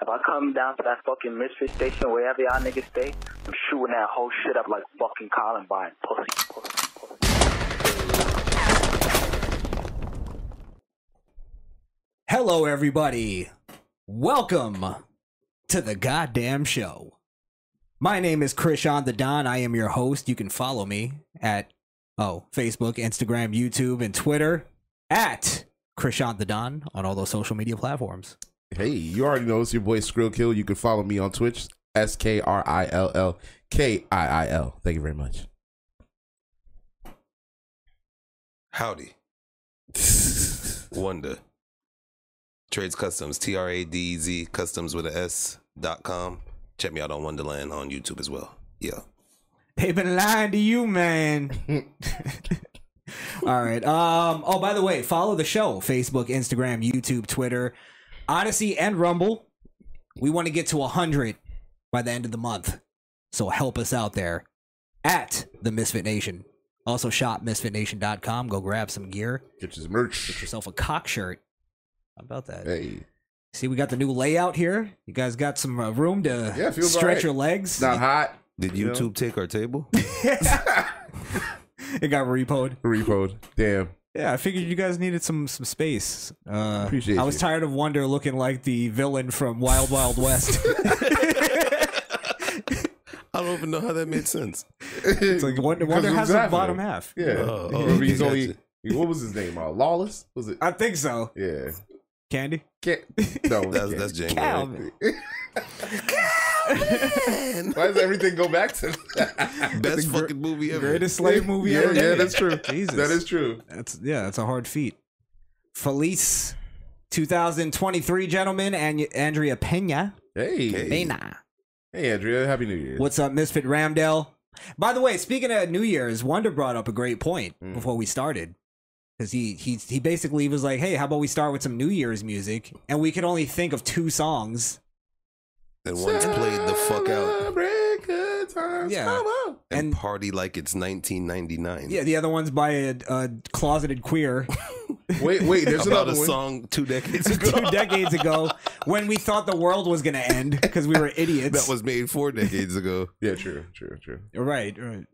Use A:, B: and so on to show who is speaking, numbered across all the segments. A: If I come down to that fucking misfit station, wherever y'all niggas stay, I'm shooting that whole shit up like fucking Columbine. Pussy, pussy, pussy.
B: Hello, everybody. Welcome to the goddamn show. My name is Krishan the Don. I am your host. You can follow me at oh Facebook, Instagram, YouTube, and Twitter at Krishan the Don on all those social media platforms.
C: Hey, you already know it's your boy Skrill Kill. You can follow me on Twitch, S K R I L L K I I L. Thank you very much.
D: Howdy. Wonder. Trades Customs, T R A D E Z, customs with a S dot com. Check me out on Wonderland on YouTube as well. Yeah.
B: They've been lying to you, man. All right. Um. Oh, by the way, follow the show: Facebook, Instagram, YouTube, Twitter, Odyssey, and Rumble. We want to get to hundred by the end of the month, so help us out there at the Misfit Nation. Also, shop misfitnation.com. Go grab some gear.
C: Get your
B: Get
C: merch.
B: yourself a cock shirt. How about that?
C: Hey,
B: See, we got the new layout here. You guys got some uh, room to
C: Yeah, it feels
B: stretch
C: alright.
B: your
C: it's
B: legs.
C: not hot.
D: Did
C: You know?
D: YouTube take our table?
B: it got repoed.
C: Repoed. Damn.
B: Yeah, I figured you guys needed some some space. Uh,
C: Appreciate
B: I was
C: you.
B: tired of Wonder looking like the villain from Wild Wild West.
D: I don't even know how that made sense.
B: it's like Wonder, Wonder
C: it was
B: has a
C: happening.
B: bottom half.
C: Yeah.
D: Oh, oh,
C: Remember
D: okay,
C: he's only,
D: gotcha.
C: what was his name? Uh, Lawless? Was it?
B: I think so.
C: Yeah.
B: Candy.
C: Can't. No. we
D: That's
C: can't.
D: that's January.
B: Calvin.
C: Why does everything go back to that?
D: Best fucking movie ever.
B: Greatest slave movie
C: yeah,
B: ever.
C: yeah,
B: made.
C: that's true.
B: Jesus.
C: That is true.
B: That's yeah, that's a hard feat. Felice 2023 gentlemen and Andrea Pena.
C: Hey.
D: Okay.
B: Pena.
C: Hey, Andrea. Happy New Year.
B: What's up, Misfit Ramdell? By the way, speaking of New Year's, Wonder brought up a great point
C: Mm.
B: before we started. Because he, he he basically was like, hey, how about we start with some New Year's music? And we could only think of two songs.
D: And one's played the fuck out
C: Celebrate good times.
B: Yeah.
C: Come on.
D: and,
B: And-
D: party like it's 1999.
B: Yeah, the other one's by a, a closeted queer
C: Wait, wait. There's
D: About
C: another
D: a
C: one.
D: song two decades ago.
B: two decades ago when we thought the world was going to end because we were idiots.
D: that was made four decades ago.
C: Yeah, true, true, true.
B: right, right.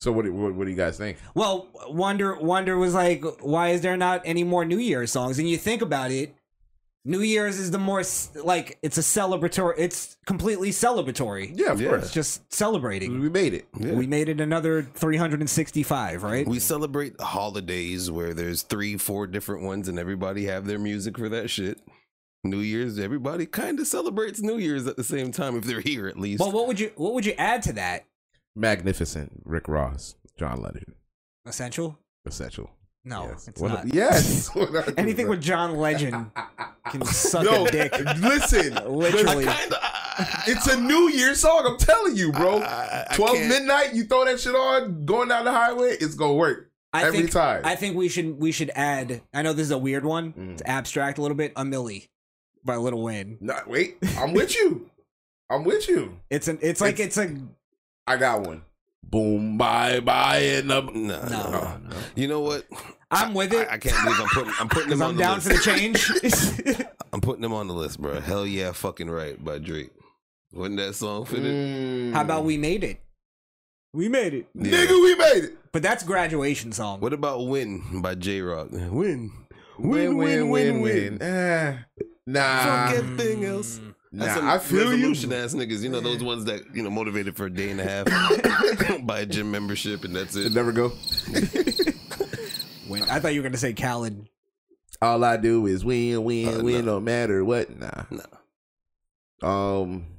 C: So what, do- what, what do you guys think?
B: Well, Wonder Wonder was like, why is there not any more New Year's songs? And you think about it, New Year's is the more s- like it's a celebratory. It's completely celebratory.
C: Yeah, of
D: Yeah.
C: course.
B: It's just celebrating.
C: We made it.
D: Yeah.
B: We made it another 365, right?
D: We celebrate holidays where there's three, four different ones, and everybody have their music for that shit. New Year's, everybody kind of celebrates New Year's at the same time if they're here at least.
B: well, what would you what would you add to that?
C: Magnificent. Rick Ross, John Legend,
B: Essential?
C: essential.
B: No,
C: yes.
B: it's
C: What-
B: not.
C: Yes. What I do,
B: Anything
C: bro.
B: with John Legend can suck
C: no.
B: a dick.
C: Listen,
B: Literally.
D: Kinda, I- I-
C: it's a New Year song. I'm telling you, bro.
D: I- I- I
C: Twelve
D: can't-
C: midnight. You throw that shit on, going down the highway. It's gonna work
B: I
C: every
B: think
C: time.
B: I think we should we should add. I know this is a weird one.
C: Mm.
B: It's abstract a little bit. A Millie by Little Wayne.
C: No, wait, I'm with you. I'm with you.
B: It's an. It's like it's, a.
C: I got one. Boom, bye, bye, and up.
D: No,
B: No.
D: no. You know what?
B: I'm with it
D: I, I can't believe I'm putting I'm putting
B: because
D: them on
B: I'm
D: the
B: down
D: list.
B: for the change.
D: I'm putting them on the list, bro. Hell yeah, fucking right by Drake. Wasn't that song fitted?
C: Mm.
B: How about we made it? We made it.
D: Yeah.
C: nigga? We made it.
B: But that's graduation song.
D: What about Win by J Rock? Win.
C: Win, win, win, win. Eh, nah,
D: Fuck everything else. That's some
C: Um, nah. I feel you.
D: resolution ass niggas. You know those ones that you know motivated for a day and a half, buy a gym membership and that's it.
C: Never go.
B: Wait, I thought you were gonna say Khaled.
C: All I do is win, win,
D: Uh,
C: win,
D: no.
C: no matter what. Nah.
D: No.
C: Um.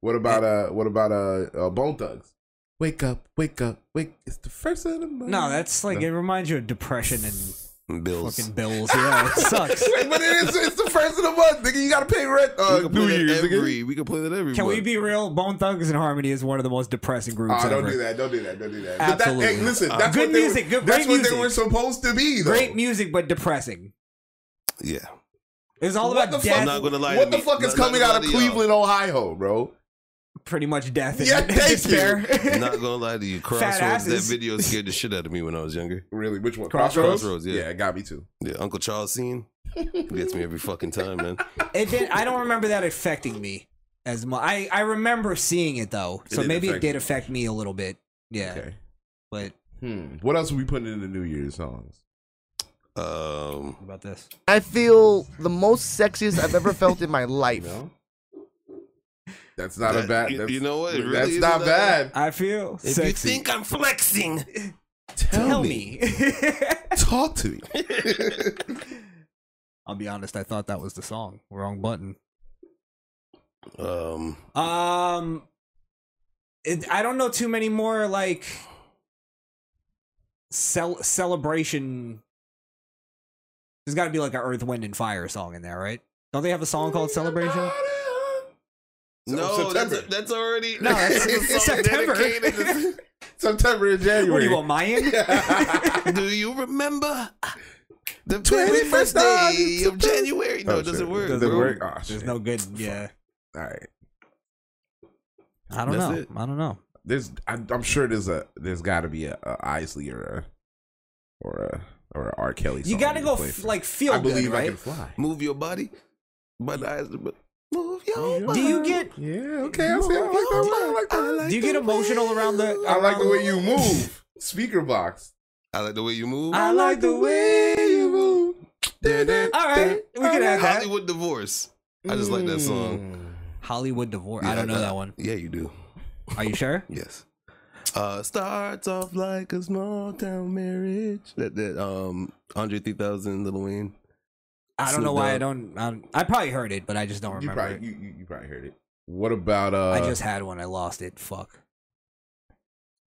C: what about uh? What about uh, uh? Bone Thugs. Wake up, wake up, wake! It's the first of the month.
B: No, that's like
C: No.
B: it reminds you of depression and
D: Bills.
B: fucking bills. Yeah, it sucks.
C: Wait, but it is, it's the first of the month, nigga. You gotta pay rent.
D: we
C: Uh,
D: can
C: New
D: play
C: Year's.
D: that
C: Every,
D: every. We can play that every.
B: Can we
D: month.
B: be real? Bone Thugs and Harmony is one of the most depressing groups
C: oh,
B: ever.
C: don't do that. Don't do that. Don't do that. But that-
B: Absolutely.
C: hey, listen, that's
B: Good
C: what they
B: music,
C: Were,
B: good-
C: that's
B: great
C: what
B: music.
C: they were supposed to be. Though.
B: Great music, but depressing.
D: Yeah.
B: It's all
C: What
B: about
C: the
B: death.
C: fuck?
D: I'm not gonna lie
C: What
D: to
C: the
D: me.
C: fuck is
D: Not- not
C: coming
D: gonna
C: out of
D: lie to y'all.
C: Cleveland, Ohio, bro?
B: pretty much death and
C: Yeah,
B: and
C: thank you.
B: despair.
D: I'm not gonna lie to you, Crossroads. That
B: asses.
D: video scared the shit out of me when I was younger.
C: Really, which one?
B: Crossroads?
D: Crossroads, yeah.
C: yeah, it got me too.
D: The Uncle Charles scene gets me every fucking time, man.
B: it did, I don't remember that affecting me as much. I, I remember seeing it though, so
C: did
B: maybe it
C: affect
B: did
C: you.
B: affect me a little bit. Yeah,
C: Okay.
B: but
C: Hmm. What else are we putting in the New Year's songs?
D: Um,
B: what about this?
E: I feel the most sexiest I've ever felt in my life.
C: No. That's not a
D: That-
C: bad.
D: you-
C: That's,
D: you know what? It really
C: that's
D: isn't
C: not bad.
D: that
B: I feel
D: if you
B: sexy.
D: think I'm flexing,
B: Tell me.
C: Talk to me.
B: I'll be honest. I thought that was the song. Wrong button.
D: um,
B: Um, it, I don't know too many more like cel- celebration. There's got to be like an Earth, Wind, and Fire song in there, right? Don't they have a song called Celebration?
C: So
D: no, that's,
C: September.
D: that's already
B: No, it's- it's
D: a song
B: September.
D: dedicated to-
C: September and January.
B: What do you want, Mayan?
D: Do you remember the
C: 21st
D: twenty-first day
C: of
D: of January? No,
C: Oh,
D: it doesn't
C: shit.
D: work.
C: Doesn't
D: bro.
C: work. Oh,
B: There's
C: shit.
B: no good. Yeah,
C: All right.
B: I don't
D: That's
B: know.
D: it.
B: I don't know.
C: There's. I, I'm sure there's a. There's got to be a, a Isley or a or a or a R. Kelly.
B: You
C: song
B: got to
C: can
B: go
C: play
B: f-
C: for-
B: like feel
C: I believe
B: good,
C: I
B: right?
C: can fly.
D: Move your body, but I but move your.
B: Do you get
C: Yeah. Okay. I, see, I like that one. I like that. one.
B: do you get emotional around the?
C: I like the
B: around-
C: way you move. Speaker box.
D: I like the way you move.
B: I like the way you move. All right, we can add that.
D: Hollywood divorce. I just like that song.
B: Hollywood divorce. I
D: Yeah, uh,
B: don't know that one.
D: Yeah, you do.
B: Are you sure?
D: Yes. Uh, starts off like a small town marriage. That that um Andre 3000 Lil Wayne.
B: I don't
D: Snoop
B: know why I
D: Dogg.
B: don't. I, don't- I probably heard it, but I just don't
C: You
B: remember.
C: probably
B: it.
C: you, you, you probably heard it. What about uh?
B: I just had one. I lost it. Fuck.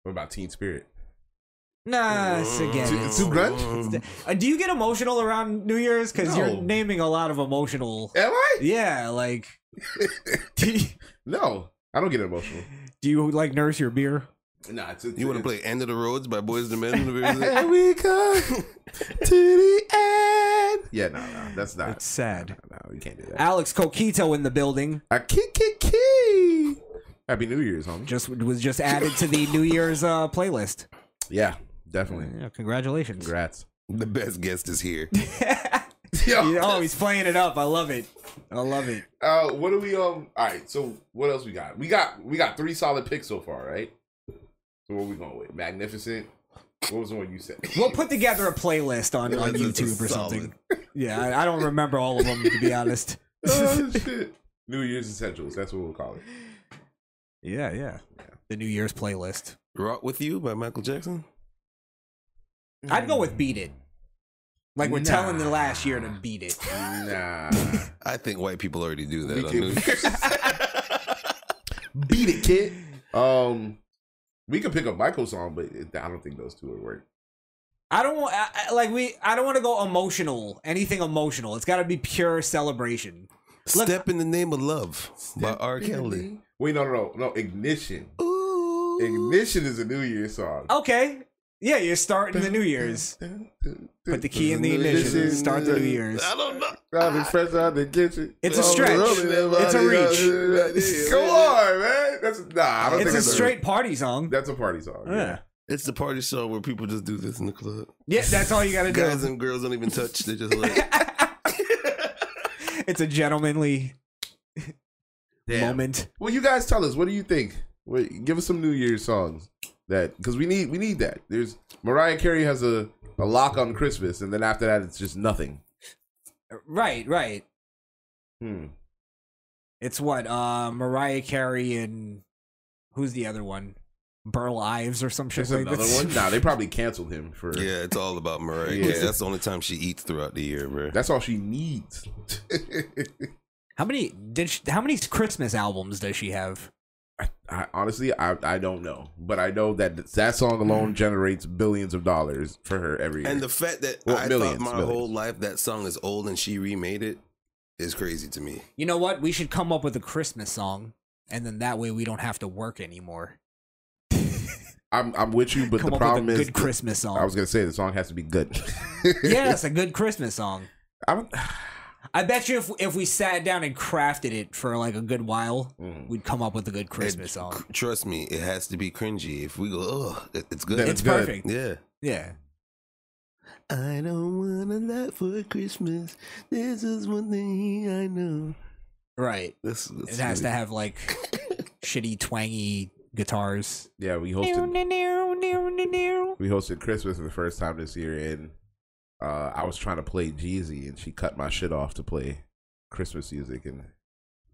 C: what about Teen Spirit?
B: Nah, it's again.
C: Too-
B: it's-
C: too grunge?
D: Um,
B: Uh, do you get emotional around New Year's? Because
C: No.
B: you're naming a lot of emotional.
C: Am I?
B: Yeah, like. do, you,
C: No, I don't get emotional.
B: do you like nurse your beer?
C: Nah, it's,
D: You want to play "End of the Roads" by Boys and Men?
C: And we come to the end. Yeah, no, no, that's not.
B: It's sad.
C: No, we can't do that.
B: Alex Coquito in the building
C: A kick, kick, kick. Happy New Year's, homie.
B: just was just added to the New Year's uh, playlist.
C: Yeah, definitely.
B: Yeah, congratulations.
C: Congrats.
D: the best guest is here.
C: Yo,
B: Yeah, oh, he's playing it up. I love it. I love it.
C: uh, what do we um? All right, so what else we got? We got we got three solid picks so far, right? So what we going with? Magnificent. What was the one you said?
B: We'll put together a playlist on, on
D: This is
B: YouTube or something.
D: solid.
B: Yeah, I, I don't remember all of them to be honest.
C: oh, shit. New Year's Essentials. That's what we'll call it.
B: Yeah, yeah. The New Year's playlist.
D: "Rock with You" by Michael Jackson.
B: I'd go with "Beat It." Like we're
C: Mm. Nah.
B: telling the last year to beat it.
C: Nah.
D: I think white people already do
C: We
D: that. on
C: can-
D: New Year's.
C: Beat it, kid. Um, we could pick a Michael song, but it, I don't think those two would work.
B: I don't want I, I- like we. I don't want to go emotional. Anything emotional. It's got to be pure celebration. Look-
D: "Step in the Name of Love" by R. Kelly.
C: Wait, no, no, no, no. Ignition.
D: Ooh.
C: Ignition is a New Year's song.
B: Okay. Yeah, you're starting the New Year's. Put the key in the ignition. Start the New Year's.
D: I don't know.
C: Driving fresh out the kitchen.
B: It's a stretch. It's a reach.
C: Come on, man. That's nah. I don't
B: It's
C: think
B: a
C: that's
B: straight party song.
C: That's a party song.
B: Yeah.
C: Yeah.
D: It's the party show where people just do this in the club.
B: Yeah, that's all you got to do.
D: Guys and girls don't even touch. They just like
B: it's a gentlemanly moment.
C: Well, you guys tell us. What do you think? Wait, give us some New Year's songs that because we need we need that. There's Mariah Carey has a a lock on Christmas, and then after that it's just nothing.
B: Right, right.
C: Hmm.
B: It's what uh Mariah Carey and who's the other one? Burl Ives or some shit
C: There's
B: like
C: another
B: that.
C: one. Nah, they probably canceled him for.
D: yeah, it's all about Mariah.
C: Yeah.
D: Yeah. That's the only time she eats throughout the year, bro.
C: That's all she needs.
B: How many did she, how many Christmas albums does she have?
C: I, honestly, I I don't know, but I know that that song alone generates billions of dollars for her every year.
D: And the fact that
C: Well,
D: I
C: millions,
D: thought my
C: millions.
D: whole life that song is old and she remade it is crazy to me.
B: You know what? We should come up with a Christmas song, and then that way we don't have to work anymore.
C: I'm I'm with you, but
B: come
C: the
B: up
C: problem
B: with a
C: is
B: good Christmas song.
C: I was gonna say the song has to be good.
B: yes, a good Christmas song.
C: I don't.
B: I bet you if if we sat down and crafted it for like a good while,
D: Mm.
C: Mhm.
B: we'd come up with a good
D: It-
B: Christmas song.
D: c- Trust me, it has to be cringy. If we go, oh, it, it's good.
C: Then
B: It's
C: good.
B: perfect.
D: yeah.
B: Yeah.
D: I don't want a lot for Christmas. This is one thing I know.
B: Right.
D: This, this
B: It has to have like shitty twangy guitars.
C: Yeah, we hosted we hosted Christmas for the first time this year, and uh, I was trying to play Jeezy, and she cut my shit off to play Christmas music, and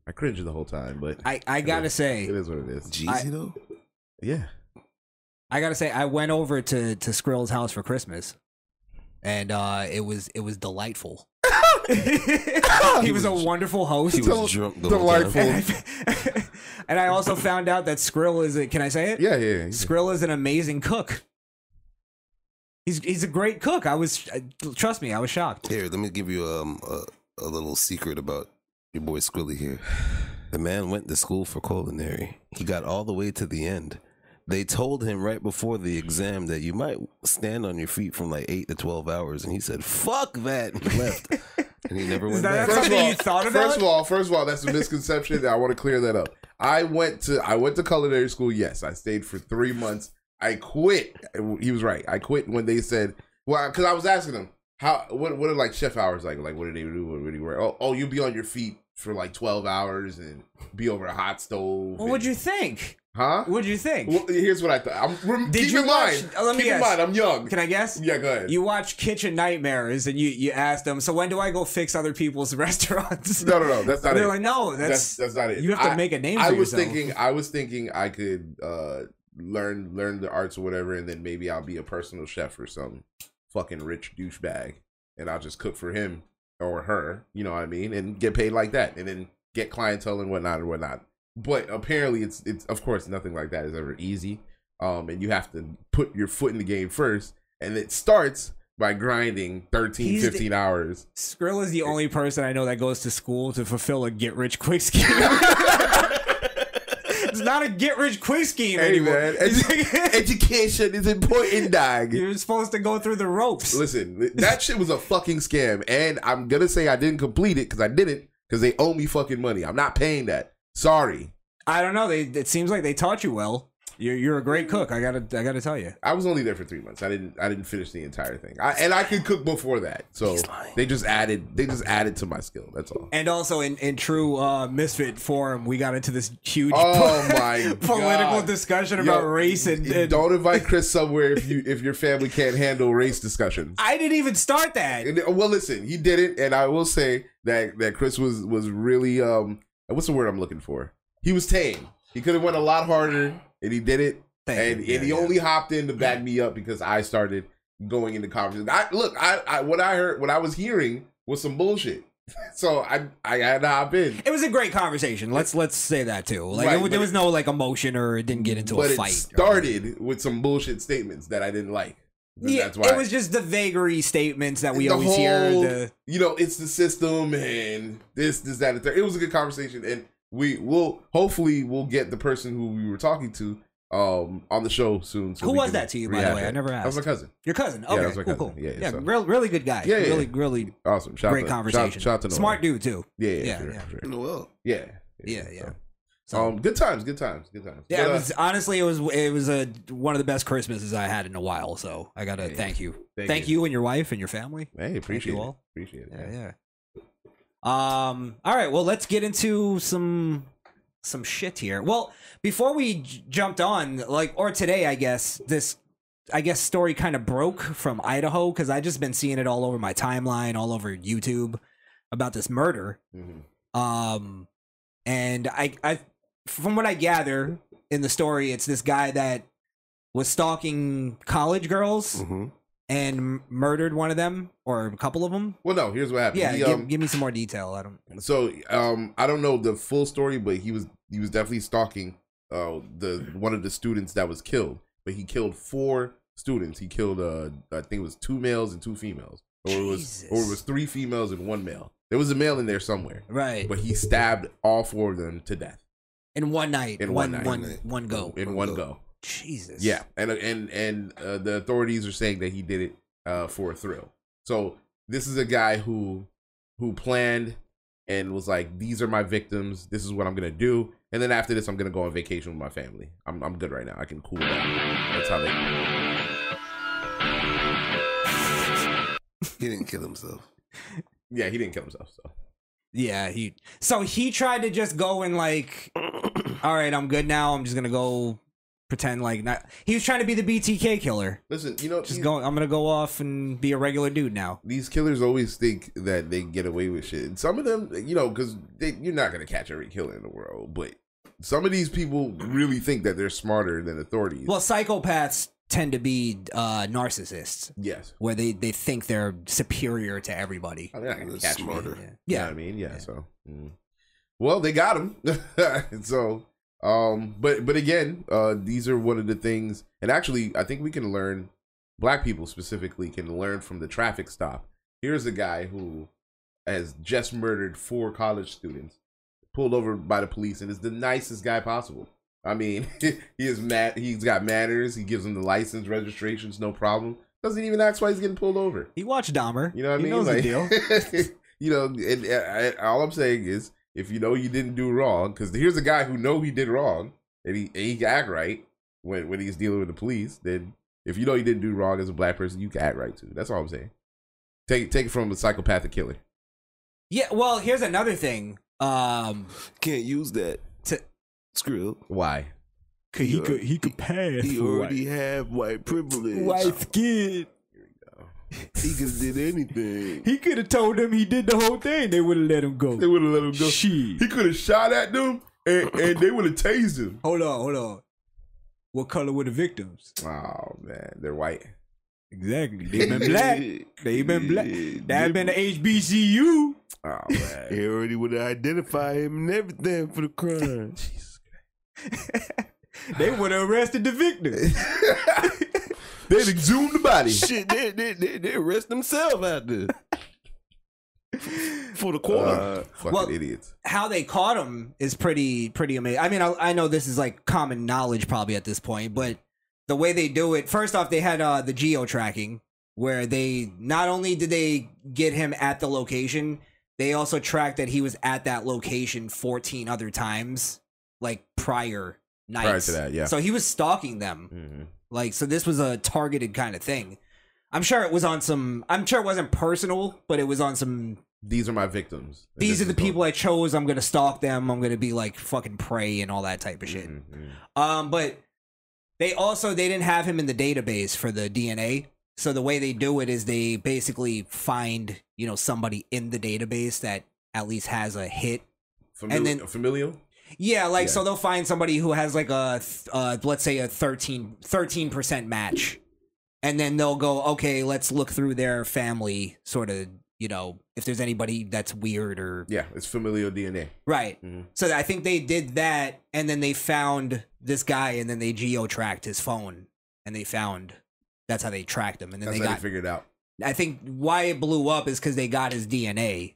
C: I cringed the whole time. But
B: I, I gotta
C: it
B: say,
C: is what it is.
D: Jeezy
B: I-
D: though.
C: Yeah,
B: I gotta say, I went over to to Skrill's house for Christmas, and uh, it was it was delightful. he was a wonderful host.
D: He was drunk the whole
C: delightful.
D: time.
B: and, I, and I also found out that Skrill is a, can I say it?
C: yeah, yeah. yeah.
B: Skrill is an amazing cook. He's he's a great cook. I was I, trust me, I was shocked.
D: Here, let me give you um a, a little secret about your boy Squilly here. The man went to school for culinary. He got all the way to the end. They told him right before the exam that you might stand on your feet from like eight to twelve hours, and he said, "Fuck that," and left. and he never went
B: that-
D: back.
B: that's something you thought about?
C: First of all, first of all, that's a misconception. and I want to clear that up. I went to I went to culinary school. Yes, I stayed for three months. I quit. He was right. I quit when they said, "Well," because I was asking them how what what are like chef hours like? Like what do they do? What do they wear? Oh, oh, you be on your feet for like twelve hours and be over a hot stove.
B: Well, what'd you
C: and-
B: think?
C: Huh?
B: What'd you think?
C: Well, here's what I thought. I'm, rem-
B: Did
C: keep
B: you
C: in
B: watch-
C: mind.
B: oh, let me
C: keep in
B: ask.
C: mind. I'm young.
B: Can I guess?
C: yeah, go ahead.
B: You watch Kitchen Nightmares and you you ask them. So when do I go fix other people's restaurants?
C: no, no, no. That's not
B: they're
C: it.
B: like, no, that's,
C: that's, that's not it.
B: you have to
C: I-
B: make a name.
C: I
B: for
C: was
B: yourself.
C: thinking I was thinking I could uh learn learn the arts or whatever and then maybe I'll be a personal chef or some fucking rich douchebag and I'll just cook for him or her, you know what I mean, and get paid like that and then get clientele and whatnot and whatnot. But apparently it's it's of course nothing like that is ever easy. Um and you have to put your foot in the game first and it starts by grinding 13
B: He's the-
C: 15 hours.
B: Skrill is the only person I know that goes to school to fulfill a get rich quick scheme. it's not a get rich quick scheme
C: Hey
B: anymore.
C: man, edu- education is important, dog.
B: You're supposed to go through the ropes.
C: Listen, li- that shit was a fucking scam, and I'm gonna say I didn't complete it because I didn't because they owe me fucking money. I'm not paying that. Sorry,
B: I don't know. They it seems like they taught you well. You're you're a great cook. I gotta I gotta tell you.
C: I was only there for three months. I didn't I didn't finish the entire thing, I, and I could cook before that. So they just added they just added to my skill. That's all.
B: And also in in true uh, misfit form, we got into this huge
C: Oh my
B: political
C: God.
B: discussion
C: Yo,
B: about race and, and
C: don't invite Chris somewhere if you if your family can't handle race discussions.
B: I didn't even start that.
C: And, uh, well, listen, he did it, and I will say that that Chris was was really um, what's the word I'm looking for? He was tame. He could have went a lot harder, and he did it.
B: Thank
C: and
B: you.
C: and he
B: Yeah, yeah.
C: only hopped in to back me up because I started going into conversation. I look, I, I what I heard, what I was hearing was some bullshit. So I I had to hop in,
B: It was a great conversation. Let's let's say that too. Like
C: Right,
B: it,
C: but
B: there
C: it-
B: was no like emotion or it didn't get into
C: but
B: a
C: it
B: fight.
C: started with some bullshit statements that I didn't like. And
B: yeah,
C: that's why
B: it was just the vagary statements that we
C: the
B: always hear.
C: whole,
B: The,
C: you know, it's the system and this, this, that, and third. It was a good conversation, and we will hopefully we'll get the person who we were talking to um on the show soon. so
B: Who
C: we
B: was
C: can
B: that to you, by the
C: rehash
B: way?
C: it.
B: I never
C: That was my
B: asked.
C: cousin.
B: Your cousin.
C: Yeah,
B: Okay,
C: that's my
B: cool,
C: cousin.
B: cool.
C: Yeah,
B: Yeah,
C: yeah, so-
B: real, really good guy.
C: Yeah, yeah,
B: really,
C: yeah.
B: really
C: Awesome. Shout
B: great
C: out to-
B: conversation.
C: Shout, shout out to Noah.
B: Smart dude too.
C: Yeah, yeah, yeah.
B: Yeah,
C: Sure,
B: yeah.
C: sure.
D: Well,
C: yeah,
B: Yeah, yeah.
C: So, Um, good times, good times, good times.
B: Yeah,
C: But,
B: it
C: uh,
B: was honestly it was it was a one of the best Christmases I had in a while. So I gotta thank you,
C: Thank
B: thank, you. and your wife and your family.
C: hey, appreciate
B: you
C: it.
B: all.
C: Appreciate it. man.
B: Yeah, yeah. Um. All right. Well, let's get into some some shit here. Well, before we j- jumped on, like, or today, I guess this, I guess story kind of broke from Idaho because I just been seeing it all over my timeline, all over YouTube about this murder.
C: Mhm.
B: Um, and I, I, from what I gather in the story, it's this guy that was stalking college girls
C: Mm.
D: mhm.
B: and m- murdered one of them or a couple of them.
C: Well, no, here's what happened.
B: Yeah,
C: He,
B: give,
C: um,
B: give me some more detail. I don't.
C: So um, I don't know the full story, but he was he was definitely stalking uh the one of the students that was killed. But he killed four students. He killed uh I think it was two males and two females, or it was or it
B: Jesus.
C: was three females and one male. There was a male in there somewhere,
B: Right.
C: but he stabbed all four of them to death
B: In one night.
C: In
B: one
C: one night.
B: one-
D: One night.
B: one go.
C: in
D: One
C: one
D: go.
C: go.
B: Jesus.
C: Yeah, and and and uh, the authorities are saying that he did it uh, for a thrill. So this is a guy who who planned and was like, "These are my victims. This is what I'm gonna do." And then after this, I'm gonna go on vacation with my family. I'm I'm good right now. I can cool down. That's how they.
D: He didn't kill himself.
C: Yeah, he didn't kill himself. So
B: Yeah, he. So he tried to just go and like, all right, I'm good now. I'm just gonna go pretend like not. He was trying to be the BTK killer.
C: listen, you know,
B: Just
C: these-
B: go. I'm gonna go off and be a regular dude now.
C: These killers always think that they can get away with shit. And some of them, you know, because you're not gonna catch every killer in the world, but some of these people really think that they're smarter than authorities.
B: Well, psychopaths tend to be uh, narcissists,
C: yes,
B: where they they think they're superior to everybody.
C: I mean, I can
D: They're
C: catch
D: smarter.
C: me.
B: Yeah.
C: You know
B: yeah.
C: what I mean, yeah.
B: Yeah.
C: So, mm. well, they got him. so, um, but but again, uh, these are one of the things, and actually, I think we can learn. Black people specifically can learn from the traffic stop. Here's a guy who has just murdered four college students, pulled over by the police, and is the nicest guy possible. I mean, he is mad. He's got manners. He gives them the license, registrations, no problem. Doesn't even ask why he's getting pulled over.
B: He watched Dahmer.
C: You know what I
B: he
C: mean?
B: Knows
C: Like,
B: the deal.
C: you know, and, uh, I- all I'm saying is, if you know you didn't do wrong, because here's a guy who know he did wrong, and he and he can act right when when he's dealing with the police. Then if you know you didn't do wrong as a black person, you can act right too. That's all I'm saying. Take take it from a psychopathic killer.
B: Yeah. Well, here's another thing. Um,
D: Can't use that.
B: To-
D: Screw. it.
C: Why?
D: he could-
B: he could pass.
D: He already had white privilege.
B: skin.
D: He just did anything.
B: He could have told them he did the whole thing. They would have let him go.
C: They would have let him go.
B: She.
C: He could have shot at them, and, and they would have tased him.
B: Hold on, hold on. What color were the victims?
C: Oh man, they're white.
B: Exactly. They been black. They been black. That been the HBCU.
C: Oh man.
D: He already would identify him and everything for the crime.
B: They would have arrested the victims.
C: They'd exhumed the body.
D: Shit, they, they, they, they arrest themselves out there for the quarter.
C: Uh, fucking
B: Well-
C: idiots.
B: How they caught him is pretty pretty amazing. I mean, I, I know this is like common knowledge probably at this point, but the way they do it. First off, they had uh, the geo tracking where they not only did they get him at the location, they also tracked that he was at that location 14 other times, like prior nights.
C: Prior to that, yeah.
B: So he was stalking them.
C: Mhm.
B: Like, so this was a targeted kind of thing. I'm sure it was on some. I'm sure it wasn't personal, but it was on some.
C: these are my victims. And
B: These
C: this
B: are the
C: is
B: people I chose. I'm gonna stalk them. I'm gonna be like fucking prey and all that type of shit.
C: Mhm.
B: Um, but they also they didn't have him in the database for the DNA. So the way they do it is they basically find you know somebody in the database that at least has a hit
C: Famili-
B: And then-
C: familial.
B: yeah, like
C: Yeah.
B: so they'll find somebody who has like a th- uh, let's say a 13 percent match, and then they'll go okay, let's look through their family, sort of you know if there's anybody that's weird or
C: Yeah, it's familial DNA.
B: right.
C: Mhm.
B: So I think they did that, and then they found this guy, and then they geo tracked his phone, and they found that's how they tracked him, and then
C: That's
B: they
C: how
B: got
C: they figured it out.
B: I think why it blew up is because they got his DNA,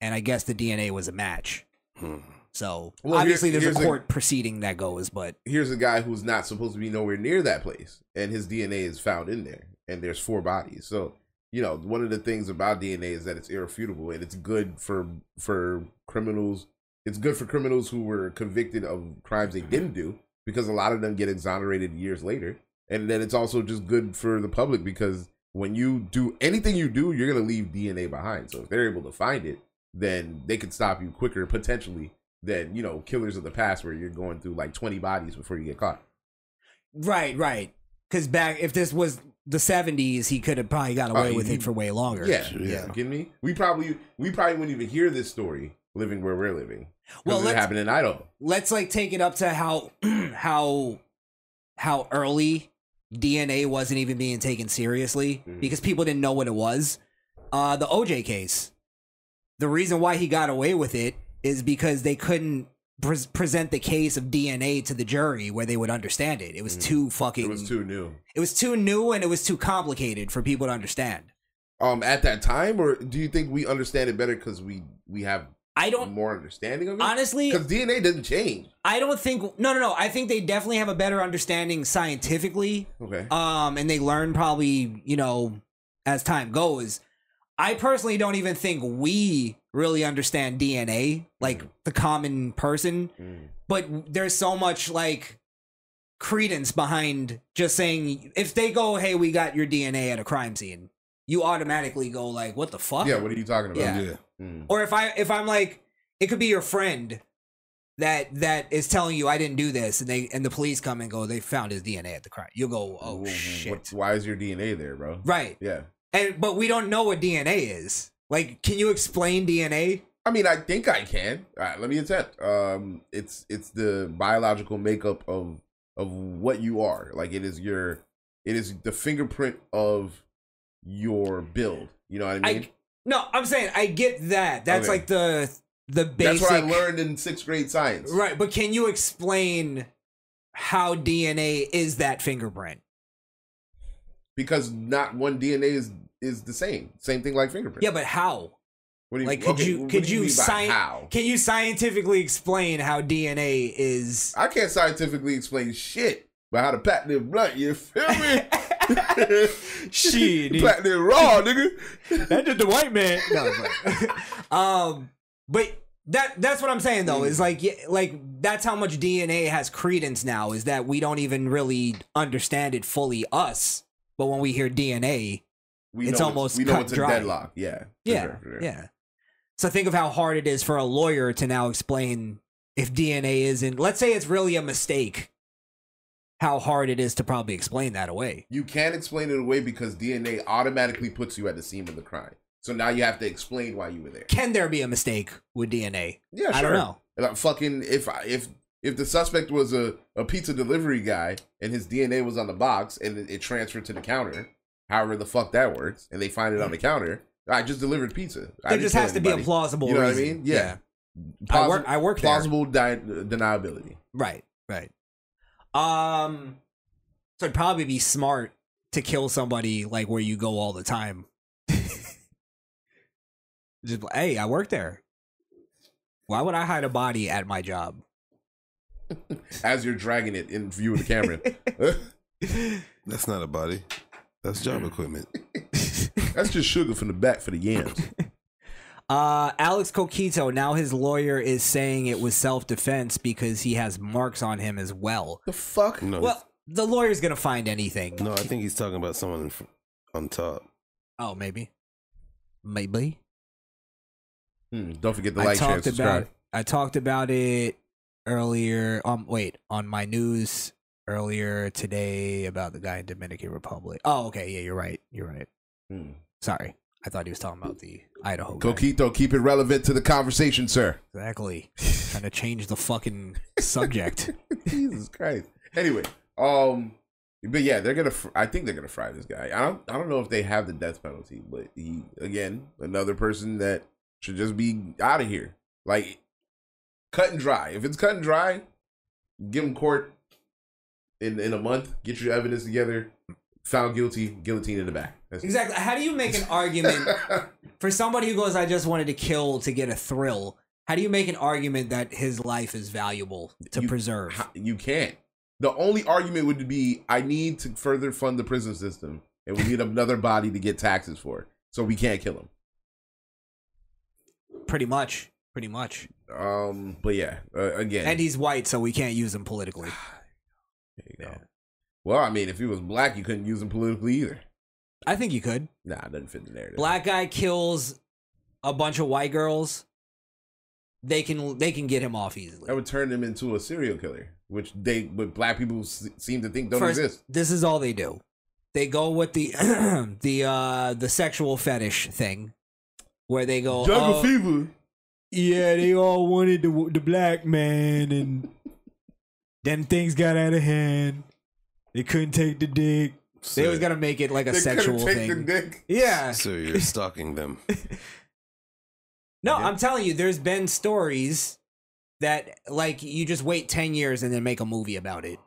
B: and I guess the DNA was a match.
D: Hmm.
B: So
C: Well, here-
B: obviously, there's
C: here's
B: a
C: a-
B: court proceeding that goes, but
C: Here's a guy who's not supposed to be nowhere near that place, and his DNA is found in there, and there's four bodies. So you know, one of the things about DNA is that it's irrefutable, and it's good for for criminals. It's good for criminals who were convicted of crimes they didn't do, because a lot of them get exonerated years later. And then it's also just good for the public because when you do anything you do, you're gonna leave DNA behind. So if they're able to find it, then they could stop you quicker potentially than you know killers of the past where you're going through like 20 bodies before you get caught.
B: right, right. Because back if this was the '70s, he could have probably got away
C: Oh,
B: with
C: he-
B: it for way longer.
C: Yeah,
D: Yeah.
C: yeah. You kidding me? We probably we probably wouldn't even hear this story living where we're living.
B: Well,
C: Well, it
B: let's-
C: happened in Idaho.
B: Let's like take it up to how how how early DNA wasn't even being taken seriously
C: Mhm.
B: because people didn't know what it was. Uh, the OJ case. The reason why he got away with it is because they couldn't pres present the case of DNA to the jury where they would understand it. It was
C: Mhm.
B: too fucking.
C: It was too new.
B: it was too new and it was too complicated for people to understand.
C: Um, at that time, or do you think we understand it better because we we have
B: I don't
C: more understanding of it?
B: honestly.
C: Because DNA doesn't change.
B: I don't think no no no. I think they definitely have a better understanding scientifically,
C: Okay.
B: um, and they learn probably you know as time goes. I personally don't even think we really understand DNA,
C: Mm-hmm.
B: like the common person.
C: Mm.
B: But there's so much like credence behind just saying if they go, "Hey, we got your DNA at a crime scene," you automatically go like, "What the fuck?"
C: Yeah, what are you talking about?
B: Yeah.
C: Mm.
B: or if I if I'm like it could be your friend that that is telling you I didn't do this and they and the police come and go they found his DNA at the crime. You'll go, "Oh
C: Wh- wh-
B: shit."
C: what- why is your DNA there, bro?
B: Right.
C: Yeah.
B: And but we don't know what DNA is. Like can you explain DNA?
C: I mean, I think I can. All right, let me attempt. Um, it's it's the biological makeup of of what you are. Like it is your, it is the fingerprint of your build. You know what I
B: I-
C: mean?
B: No, I'm saying I get that. That's
C: Okay.
B: like the the
C: That's
B: basic
C: what I learned in sixth grade science.
B: Right, but can you explain how DNA is that fingerprint?
C: Because not one DNA is is the same. Same thing like fingerprint.
B: Yeah, but how?
C: What do you,
B: Like could
C: okay,
B: you
C: what
B: could
C: do
B: you,
C: mean by
B: sci-
C: how?
B: can you scientifically explain how DNA is
C: I can't scientifically explain shit about how to pack their blunt. You feel me?
B: Shit, dude.
C: pack their raw, nigga.
B: That's just the white man. No, but, um, but that that's what I'm saying though
C: Mm.
B: is like yeah, like that's how much DNA has credence now is that we don't even really understand it fully us, but when we hear DNA,
C: We
B: It's
C: know
B: almost
C: we know
B: cut
C: it's a
B: dry.
C: deadlock. Yeah, for
B: yeah,
C: sure, for sure.
B: yeah. So think of how hard it is for a lawyer to now explain if DNA isn't. Let's say it's really a mistake. How hard it is to probably explain that away.
C: You can't explain it away because DNA automatically puts you at the scene of the crime. So now you have to explain why you were there.
B: Can there be a mistake with DNA?
C: Yeah, sure.
B: I don't know.
C: Like, fucking if I- if if the suspect was a, a pizza delivery guy and his DNA was on the box and it, it transferred to the counter, however the fuck that works, and they find it on the counter, I just delivered pizza. I
B: Mm. There
C: didn't
B: just
C: kill
B: has to be a
C: anybody.
B: plausible.
C: You know what I
B: reason.
C: mean? Yeah.
B: I work. I work there.
C: plausible di- deniability.
B: Right, right. Um, so it'd probably be smart to kill somebody like where you go all the time. Just like, hey, I work there. Why would I hide a body at my job?
C: As you're dragging it in view of the camera,
D: That's not a body. That's job equipment.
C: that's just sugar from the back for the yams.
B: Uh, Alex Coquito. Now his lawyer is saying it was self defense because he has marks on him as well.
C: the fuck?
D: No,
B: Well, the lawyer's gonna find anything.
D: no, I think he's talking about someone in fr- on top.
B: Oh, maybe, maybe.
C: Hmm, don't forget to
B: I
C: like, share, and
B: talked
C: subscribe.
B: about I talked about it earlier. Um, wait, on my news earlier today about the guy in Dominican Republic. Oh, okay, yeah, you're right. You're right.
C: Hmm.
B: Sorry, I thought he was talking about the Idaho. guy.
C: Coquito, keep it relevant to the conversation, sir.
B: Exactly. Trying to change the fucking subject.
C: Jesus Christ. Anyway, um, but yeah, they're gonna. Fr- I think they're gonna fry this guy. I don't. I don't know if they have the death penalty, but he again another person that should just be out of here, like cut and dry. If it's cut and dry, give him court in in a month. Get your evidence together. Found guilty, guillotine in the back. That's
B: Exactly. How do you make an argument for somebody who goes, "I just wanted to kill to get a thrill"? How do you make an argument that his life is valuable to
C: You-
B: preserve?
C: How- you can't. The only argument would be I need to further fund the prison system, and we need another body to get taxes for, so we can't kill him.
B: pretty much. Pretty much.
C: Um, but yeah, uh, again,
B: And he's white, so we can't use him politically.
C: there you go. Well, I mean, if he was black, you couldn't use him politically either.
B: I think you could.
C: Nah, it doesn't fit the narrative.
B: Black guy kills a bunch of white girls. They can they can get him off easily.
C: that would turn him into a serial killer, which they, but black people s- seem to think don't
B: First,
C: exist.
B: this is all they do. They go with the the uh the sexual fetish thing, where they go.
C: Jungle
B: "Oh,
C: fever.
B: yeah, they all wanted the the black man, and then things got out of hand. They couldn't take the dick. They always got to make it like a
C: They couldn't
B: sexual
C: take the
B: thing.
C: dick.
B: yeah,
D: So you're stalking them.
B: No,
C: Yeah.
B: I'm telling you, there's been stories that like you just wait ten years and then make a movie about it.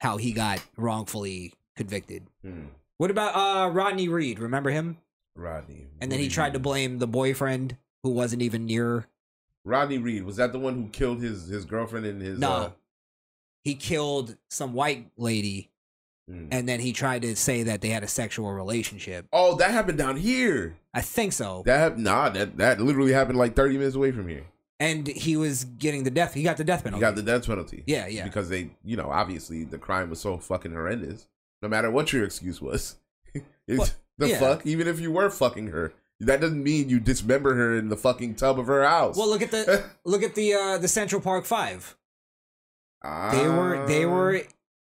B: How he got wrongfully convicted.
C: Hmm,
B: What about uh Rodney Reed? Remember him?
C: Rodney.
B: And then he tried to blame the boyfriend who wasn't even near.
C: Rodney Reed was that the one who killed his his girlfriend and his
B: Nah.
C: uh,
B: He killed some white lady
C: hmm.
B: and then he tried to say that they had a sexual relationship.
C: Oh, that happened down here.
B: I think so.
C: That nah, that that literally happened like 30 minutes away from here.
B: and he was getting the death. He got the death
C: He
B: penalty.
C: got the death penalty.
B: yeah, yeah.
C: Because they, you know, obviously the crime was so fucking horrendous. No matter what your excuse was, it's,
B: Well,
C: the
B: yeah.
C: fuck. Even if you were fucking her, that doesn't mean you dismember her in the fucking tub of her house.
B: well, look at the look at the uh the Central Park 5. They were they
C: Ah,
B: were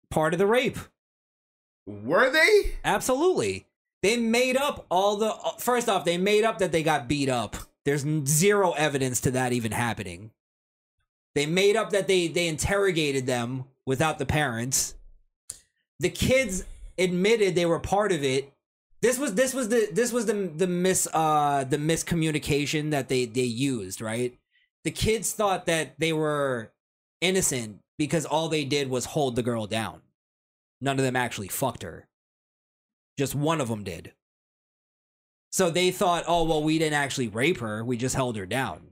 B: part of the rape.
C: were they?
B: Absolutely. They made up all the uh, first off, they made up that they got beat up. There's n- zero evidence to that even happening. They made up that they they interrogated them without the parents. The kids admitted they were part of it. This was this was the this was the the mis uh the miscommunication that they they used, right? The kids thought that they were innocent because all they did was hold the girl down. None of them actually fucked her. Just one of them did. So they thought, oh, well, we didn't actually rape her. We just held her down.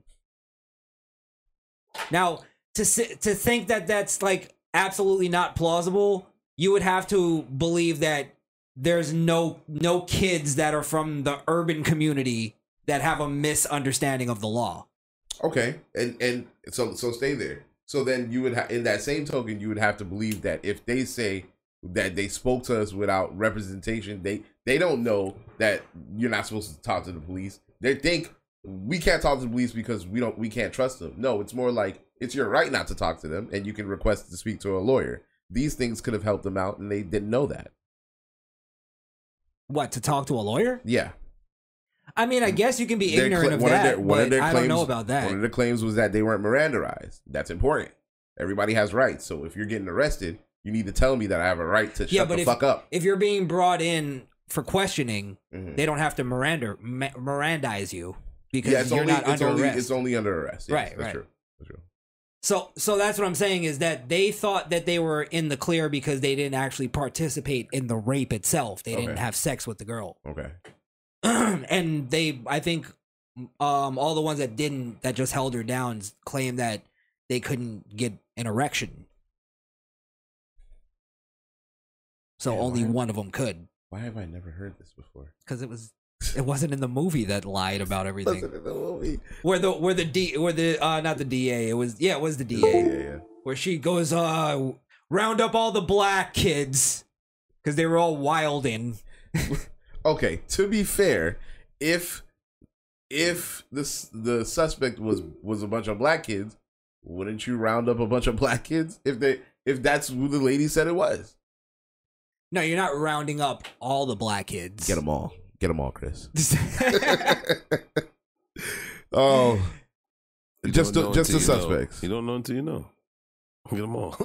B: Now, to, si- to think that that's like absolutely not plausible, you would have to believe that there's no no kids that are from the urban community that have a misunderstanding of the law.
C: Okay, and and so so stay there. So then you would ha- in that same token, you would have to believe that if they say that they spoke to us without representation, they they don't know that you're not supposed to talk to the police. They think we can't talk to the police because we don't we can't trust them. No, it's more like it's your right not to talk to them, and you can request to speak to a lawyer. These things could have helped them out, and they didn't know that.
B: What to talk to a lawyer?
C: Yeah,
B: I mean, I guess you can be
C: Their
B: ignorant
C: cla-
B: of
C: one
B: that,
C: their- one
B: but I don't know about that.
C: One of the claims was that they weren't Mirandarized. That's important. Everybody has rights. So if you're getting arrested, you need to tell me that I have a right to
B: Yeah,
C: shut
B: but
C: the
B: if-
C: fuck up.
B: if you're being brought in for questioning,
C: Mhm.
B: they don't have to Miranda Ma- Mirandize you because
C: Yeah, it's
B: you're
C: only
B: not
C: it's
B: under
C: only
B: arrest.
C: it's only under arrest. Yes,
B: Right,
C: that's
B: right.
C: true. That's true.
B: so, so that's what I'm saying is that they thought that they were in the clear because they didn't actually participate in the rape itself. They didn't
C: Okay.
B: have sex with the girl,
C: Okay.
B: and they, I think, um, all the ones that didn't, that just held her down, claimed that they couldn't get an erection. So
C: Yeah,
B: only
C: why-
B: one of them could,
C: Why have I never heard this before?
B: because it was, it wasn't in the movie that lied about everything.
C: Listen to the movie.
B: where the where the D where the uh not the DA it was yeah it was the DA
C: yeah.
B: where she goes uh round up all the black kids because they were all wilding
C: okay to be fair if if this the suspect was was a bunch of black kids wouldn't you round up a bunch of black kids if they if that's who the lady said it was
B: no you're not rounding up all the black kids
C: get them all get them all chris oh
D: You
C: just
D: don't
C: the,
D: know
C: just the
D: until you know.
C: suspects
D: You don't know until you know. Get them all.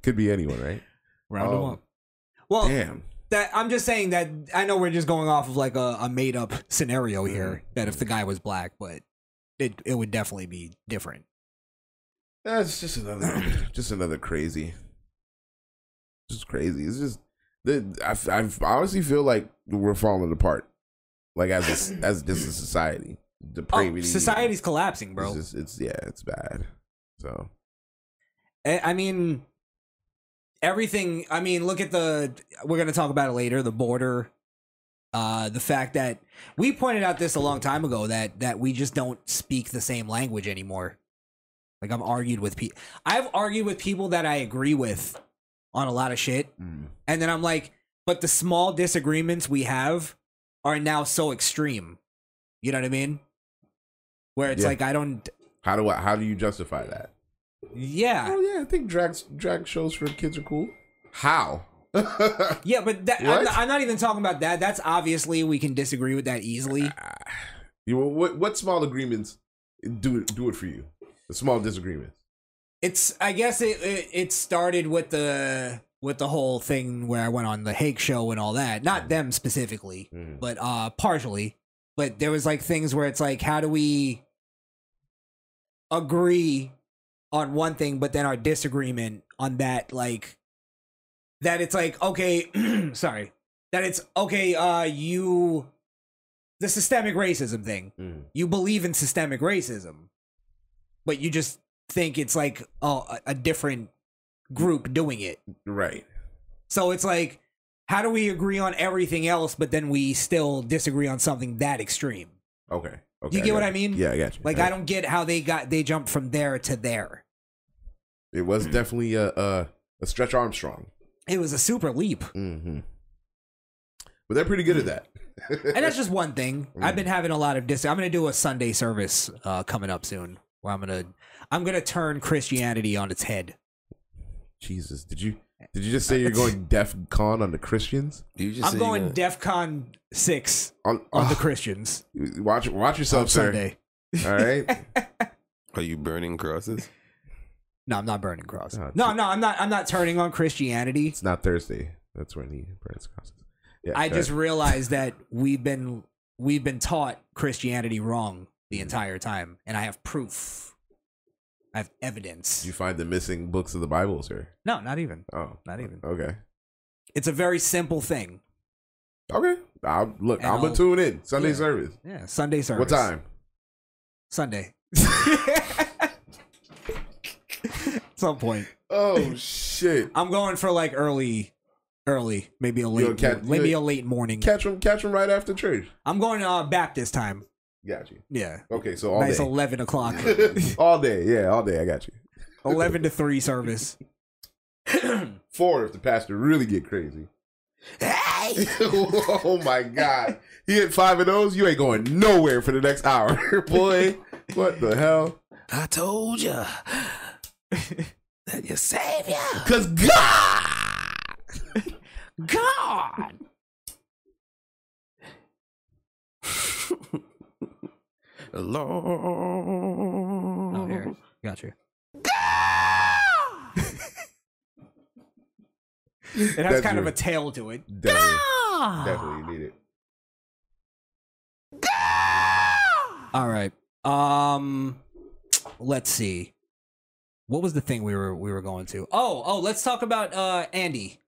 C: could be anyone right
B: round them
C: Oh.
B: up well
C: damn
B: that I'm just saying that I know we're just going off of like a, a made up scenario here
C: Mm-hmm.
B: that if the guy was black but it it would definitely be different
C: That's just another, just another crazy, just crazy. It's just the I, I honestly feel like we're falling apart, like as a, as just a society.
B: oh,
C: Depravity.
B: society's collapsing bro
C: It's, just, it's yeah, it's bad. So
B: Eh, I I mean, everything. I mean, look at the. We're gonna talk about it later. The border, uh, the fact that we pointed out this a long time ago that that we just don't speak the same language anymore. Like I've argued with people. I've argued with people that I agree with on a lot of shit,
C: mm,
B: and then I'm like, but the small disagreements we have are now so extreme. You know what I mean? Where it's
C: Yeah.
B: like I don't.
C: how do I? How do you justify that?
B: Yeah.
C: Oh yeah, I think drag drag shows for kids are cool. How?
B: Yeah, but that, I'm,
C: What?
B: not, I'm not even talking about that. That's obviously we can disagree with that easily.
C: you know, what? What small agreements do it do it for you? The small disagreements.
B: It's I guess it it, it started with the with the whole thing where I went on the Hake show and all that. Not them specifically,
C: Mm.
B: but uh partially. But there was like things where it's like how do we agree on one thing but then our disagreement on that like that it's like okay, sorry. That it's okay uh you the systemic racism thing.
C: Mm.
B: you believe in systemic racism, but you just think it's like oh, a, a different group doing it.
C: Right.
B: So it's like how do we agree on everything else, but then we still disagree on something that extreme?
C: Okay. Okay.
B: Do you get what
C: got
B: I mean?
C: Yeah, I got you.
B: Like
C: I
B: I don't get how they got they jumped from there to there.
C: It was definitely a a, a Stretch Armstrong.
B: It was a super leap.
C: Mm-hmm. But they're pretty good at that.
B: And that's just one thing.
C: Mm.
B: I've been having a lot of dis I'm gonna do a Sunday service uh coming up soon where I'm gonna I'm gonna turn Christianity on its head.
C: Jesus, did you did you just say you're going Def Con on the Christians?
D: You just
B: I'm
D: say you're
B: going
D: gonna-
B: DEF CON six
C: On,
B: on the
C: oh,
B: Christians
C: watch watch yourself,
B: on
C: sir.
B: Sunday.
C: All right.
D: Are you burning crosses?
B: No, I'm not burning crosses.
C: Oh,
B: No, no, I'm not I'm not turning on Christianity.
C: It's not Thursday. That's when he burns crosses. Yeah,
B: I
C: go
B: just
C: ahead.
B: realized that we've been we've been taught Christianity wrong
C: Mm-hmm.
B: the entire time, and I have proof. I have evidence.
C: Did you find the missing books of the Bible, sir.
B: no, not even.
C: Oh,
B: Not even.
C: Okay.
B: It's a very simple thing.
C: Okay. I'll look.
B: And
C: I'm
B: I'll-
C: gonna tune in Sunday
B: yeah.
C: service.
B: Yeah, Sunday service.
C: What time?
B: Sunday. Some point.
C: Oh shit!
B: I'm going for like early, early, maybe a
C: You'll
B: late,
C: catch-
B: maybe a
C: you'll-
B: late morning.
C: Catch him! Catch him right after church.
B: I'm going uh, Baptist time.
C: Got you.
B: Yeah,
C: Okay, so all
B: nice
C: day.
B: eleven o'clock,
C: all day, yeah, all day. I got you.
B: eleven to three service.
C: Four if the pastor really get crazy. oh my god, he hit five of those. You ain't going nowhere for the next hour, boy. What the hell?
D: I told you that your savior.
C: Cause God.
B: God.
D: Lord.
B: Oh, here. Got you. It has
C: That's
B: kind of
C: your-
B: a tail to it.
C: Definitely, definitely need it.
B: All right. Um, let's see. What was the thing we were we were going to? Oh, oh, let's talk about uh Andy,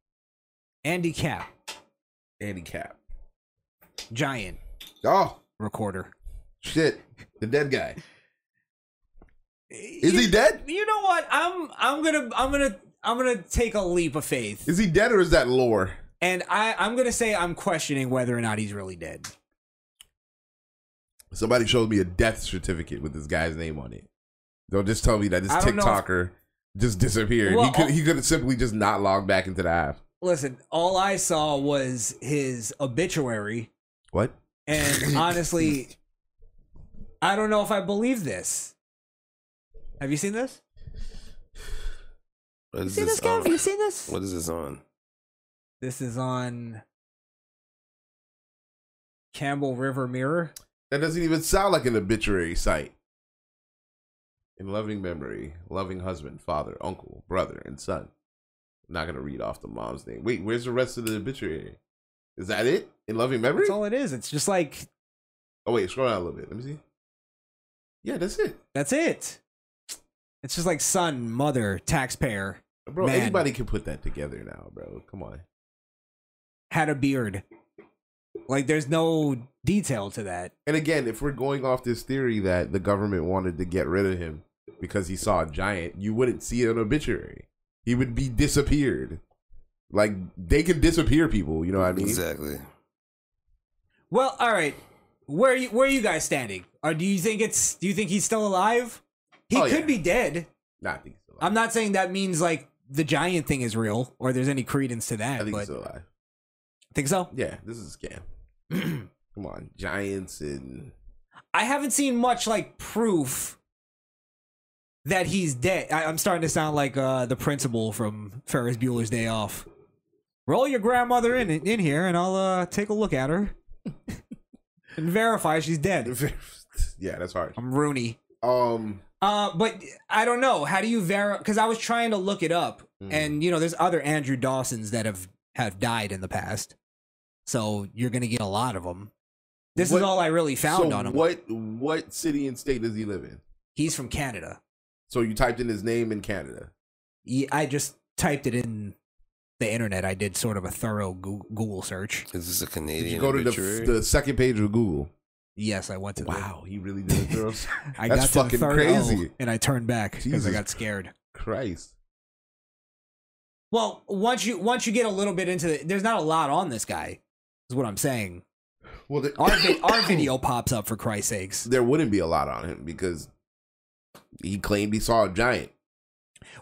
B: Andy Cap,
C: Handicap.
B: giant
C: Oh
B: recorder.
C: shit, the dead guy. Is he dead?
B: You know what? I'm I'm gonna I'm gonna I'm gonna take a leap of faith,
C: Is he dead or is that lore?
B: and I I'm gonna say I'm questioning whether or not he's really dead.
C: Somebody showed me a death certificate with this guy's name on it. Don't just tell me that this
B: I don't know if-
C: TikToker just disappeared.
B: Well, oh
C: he could
B: all-
C: he could have simply just not logged back into the app.
B: Listen, all I saw was his obituary,
C: What?
B: and honestly, I don't know if I believe this. Have you seen this?
D: What
B: You
D: is
B: seen this,
D: this
B: Kev? You
D: on?
B: seen this?
D: What is this on?
B: This is on Campbell River Mirror.
C: That doesn't even sound like an obituary site. In loving memory, loving husband, father, uncle, brother, and son. I'm not gonna read off the mom's name. Wait, where's the rest of the obituary? Is that it? In loving memory?
B: That's all it is. It's just like
C: Oh wait, scroll down a little bit. Let me see. Yeah, that's it.
B: that's it. It's just like son, mother, taxpayer,
C: Bro,
B: Man.
C: anybody can put that together now, bro. Come on.
B: had a beard. Like there's no detail to that.
C: And again, if we're going off this theory that the government wanted to get rid of him because he saw a giant, you wouldn't see an obituary. He would be disappeared. Like they can disappear people, you know what I mean?
D: Exactly.
B: Well, all right. Where are you where are you guys standing? Or do you think it's do you think he's still alive? He
C: Oh,
B: could
C: yeah.
B: be dead.
C: Nah, I think he's alive.
B: I'm not saying that means like the giant thing is real or there's any credence to
C: I
B: that,
C: think
B: but
C: he's alive.
B: think so?
C: Yeah, this is a scam. Come on, giants and
B: I haven't seen much like proof that he's dead. I, I'm starting to sound like uh, the principal from Ferris Bueller's Day Off. Roll your grandmother in in here, and I'll uh, take a look at her and verify she's dead.
C: yeah, that's hard.
B: I'm Rooney.
C: Um,
B: Uh, but I don't know. How do you verify? Because I was trying to look it up,
C: Mhm.
B: and you know, there's other Andrew Dawsons that have have died in the past, so you're gonna get a lot of them. This is
C: What-
B: all I really found
C: so
B: on him.
C: what what city and state does he live in?
B: He's from Canada.
C: So you typed in his name in Canada.
B: Yeah, I just typed it in the internet. I did sort of a thorough Goo- Google search.
D: Is this a
C: Did
D: Canadian
C: you go to
D: obituary?
C: the, the second page of Google?
B: Yes, I went to.
C: Wow, he really did a thorough
B: The, I got
C: That's
B: to oh
C: fucking
B: the third
C: crazy.
B: O, and I turned back because I
C: Jesus
B: got scared.
C: Christ.
B: Well, once you once you get a little bit into it, there's not a lot on this guy. Is what I'm saying.
C: Well, the,
B: Our vi- our video pops up for Christ's sakes.
C: there wouldn't be a lot on him because he claimed he saw a giant.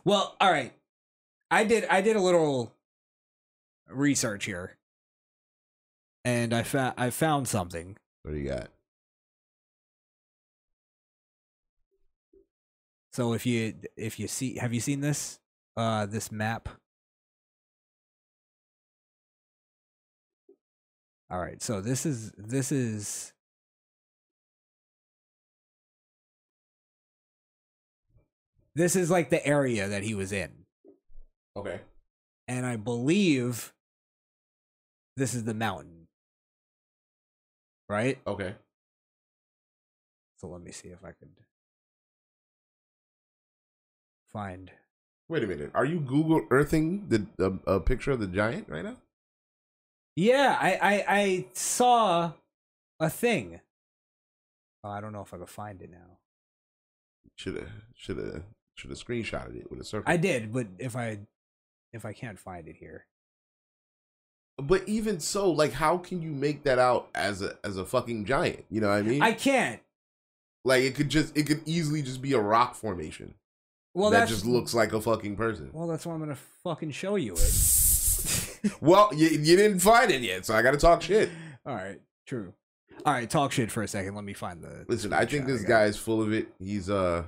B: Well, all right. I did I did a little research here, and I found I found something.
C: What do you got?
B: So if you if you see have you seen this uh this map? All right, so this is this is this is like the area that he was in.
C: Okay.
B: and I believe this is the mountain. Right?
C: Okay.
B: So let me see if I could find.
C: Wait a minute. Are you Google Earthing the a, a picture of the giant right now?
B: Yeah, I I, I saw a thing. Oh, I don't know if I could find it now.
C: Should have should have should have screenshotted it with a circle.
B: I did, but if I if I can't find it here.
C: but even so, like, how can you make that out as a as a fucking giant? You know what I mean?
B: I can't.
C: like, it could just it could easily just be a rock formation
B: Well,
C: that
B: that's
C: just looks like a fucking person.
B: Well, that's why I'm going to fucking show you it.
C: Well, you, you didn't find it yet, so I got to talk shit.
B: All right, true. All right, talk shit for a second. Let me find the
C: Listen, I think
B: screenshot
C: this
B: got.
C: guy is full of it. He's uh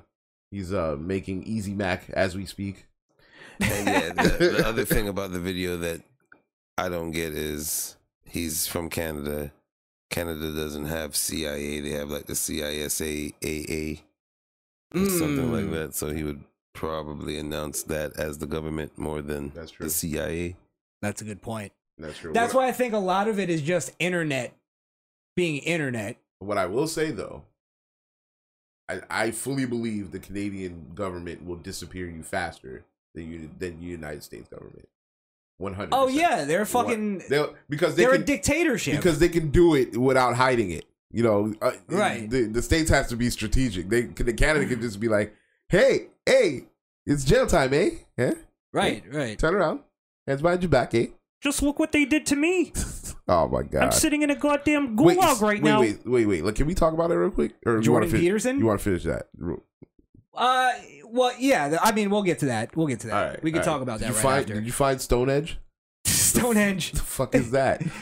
C: he's uh making Easy Mac as we speak.
D: And yeah, the, the other thing about the video that I don't get is he's from Canada. Canada doesn't have CIA; they have like the CISAAA or something like
B: Mm.
D: that. So he would probably announce that as the government more than
C: That's true.
D: the CIA.
B: That's a good point.
C: That's true.
B: That's
C: what,
B: why I think a lot of it is just internet being internet.
C: what I will say though. I, I fully believe the Canadian government will disappear you faster than you than the United States government. One hundred.
B: Oh yeah, they're fucking
C: They'll, because they
B: they are
C: can,
B: a dictatorship.
C: because they can do it without hiding it. You know, uh,
B: Right.
C: The, the states have to be strategic. They the Canada can just be like, "Hey, hey, it's jail time, eh? Huh?
B: right, right.
C: Turn around, hands behind your back, eh?
F: Just look what they did to me.
C: Oh my god!
F: I'm sitting in a goddamn gulag
C: Wait, s-
F: right
C: wait,
F: now.
C: Wait, wait, wait. Look, can we talk about it real quick? Or you want
B: Jordan
C: to finish?
B: Peterson?
C: You want to finish that? Ru-
B: uh well yeah, th- I mean we'll get to that. We'll get to that.
C: All right,
B: we can
C: all right.
B: talk about
C: Did
B: that
C: you
B: right
C: find,
B: after.
C: Did you find Stonehenge?
B: Stonehenge.
C: The fuck is that?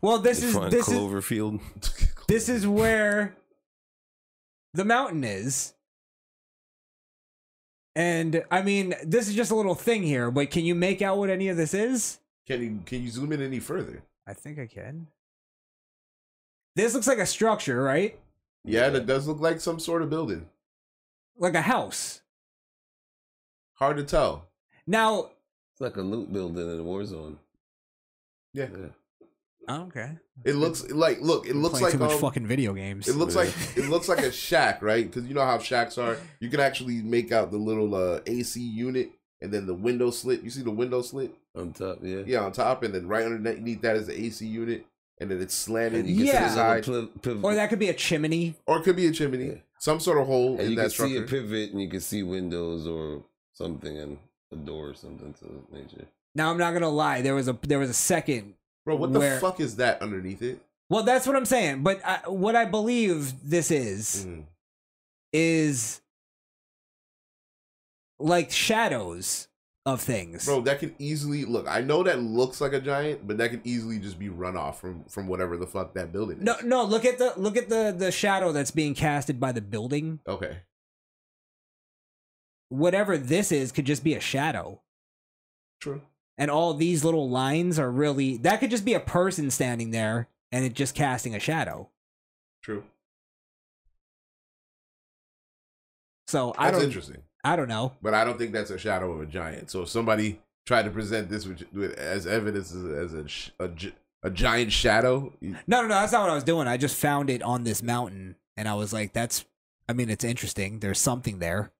B: Well, this is
D: From
B: this is
D: Cloverfield.
B: this is where the mountain is. And I mean, this is just a little thing here, but can you make out what any of this is?
C: Can you can you zoom in any further?
B: I think I can. This looks like a structure, right?
C: Yeah, that does look like some sort of building.
B: Like a house.
C: Hard to tell.
B: Now,
D: It's like a loot building in a war zone.
C: Yeah,
B: okay.
C: it looks like look. It looks like
B: too much
C: um,
B: fucking video games.
C: It looks like it looks like a shack, right? Because you know how shacks are. You can actually make out the little uh, AC unit and then the window slit. You see the window slit,
D: On top, yeah.
C: yeah, on top, and then right underneath that is the AC unit, and then it's slanted.
D: And you can
B: Yeah.
D: see
C: side,
D: a little pliv- pliv-
B: or that could be a chimney.
C: or it could be a chimney,
D: Yeah.
C: some sort of hole
D: and
C: in
D: you
C: that
D: can
C: structure.
D: see a pivot, and you can see windows or something, and a door or something to that nature.
B: Now I'm not gonna lie, there was a there was a second.
C: Bro, what the
B: where-
C: fuck is that underneath it?
B: Well, that's what I'm saying. But I, what I believe this is
C: Mm.
B: is like shadows of things.
C: Bro, that could easily look. I know that looks like a giant, but that could easily just be runoff from from whatever the fuck that building. Is.
B: No, no. Look at the look at the the shadow that's being casted by the building.
C: Okay.
B: Whatever this is could just be a shadow.
C: True.
B: and all these little lines are really that could just be a person standing there and it just casting a shadow.
C: True.
B: So I
C: That's
B: don't
C: interesting.
B: I don't know.
C: but I don't think that's a shadow of a giant. So if somebody tried to present this with, with, as evidence as, as a, sh- a gi- a giant shadow, you-
B: No, no, no, that's not what I was doing. I just found it on this mountain and I was like that's I mean it's interesting. There's something there.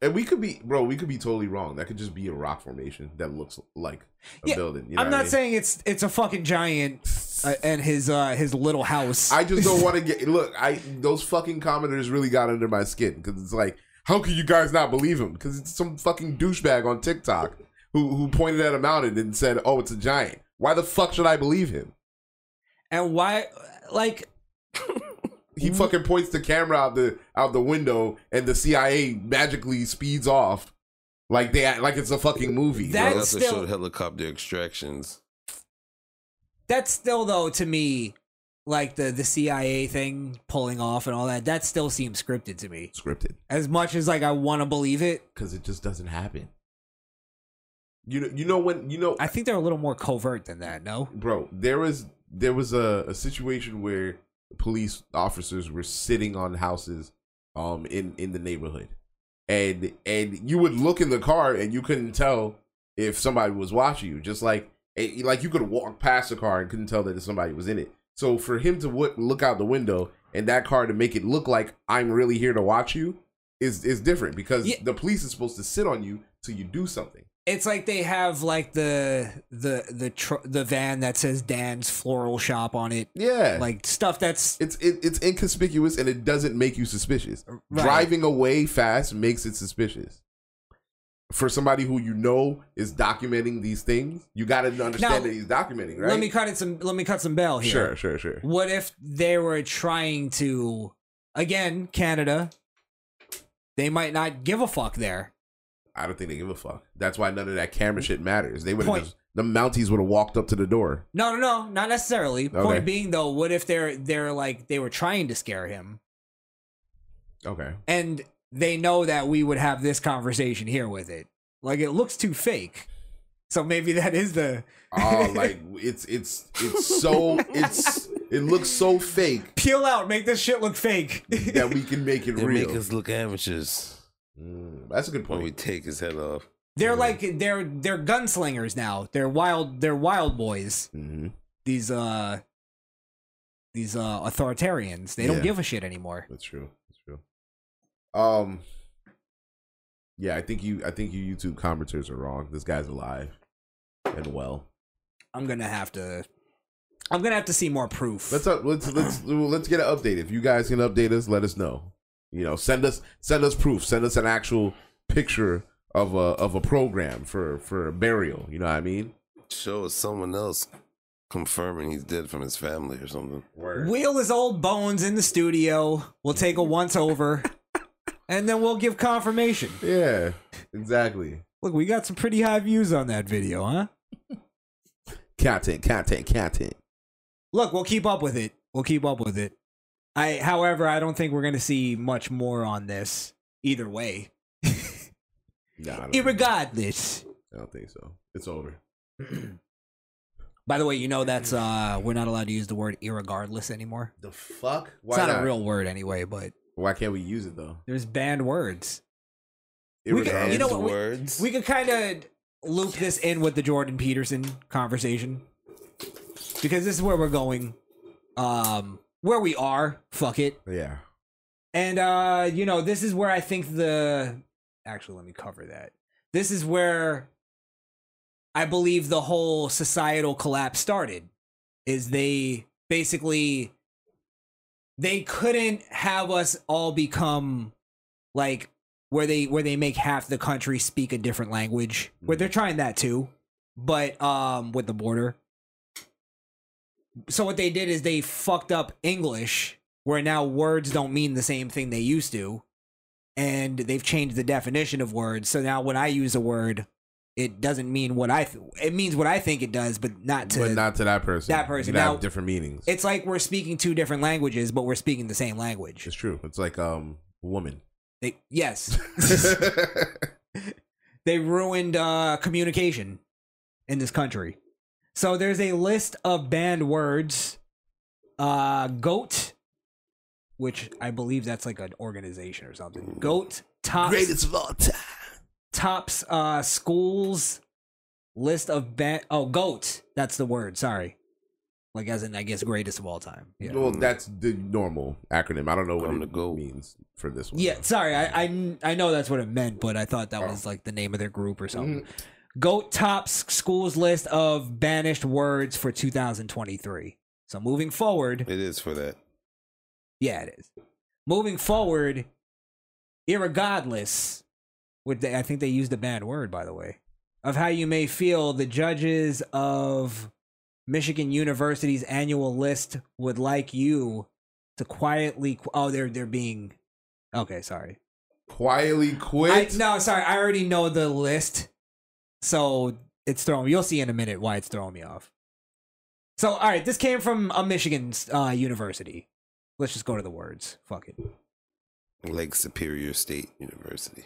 C: and we could be, bro, we could be totally wrong. That could just be a rock formation that looks like a
B: Yeah,
C: building. You know
B: I'm
C: what
B: not
C: I mean?
B: saying it's it's a fucking giant uh, and his uh his little house.
C: I just don't want to get look. I those fucking commenters really got under my skin because it's like how can you guys not believe him? Because it's some fucking douchebag on TikTok who who pointed at a mountain and said, "Oh, it's a giant." Why the fuck should I believe him?
B: And why, like,
C: He fucking points the camera out the out the window, and the CIA magically speeds off, like they act like it's a fucking movie.
D: They
C: bro.
B: That's
D: also
B: still-
D: showed helicopter extractions.
B: that's still though to me, like the the CIA thing pulling off and all that. That still seems scripted to me.
C: scripted
B: As much as like I want to believe it,
C: because it just doesn't happen. You know, you know when you know
B: I think they're a little more covert than that. No,
C: bro there was there was a, a situation where police officers were sitting on houses um in in the neighborhood and and you would look in the car and you couldn't tell if somebody was watching you just like it, like you could walk past the car and couldn't tell that somebody was in it so for him to w- look out the window and that car to make it look like i'm really here to watch you is is different because
B: Yeah.
C: the police is supposed to sit on you till you do something
B: it's like they have like the the the tr- the van that says Dan's Floral Shop on it,
C: yeah
B: like stuff that's
C: it's it, it's inconspicuous and it doesn't make you suspicious.
B: Right.
C: Driving away fast makes it suspicious. For somebody who you know is documenting these things, you got to understand
B: Now,
C: that he's documenting, right?
B: Let me cut it some. Let me cut some bail here.
C: sure, sure, sure.
B: What if they were trying to again Canada? They might not give a fuck there.
C: I don't think they give a fuck. That's why none of that camera shit matters. They would
B: Point.
C: have just the Mounties would have walked up to the door.
B: No, no, no, not necessarily.
C: Okay.
B: Point being though, what if they're they're like they were trying to scare him
C: Okay,
B: and they know that we would have this conversation here with it. Like it looks too fake. So maybe that is the
C: oh, like it's it's it's so it's it looks so fake
B: peel out, make this shit look fake.
C: that we can make it
D: They
C: real.
D: make us look amateurs
C: Mm, that's a good
D: when we
C: point.
D: take his head off.
B: they're like they're they're gunslingers now. They're wild they're wild boys.
C: hmm
B: These uh these uh authoritarians. They don't
C: Yeah.
B: give a shit anymore.
C: That's true. That's true. Um. Yeah, I think you. I think you YouTube commenters are wrong. This guy's alive and well.
B: I'm gonna have to I'm gonna have to see more proof.
C: Let's up. Let's let's let's get an update. If you guys can update us, let us know. You know, send us send us proof. Send us an actual picture of a of a program for for a burial. You know what I mean?
D: Show us someone else confirming he's dead from his family or something.
B: Wheel his old bones in the studio. We'll take a once over. and then we'll give confirmation.
C: Yeah, exactly.
B: Look, we got some pretty high views on that video, huh?
C: Content, content, content.
B: Look, we'll keep up with it. We'll keep up with it. I however, I don't think we're gonna see much more on this either way.
C: Nah, I don't, think,
B: Irregardless.
C: I don't think so. It's over.
B: By the way, you know that's uh we're not allowed to use the word irregardless anymore.
C: The fuck? Why
B: It's not,
C: not?
B: a real word anyway, but
C: Why can't we use it though?
B: there's banned words. We could-
C: Irregardless.
B: you know what, we-
D: Words.
B: We could kind of loop this in with the Jordan Peterson conversation because this is where we're going, um, where we are. Fuck it,
C: Yeah.
B: and uh, you know this is where I think the actually let me cover that. This is where I believe the whole societal collapse started. Is they basically they couldn't have us all become like where they where they make half the country speak a different language where
C: Mm-hmm.
B: they're trying that too but um with the border so what they did is they fucked up english where now words don't mean the same thing they used to and they've changed the definition of words so now when i use a word it doesn't mean what i th- it means what i think it does but not to
C: but not to that person.
B: that person.
C: They
B: Now-
C: have different meanings. It's,
B: it's like we're speaking two different languages but we're speaking the same language
C: true. It's like um woman.
B: they, yes they ruined uh, communication in this country. So there's a list of banned words. Uh, goat, which I believe that's like an organization or something. Goat tops
C: Mm. of all time.
B: tops uh, schools list of ban. Oh, goat. That's the word. Sorry. Like as in I guess greatest of all time. Yeah.
C: Well, that's the normal acronym. I don't know what
D: I'm
C: it
D: the goat.
C: means for this one. Oh.
B: Yeah, sorry, I, I kn- I know that's what it meant, but I thought that was like the name of their group or something.
C: Mm-hmm.
B: Goat tops schools list of banished words for 2023. So moving forward,
D: It is for that.
B: yeah, it is. Moving forward, irregardless, with the, I think they used a bad word, by the way, of how you may feel, the judges of Michigan University's annual list would like you to quietly. qu- Oh, they're they're being. Okay, sorry.
C: Quietly
B: I,
C: quit.
B: no, sorry. I already know the list, so it's throwing. You'll see in a minute why it's throwing me off. So, all right, this came from a Michigan uh, university. Let's just go to the words. Fuck it.
D: Lake Superior State University.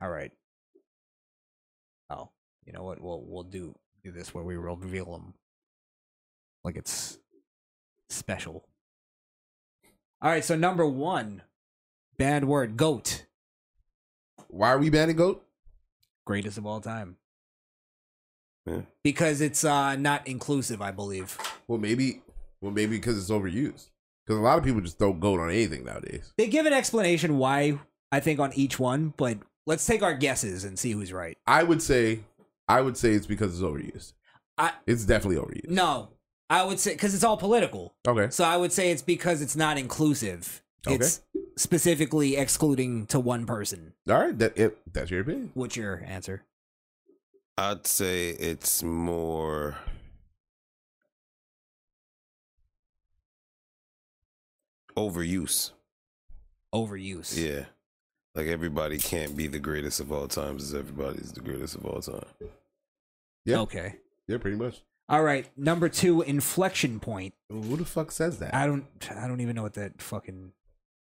B: All right. Oh, you know what? We'll we'll do do this where we will reveal them, like it's special. All right. So number one, bad word, goat,
C: Why are we banning goat?
B: greatest of all time.
D: Yeah.
B: Because it's uh not inclusive, I believe.
C: Well, maybe. Well, maybe because it's overused. Because a lot of people just throw goat on anything nowadays.
B: They give an explanation why I think on each one, but let's take our guesses and see who's right.
C: I would say, I would say it's because it's overused.
B: I-
C: it's definitely overused.
B: No, I would say because it's all political.
C: Okay.
B: So I would say it's because it's not inclusive.
C: Okay.
B: It's specifically excluding to one person.
C: All right. That it, that's your opinion.
B: What's your answer?
D: I'd say it's more. Overuse.
B: Overuse.
D: Yeah. Like everybody can't be the greatest of all times as everybody's the greatest of all time.
C: Yeah.
B: Okay.
C: Yeah, pretty much.
B: All right. Number two, inflection point.
C: Who the fuck says that?
B: I don't. I don't even know what that fucking.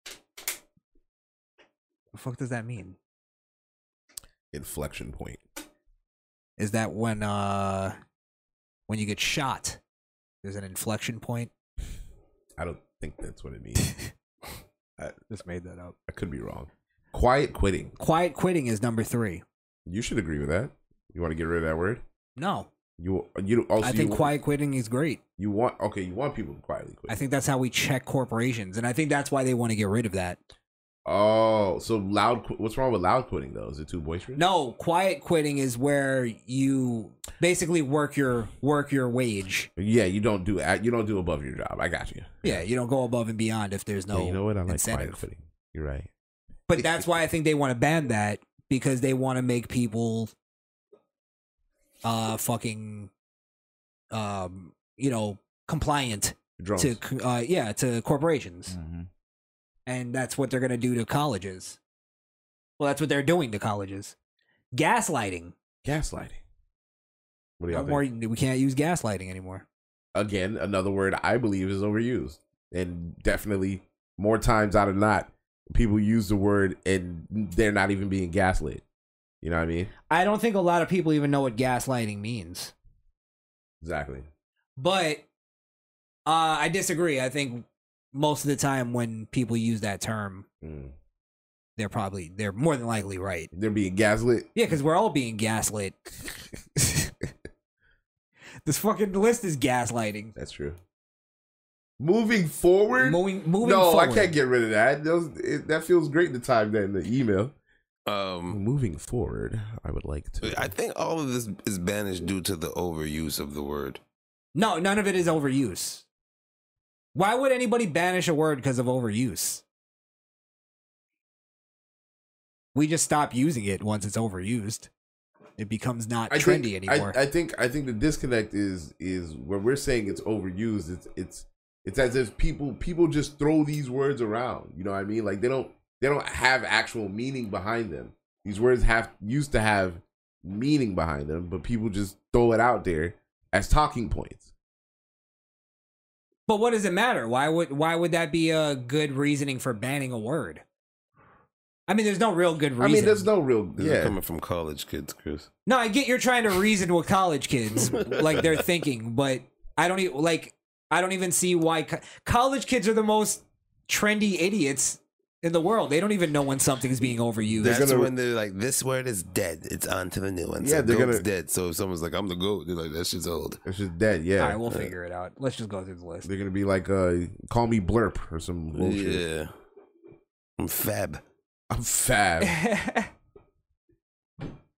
B: The fuck does that mean?
C: Inflection point.
B: Is that when uh, when you get shot? There's an inflection point.
C: I don't think that's what it means.
B: Just made that up.
C: I could be wrong. Quiet quitting.
B: Quiet quitting is number three.
C: You should agree with that. You want to get rid of that word?
B: No,
C: You you also
B: I
C: you
B: think
C: want-
B: quiet quitting is great.
C: You want okay. You want people to quietly quit.
B: I think that's how we check corporations, and I think that's why they want to get rid of that.
C: oh, so loud. qu- What's wrong with loud quitting though? Is it too boisterous?
B: No, quiet quitting is where you basically work your work your wage.
C: Yeah, you don't do at- you don't do above your job. I got you.
B: Yeah, you don't go above and beyond if there's no.
C: Yeah, you know what? I like
B: incentive.
C: quiet quitting. You're right.
B: But that's why I think they want to ban that because they want to make people, uh, fucking, um, you know, compliant
C: Drones.
B: to c- uh yeah to corporations,
C: Mhm.
B: and that's what they're gonna do to colleges. Well, that's what they're doing to colleges. Gaslighting.
C: Gaslighting. What do y'all
B: No
C: think?
B: more, we can't use gaslighting anymore.
C: Again, another word I believe is overused, and definitely more times out of not, people use the word and they're not even being gaslit. You know what I mean?
B: I don't think a lot of people even know what gaslighting means.
C: Exactly.
B: But uh, I disagree. I think most of the time when people use that term,
C: Mm.
B: they're probably they're more than likely right.
C: They're being gaslit.
B: Yeah, because we're all being gaslit. this fucking list is gaslighting.
C: That's true. Moving forward.
B: Moving, moving
C: no,
B: forward.
C: I can't get rid of that. Those, it, that feels great. The time that in the email.
D: Um,
C: Moving forward, I would like to.
D: I think all of this is banished due to the overuse of the word.
B: No, none of it is overuse. Why would anybody banish a word because of overuse? We just stop using it once it's overused. It becomes not
C: I
B: trendy
C: think, I-
B: anymore.
C: I, think I think the disconnect is is where we're saying it's overused. It's it's it's as if people people just throw these words around. You know what I mean? Like they don't they don't have actual meaning behind them. These words have used to have meaning behind them, but people just throw it out there as talking points.
B: but what does it matter? Why would why would that be a good reasoning for banning a word? I mean, there's no real good reason.
C: I mean, there's no real
D: This is
C: yeah.
D: coming from college kids, Chris.
B: No, I get you're trying to reason with college kids, like they're thinking, but I don't even like. I don't even see why co- college kids are the most trendy idiots in the world. They don't even know when something's being overused.
D: That's
C: gonna-
D: when they're like, "This word is dead. It's on to the new one."
C: Yeah,
D: so
C: they're
D: goat's
C: gonna-
D: dead. So if someone's like, "I'm the goat," they're like, "That shit's old."
C: It's just dead. Yeah.
B: All right, we'll figure it out. Let's just go through the list.
C: They're gonna be like, uh, call me blurp or some bullshit.
D: Yeah, I'm fab.
C: I'm fab.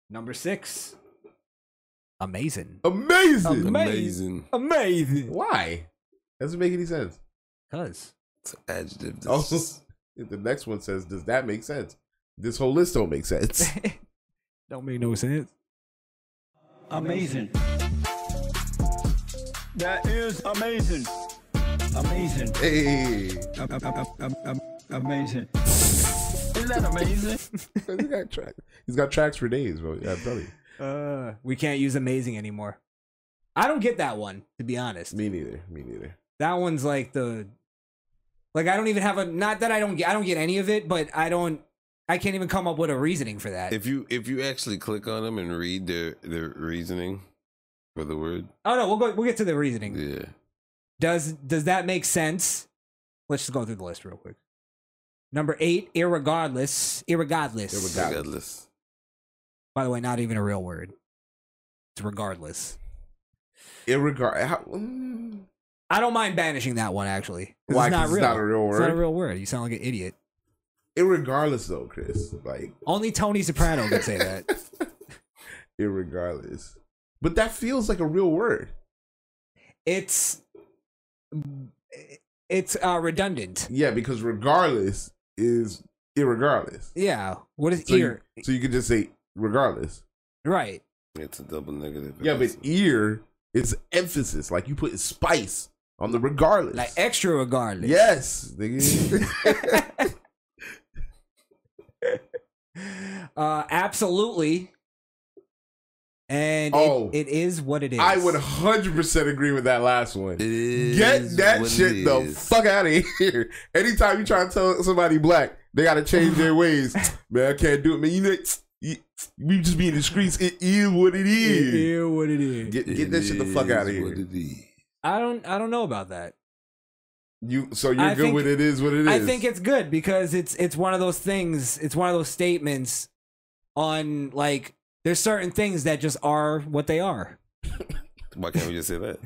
B: Number six, amazing,
C: Amazing.
B: Amazing. amazing.
C: Why? Doesn't make any sense.
B: Cause
D: It's an adjective.
C: Oh,
D: That's just-
C: the next one says, does that make sense? This whole list don't make sense.
B: Don't make no sense.
G: Amazing. That is amazing. Amazing.
C: hey,
G: Am- am- am- am- am- Amazing. Isn't that amazing?
C: he's got track. He's got tracks for days, bro. Yeah, I'm telling you.
B: Uh, we can't use amazing anymore. I don't get that one, to be honest.
C: Me neither. Me neither.
B: That one's like the like I don't even have a not that I don't get I don't get any of it, but I don't I can't even come up with a reasoning for that.
D: If you if you actually click on them and read their their reasoning for the word,
B: oh no, we'll go we'll get to the reasoning.
D: yeah.
B: Does does that make sense? Let's just go through the list real quick. Number eight, irregardless. Irregardless.
C: Irregardless. Got it.
D: Regardless.
B: By the way, not even a real word. It's regardless.
C: Irregard. How, mm,
B: I don't mind banishing that one actually. 'Cause
C: Why?
B: It's
C: 'Cause
B: not
C: it's
B: real.
C: not a real
B: It's not a
C: word?
B: real word. You sound like an idiot.
C: irregardless though, Chris. Like
B: Only Tony Soprano could say that.
C: irregardless. But that feels like a real word.
B: It's it's uh, redundant.
C: Yeah, because regardless is irregardless.
B: Yeah. What is
C: So you,
B: ear?
C: so you could just say regardless.
B: right.
D: It's a double negative.
C: Yeah, but ear is emphasis. Like you put spice on the regardless.
B: Like extra regardless.
C: yes, nigga.
B: Uh, absolutely. And it-
C: Oh.
B: it is what it is.
C: I would 100% agree with that last one.
D: It is
C: Get that
D: what it
C: shit the
D: is.
C: fuck out of here. Anytime you try to tell somebody black, they gotta change their ways. Man, I can't do it, man. You know, you- we just be in the streets. It is what it
B: It
C: is.
B: is what it is.
C: Get, get that shit the fuck
D: It
C: out of
D: is what
C: here.
D: it is.
B: I don't. I don't know about that.
C: You so you're
B: I
C: good
B: think-
C: with it is what it is.
B: I think it's good because it's it's one of those things. It's one of those statements on like there's certain things that just are what they are
D: Why can't we just say that?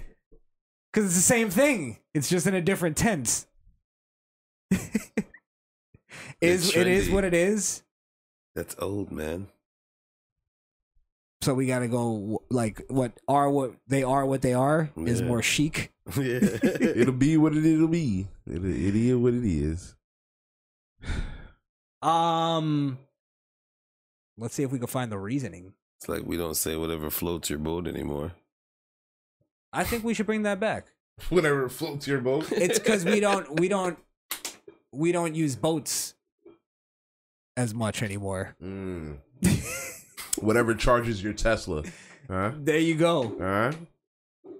B: because it's the same thing. It's just in a different tense.
D: It's
B: is it is
D: trendy.
B: what it is.
D: That's old, man.
B: So we gotta go like what are what they are what they are is
D: Yeah.
B: more chic.
D: yeah.
C: it'll be what it, it'll be. It'll, it is what it is.
B: Um, let's see if we can find the reasoning.
D: It's like we don't say whatever floats your boat anymore.
B: I think we should bring that back.
C: Whatever floats your boat.
B: It's because we don't we don't we don't use boats as much anymore.
C: Mm. Whatever charges your Tesla. Huh?
B: There you go.
C: Huh?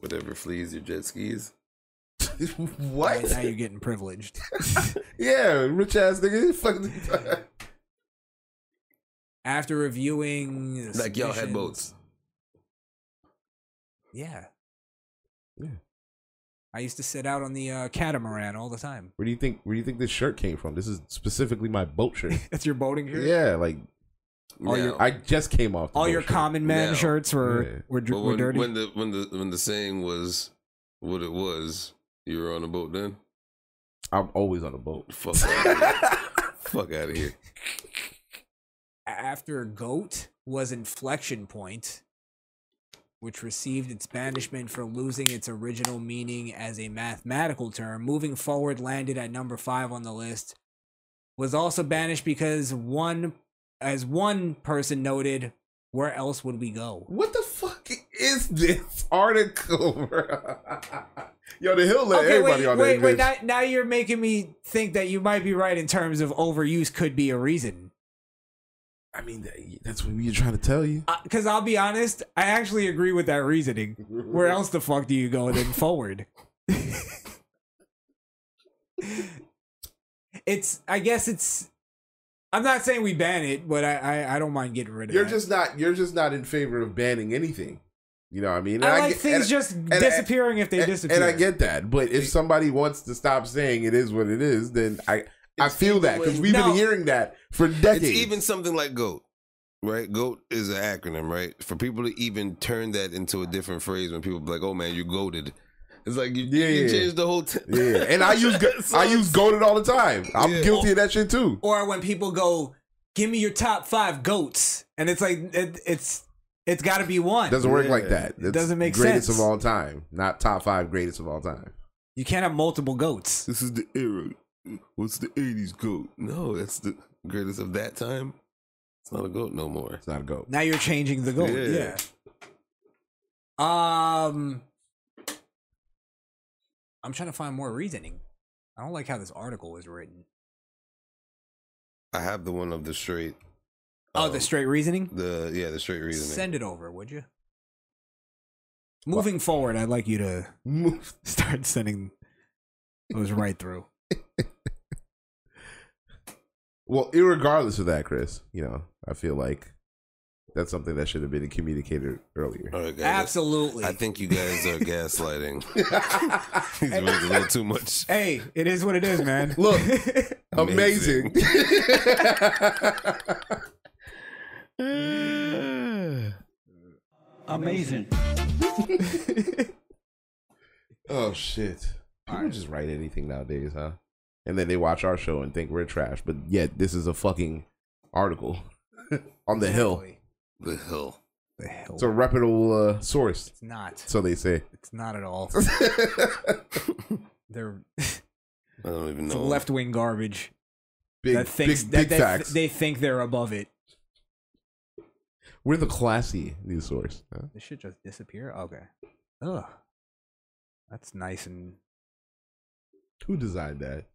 D: Whatever flees your jet skis.
C: what?
B: Now you're getting privileged.
C: Yeah, rich ass nigga. Fuck.
B: After reviewing,
D: Like y'all had
B: submissions-
D: boats.
B: Yeah.
C: Yeah.
B: I used to sit out on the uh, catamaran all the time.
C: Where do you think where do you think this shirt came from? This is specifically my boat shirt.
B: That's your boating here.
C: yeah, like
B: All your-
D: Now-
C: I just came off. The
B: All
C: boat
B: your
C: shirt.
B: common man
D: No.
B: shirts were
C: Yeah.
B: were,
D: But
B: dr- were
D: when,
B: dirty.
D: when the when the when the saying was what it was, you were on a boat then.
C: I'm always on a boat.
D: Fuck out of here. Fuck out of here.
B: after goat was inflection point which received its banishment for losing its original meaning as a mathematical term moving forward landed at number 5 on the list was also banished because one as one person noted where else would we go
C: What the fuck is this article? bro? Yo, the hill let
B: okay
C: everybody
B: wait
C: on
B: wait
C: that
B: wait
C: bitch.
B: now, now you're making me think that you might be right in terms of overuse could be a reason
C: I mean, that- that's what we were trying to tell you.
B: because Uh, I'll be honest, I actually agree with that reasoning. Where else the fuck do you go then forward? it's, I guess it's. I'm not saying we ban it, but I, I, I don't mind getting rid of
C: You're
B: that.
C: just not. You're just not in favor of banning anything. You know what I mean? And
B: I like
C: get-
B: things
C: and-
B: just
C: I-
B: disappearing if they
C: and-
B: disappear.
C: And I get that, but if somebody wants to stop saying it is what it is, then I I
D: It's
C: feel that
D: even
C: because
D: when-
C: we've
B: No.
C: been hearing that for decades.
D: It's even something like GOAT, right? GOAT is an acronym, right? For people to even turn that into a different phrase when people be like, "Oh man, you goated," it's like you,
C: Yeah,
D: you
C: yeah.
D: changed the whole. T-
C: yeah, and I use go- I use goaded all the time. I'm
D: Yeah.
C: guilty of that shit too.
B: or when people go, "Give me your top five goats," and it's like it, it's it's got to be one.
C: Doesn't work
D: Yeah.
C: like that.
B: It doesn't make
C: greatest
B: sense.
C: of all time, not top five greatest of all time.
B: you can't have multiple goats.
D: This is the era. what's the '80s goat? No, that's the greatest of that time. It's not a goat no more.
C: It's not a goat.
B: Now you're changing the goal. Yeah.
D: Yeah.
B: Um, I'm trying to find more reasoning. I don't like how this article was written.
D: I have the one of the straight.
B: Oh,
D: um,
B: the straight reasoning.
D: The yeah, the straight reasoning.
B: Send it over, would you? Moving forward, I'd like you to
C: Move.
B: start sending those right through.
C: Well, irregardless of that, Chris, you know, I feel like that's something that should have been communicated earlier.
D: All right, guys.
B: Absolutely.
D: I think you guys are gaslighting. He's making a little too much.
B: hey, it is what it is, man.
C: Look, amazing.
D: Amazing.
G: Amazing.
C: oh shit! People just write anything nowadays, huh? And then they watch our show and think we're trash, but yet this is a fucking article on the hill.
D: The hill.
B: The hell?
C: It's a reputable uh, source,
B: it's not.
C: so they say.
B: It's not at all. They're
D: I don't even know.
B: left wing garbage.
C: Big,
B: that thinks
C: big,
B: that,
C: big
B: that
C: facts.
B: they think they're above it.
C: We're the classy news source. huh?
B: This should just disappear. Okay. Ugh. That's nice and
C: Who designed that?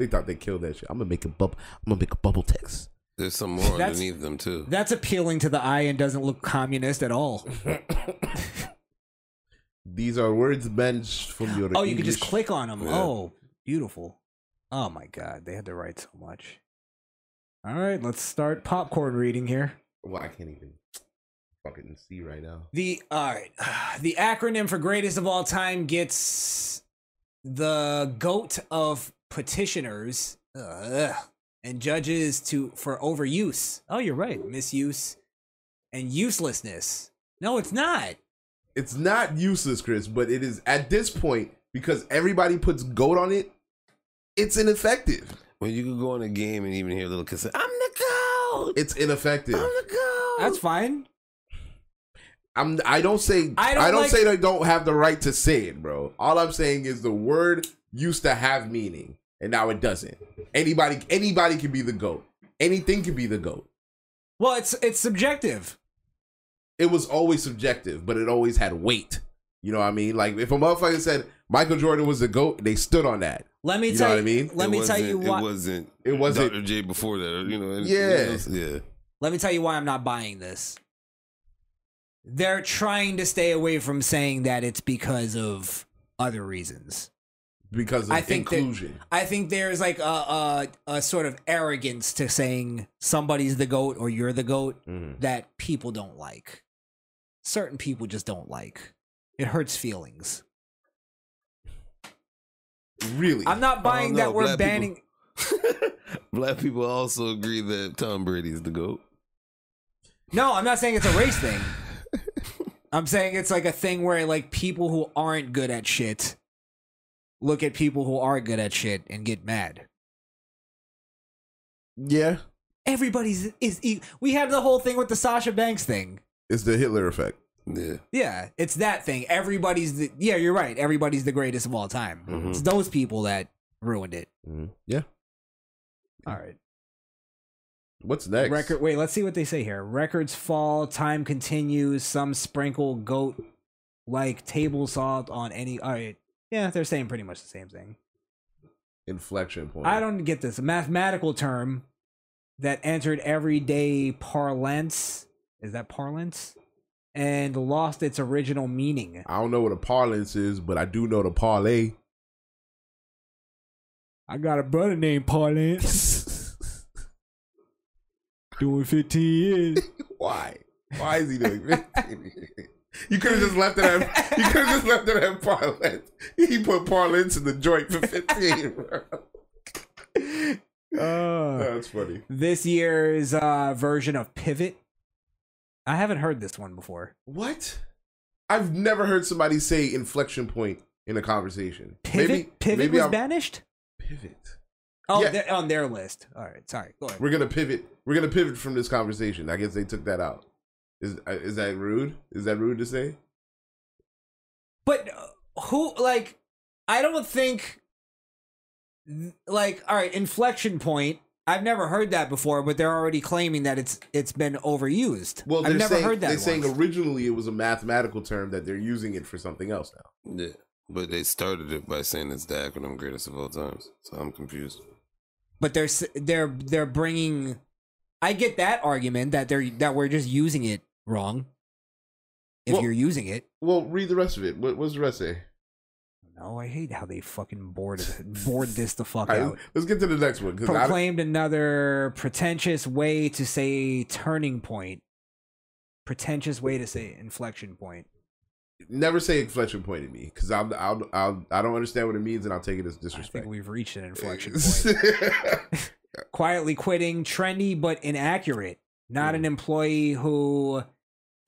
C: They thought they killed that shit. I'm gonna make a bubble. I'm gonna make a bubble text.
D: There's some more
B: That's-
D: underneath them too.
B: that's appealing to the eye and doesn't look communist at all.
C: These are words benched from your.
B: Oh, you can just
C: English-
B: click on them.
D: Yeah.
B: Oh, beautiful. Oh my god, they had to write so much. All right, let's start popcorn reading here.
C: Well, I can't even fucking see right now.
B: The all right, the acronym for greatest of all time gets the goat of petitioners ugh, and judges to for overuse. Oh, you're right, misuse and uselessness. No, it's not.
C: It's not useless, Chris, but it is at this point because everybody puts goat on it. It's ineffective.
D: When you could go in a game and even hear a little kid say, "I'm the goat,
C: It's ineffective.
D: I'm the goat."
B: That's fine.
C: I'm. I don't say.
B: I
C: I
B: don't
C: don't,
B: like-
C: say they don't have the right to say it, bro. All I'm saying is the word used to have meaning, and now it doesn't. Anybody, anybody can be the goat. Anything can be the goat.
B: Well, it's it's subjective.
C: It was always subjective, but it always had weight. You know what I mean? Like if a motherfucker said Michael Jordan was the goat, they stood on that.
B: Let me
C: You know
B: tell
C: what
B: you.
C: I mean?
B: Let
D: It
B: me tell you
D: wasn't-
B: why.
D: It wasn't.
C: It wasn't.
D: Dr. J before that. or, You know. anything
C: Yeah.
D: else. Yeah.
B: Let me tell you why I'm not buying this. They're trying to stay away from saying that it's because of other reasons.
C: because of
B: I think that-
C: inclusion.
B: I think there's like a, a a sort of arrogance to saying somebody's the goat or you're the goat
C: Mm-hmm.
B: that people don't like. Certain people just don't like. It hurts feelings.
C: Really,
B: I'm not buying
D: no,
B: that we're
D: black people-
B: banning.
D: Black people also agree that Tom Brady's the goat.
B: No, I'm not saying it's a race thing. I'm saying it's like a thing where like people who aren't good at shit look at people who are good at shit and get mad.
C: yeah,
B: Everybody's is e- we had the whole thing with the Sasha Banks thing.
C: it's the Hitler effect.
D: Yeah.
B: Yeah, it's that thing. Everybody's the yeah, you're right. Everybody's the greatest of all time.
D: Mhm.
B: It's those people that ruined it.
D: Mm,
C: Yeah.
B: All right.
C: What's next?
B: Record wait, let's see what they say here. Records fall, time continues, some sprinkle goat like table salt on any all right. Yeah, they're saying pretty much the same thing.
C: inflection point.
B: I don't get this. A mathematical term that entered everyday parlance. Is that parlance? And lost its original meaning.
C: I don't know what a parlance is, but I do know the parlay.
B: I got a brother named Parlance doing 15 years.
C: Why? Why is he doing this? you could have just left it at you could have just left it at parlance. He put parlance in the joint for fifteen. bro.
B: Uh,
C: That's funny.
B: this year's uh, version of Pivot. I haven't heard this one before.
C: What? I've never heard somebody say inflection point in a conversation.
B: Pivot, pivot was
C: I'm-
B: banished.
C: Pivot.
B: Oh,
C: Yeah.
B: they're on their list. All right, sorry. Go ahead.
C: We're gonna pivot. We're gonna pivot from this conversation. I guess they took that out. Is uh, is that rude? Is that rude to say?
B: But uh, who like? I don't think like all right inflection point i've never heard that before but they're already claiming that it's it's been overused
C: Well,
B: i've
C: they're
B: never
C: saying,
B: heard that
C: They're
B: once.
C: saying originally it was a mathematical term that they're using it for something else now.
D: Yeah. But they started it by saying it's the acronym greatest of all times. So I'm confused.
B: but they're s- they're they're bringing i get that argument that they're that we're just using it wrong if
C: Well-
B: you're using it
C: Well, read the rest of it. What was the rest say?
B: no i hate how they fucking bored bored this the fuck
C: All right,
B: out
C: let's get to the next one. 'cause I don't-
B: proclaimed another pretentious way to say turning point pretentious way to say inflection point
C: never say inflection point at me because I'll, I'll, I'll, I don't understand what it means and I'll take it as
B: i
C: disrespect. Eh,
B: think we've reached an inflection point quietly quitting, trendy but inaccurate. Not
C: Mm.
B: an employee who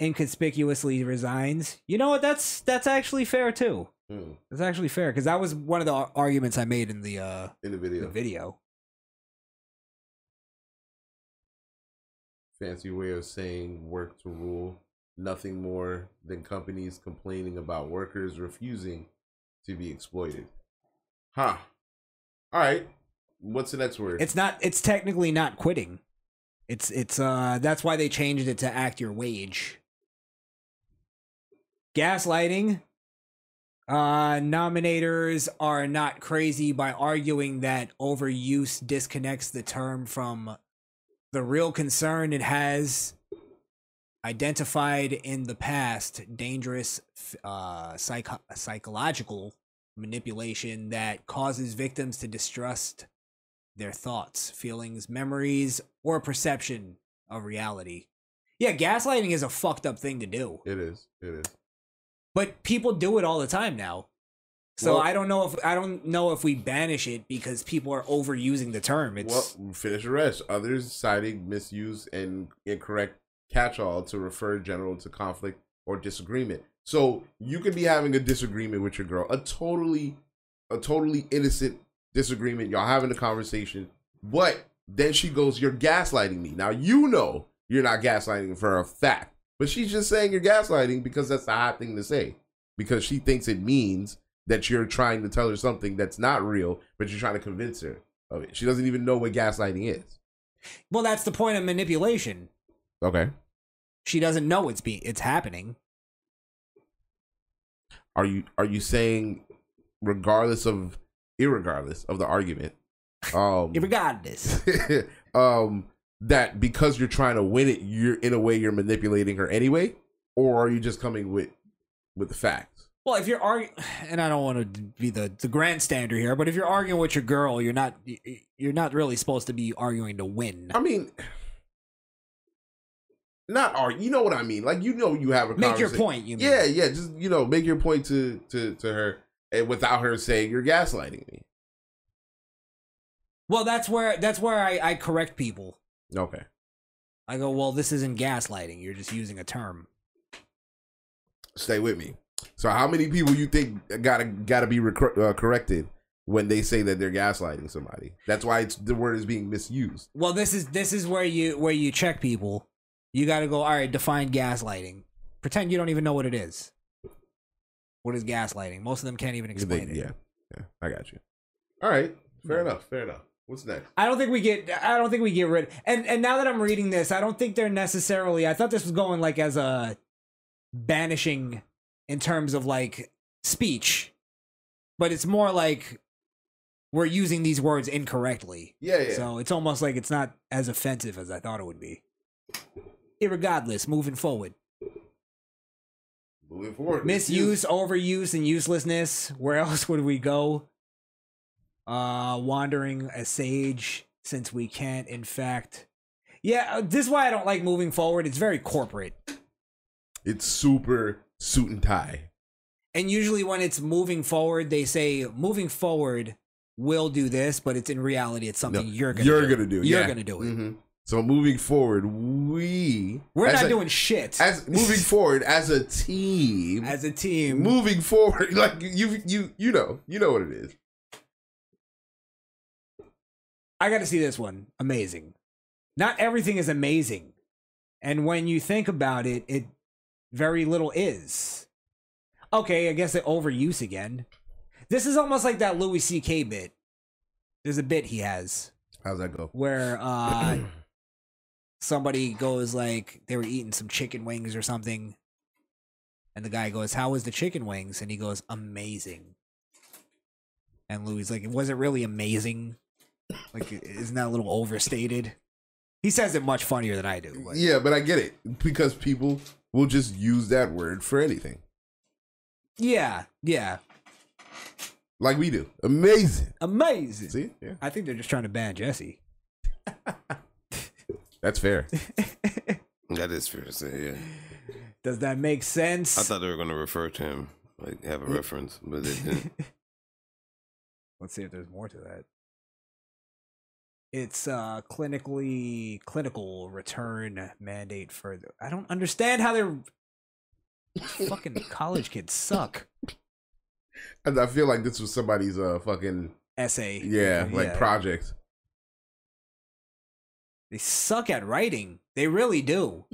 B: inconspicuously resigns. You know what? That's that's actually fair too.
C: Mm,
B: That's actually fair because that was one of the ar- arguments I made in the uh
C: in the
B: the
C: video.
B: video.
C: Fancy way of saying work to rule. Nothing more than companies complaining about workers refusing to be exploited. Huh. All right. What's the next word?
B: It's not. It's technically not quitting. It's it's uh that's why they changed it to act your wage. Gaslighting. Uh nominators are not crazy by arguing that overuse disconnects the term from the real concern it has identified in the past dangerous f- uh psycho- psychological manipulation that causes victims to distrust their thoughts, feelings, memories, or perception of reality. Yeah, gaslighting is a fucked up thing to do,
C: it is. It is.
B: but people do it all the time now. So
C: Well-
B: I don't know if I don't know if we banish it because people are overusing the term. It's
C: well, finish the rest. Others citing misuse and incorrect catch-all to refer general to conflict or disagreement. So you could be having a disagreement with your girl, a totally, a totally innocent disagreement. Y'all having a conversation, but then she goes, "You're gaslighting me." Now you know you're not gaslighting for a fact, but she's just saying you're gaslighting because that's the hot thing to say because she thinks it means that you're trying to tell her something that's not real, but you're trying to convince her of it. She doesn't even know what gaslighting is.
B: well, that's the point of manipulation.
C: Okay.
B: She doesn't know it's be it's happening.
C: Are you are you saying regardless of irregardless of the argument? Um
B: Regardless,
C: um that because you're trying to win it, you're in a way you're manipulating her anyway? Or are you just coming with with the facts?
B: well, if you're arguing, and I don't want to be the the grandstander here, but if you're arguing with your girl, you're not you're not really supposed to be arguing to win.
C: I mean not are you know what I mean? Like you know you have a
B: Make your
C: conversa-
B: point. You mean.
C: Yeah, yeah. Just you know, make your point to to to her and without her saying you're gaslighting me.
B: Well, that's where that's where I, I correct people.
C: Okay.
B: I go, well, this isn't gaslighting. You're just using a term.
C: Stay with me. So, how many people you think gotta gotta be recor- uh, corrected when they say that they're gaslighting somebody? That's why it's the word is being misused.
B: Well, this is this is where you where you check people. You got to go. All right, define gaslighting. Pretend you don't even know what it is. What is gaslighting? Most of them can't even explain
C: They-
B: it.
C: yeah, yeah. I got you. All right. Fair enough. Fair enough. What's next?
B: I don't think we get. I don't think we get rid. And and now that I'm reading this, I don't think they're necessarily. I thought this was going like as a banishing in terms of like speech, but it's more like we're using these words incorrectly.
C: Yeah, yeah.
B: So it's almost like it's not as offensive as I thought it would be. Irregardless, moving forward,
C: Moving forward.
B: misuse, overuse, and uselessness. Where else would we go? Uh, wandering a sage, since we can't, in fact. Yeah, uh, this is why I don't like moving forward. It's very corporate,
C: It's super suit and tie.
B: and usually when it's moving forward, they say moving forward will do this, but it's in reality it's something
C: No,
B: you're gonna
C: you're
B: do.
C: gonna do.
B: you're
C: yeah.
B: gonna do it.
C: Mhm. So moving forward, we
B: We're
C: as
B: not
C: a-
B: doing shit
C: as moving forward as a team.
B: as a team.
C: moving forward, like you, you, you know, you know what it is.
B: I got to see this one. Amazing. Not everything is amazing. And when you think about it, it very little is. Okay, I guess the overuse again. This is almost like that Louis C.K. bit There's a bit he has
C: How's that go?
B: where uh somebody goes like they were eating some chicken wings or something and the guy goes how was the chicken wings and he goes amazing and louis like was it really amazing like i- isn't that a little overstated he says it much funnier than i do but
C: Yeah, but I get it because people will just use that word for anything,
B: yeah yeah
C: like we do. Amazing.
B: amazing
C: See, yeah,
B: i think they're just trying to ban jesse
C: that's fair.
D: That is fair to say, yeah.
B: does that make sense
D: I thought they were going to refer to him, like have a reference, but they didn't.
B: Let's see if there's more to that. It's uh clinically clinical return mandate further. I don't understand how they're fucking college kids suck.
C: And I feel like this was somebody's uh fucking
B: Essay.
C: yeah like project.
B: they suck at writing. They really do.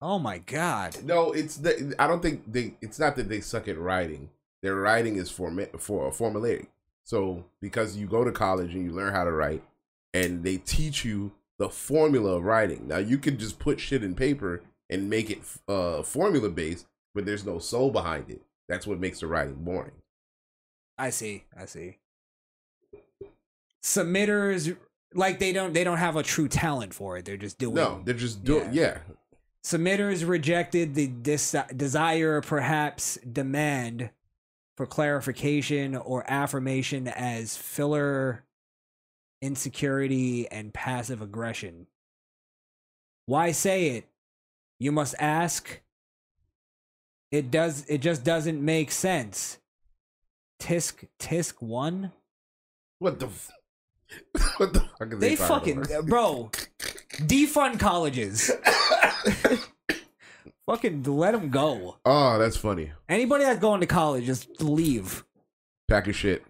B: Oh my god.
C: No, it's the I don't think they. It's not that they suck at writing. Their writing is form for formulaic. So because you go to college and you learn how to write, and they teach you the formula of writing. Now you can just put shit in paper and make it uh formula based, but there's no soul behind it. That's what makes the writing boring.
B: I see. I see. Submitters like they don't they don't have a true talent for it. They're just doing
C: No, they're just doing yeah.
B: Submitters rejected the dis- desire, perhaps demand, for clarification or affirmation as filler, insecurity, and passive aggression. Why say it? You must ask. It does. It just doesn't make sense. Tisk tisk one.
C: What the. F- what the fuck are
B: They,
C: they talking
B: fucking
C: about?
B: bro. Defund colleges. fucking let them go.
C: Oh, that's funny.
B: Anybody that's going to college, just leave.
C: Pack your shit.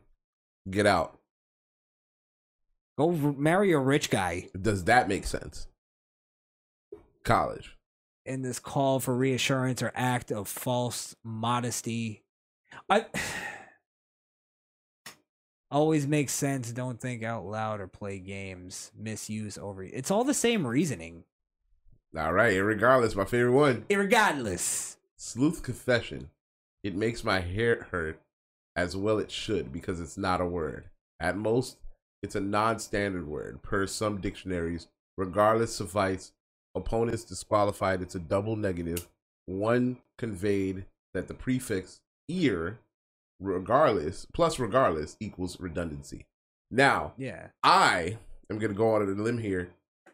C: Get out.
B: Go r- marry a rich guy.
C: Does that make sense? College.
B: In this call for reassurance or act of false modesty, I always makes sense. Don't think out loud or play games. Misuse over. It's all the same reasoning,
C: All right, and regardless, my favorite one
B: irregardless.
C: Sleuth Confession. It makes my hair hurt as well it should because it's not a word. At most, it's a non standard word per some dictionaries. Regardless suffice, opponents disqualified. It's a double negative. One conveyed that the prefix ear, regardless, plus regardless equals redundancy. Now,
B: Yeah,
C: I am going to go on a limb here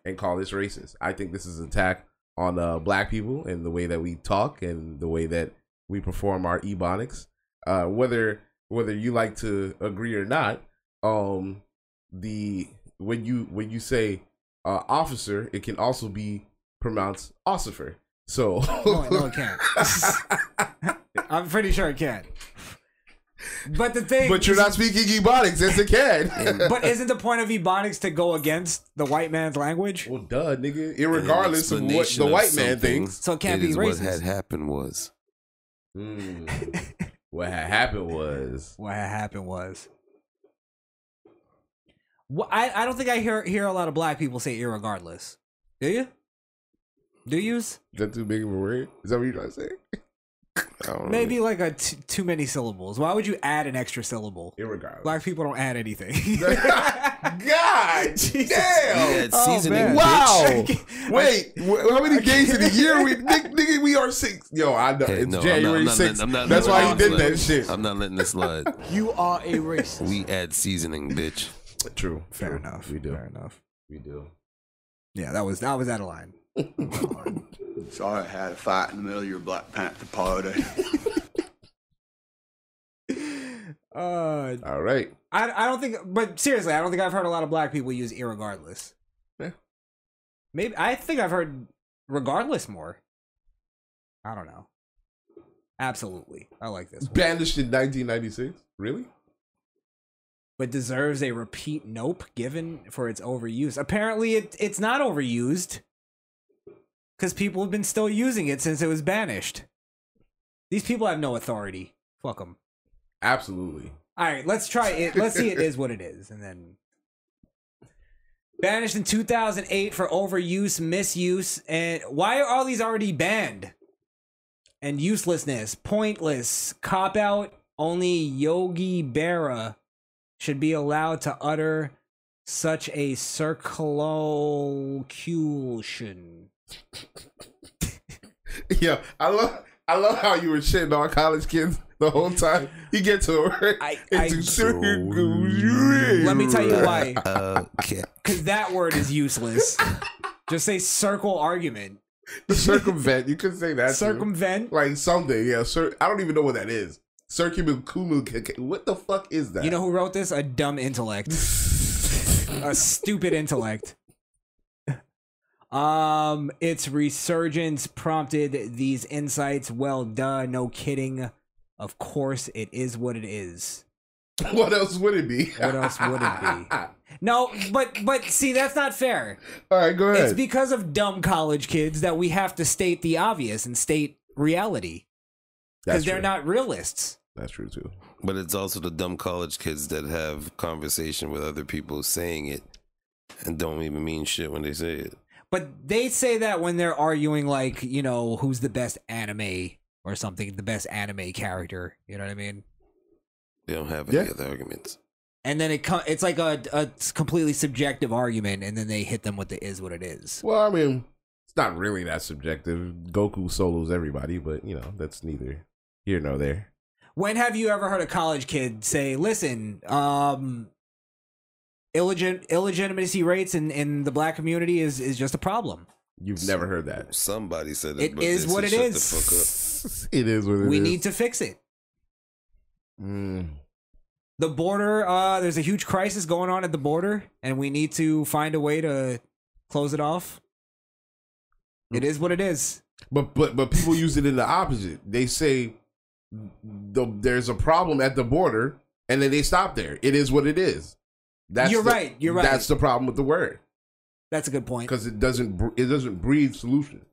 C: and call this racist. I think this is an attack on uh, black people and the way that we talk and the way that we perform our ebonics. Uh, whether whether you like to agree or not, um, the when you when you say uh, officer, it can also be pronounced ossifer. So
B: no, no, it can't. I'm pretty sure it can't. But the thing,
C: but you're not speaking ebonics as it can.
B: But isn't the point of ebonics to go against the white man's language?
C: well, duh, nigga. Irregardless of what
D: Explanation
C: the
D: of
C: white man
D: something,
C: thinks.
B: So it can't be
D: is
B: racist.
D: What had happened was
C: Mm. what had happened was
B: what had happened was Wh- I, I don't think I hear hear a lot of black people say irregardless. Do you? Do yous?
C: is that too big of a word? Is that what you're trying to say?
D: I don't
B: Maybe like a t- too many syllables. Why would you add an extra syllable?
C: Irregardless.
B: Black people don't add anything.
C: God
B: Jesus.
D: Know.
C: damn!
D: Yeah, it's
B: Oh,
D: seasoning,
B: man.
C: Wow!
D: bitch.
C: Wait, wh- how many days in the year we nigga, nigga we are six? Yo, I know
D: Hey,
C: it's
D: no, I'm not- I'm
C: January
D: not letting-
C: sixth.
D: I'm not
C: That's why he
D: letting
C: did that
D: this
C: shit.
D: slide. I'm not letting this slide.
G: You are a racist.
D: We add seasoning, bitch.
C: True.
B: Fair
C: true.
B: enough.
C: We do.
B: Fair enough.
C: We do.
B: Yeah, that was that was out of line.
H: Sorry I had a fight in the middle of your Black Panther party.
B: Uh,
C: All right.
B: I I don't think, but seriously, I don't think I've heard a lot of black people use irregardless.
C: Yeah.
B: Maybe I think I've heard regardless more. I don't know. Absolutely, I like this one.
C: Banished in 1996. Really?
B: But deserves a repeat nope given for its overuse. Apparently, it it's not overused because people have been still using it since it was banished. These people have no authority. Fuck them.
C: Absolutely.
B: All right, let's try it. Let's see. It is what it is, and then Banished in 2008 for overuse, misuse, and why are all these already banned? And uselessness, pointless, cop out. Only Yogi Berra should be allowed to utter such a circulation.
C: Yeah, I love I love how you were shitting on college kids the whole time. You get to work.
B: I- I-
C: it's a circle.
B: Let me tell you why.
D: Uh, Okay.
B: Because that word is useless. Just say circle argument.
C: circumvent. You could say that. too.
B: Circumvent.
C: like something. Yeah, cir- I don't even know what that is. Circumcumu. What the fuck is that?
B: You know who wrote this? A dumb intellect. a stupid intellect. Um, its resurgence prompted these insights. Well, duh, no kidding. Of course, it is what it is.
C: what else would it be?
B: What else would it be? No, but but see, that's not fair.
C: All right, go
B: It's
C: ahead.
B: because of dumb college kids that we have to state the obvious and state reality because
C: That's
B: they're
C: true.
B: not realists.
C: That's true too.
D: But it's also the dumb college kids that have conversation with other people saying it and don't even mean shit when they say it.
B: But they say that when they're arguing, like, you know, who's the best anime or something, the best anime character. You know what I mean?
D: They don't have any
C: Yeah.
D: other arguments.
B: And then it co- it's like a, a completely subjective argument, and then they hit them with the is what it is.
C: Well, I mean, it's not really that subjective. Goku solos everybody, but you know that's neither here nor there.
B: When have you ever heard a college kid say, listen, um, illegit- illegitimacy rates in, in the black community is, is just a problem?
C: You've never heard that.
D: Somebody said it.
B: It is
D: they
B: what
D: said,
B: it
D: "Shut
B: is."
D: The fuck up.
C: It is what it is.
B: we need to fix it.
C: Mm.
B: The border, uh, there's a huge crisis going on at the border, and we need to find a way to close it off. It is what it is.
C: But but but people use it in the opposite. They say the, there's a problem at the border, and then they stop there. It is what it is. That's
B: You're
C: the-
B: right, you're right.
C: That's the problem with the word
B: That's a good point.
C: because it doesn't br- it doesn't breathe solution.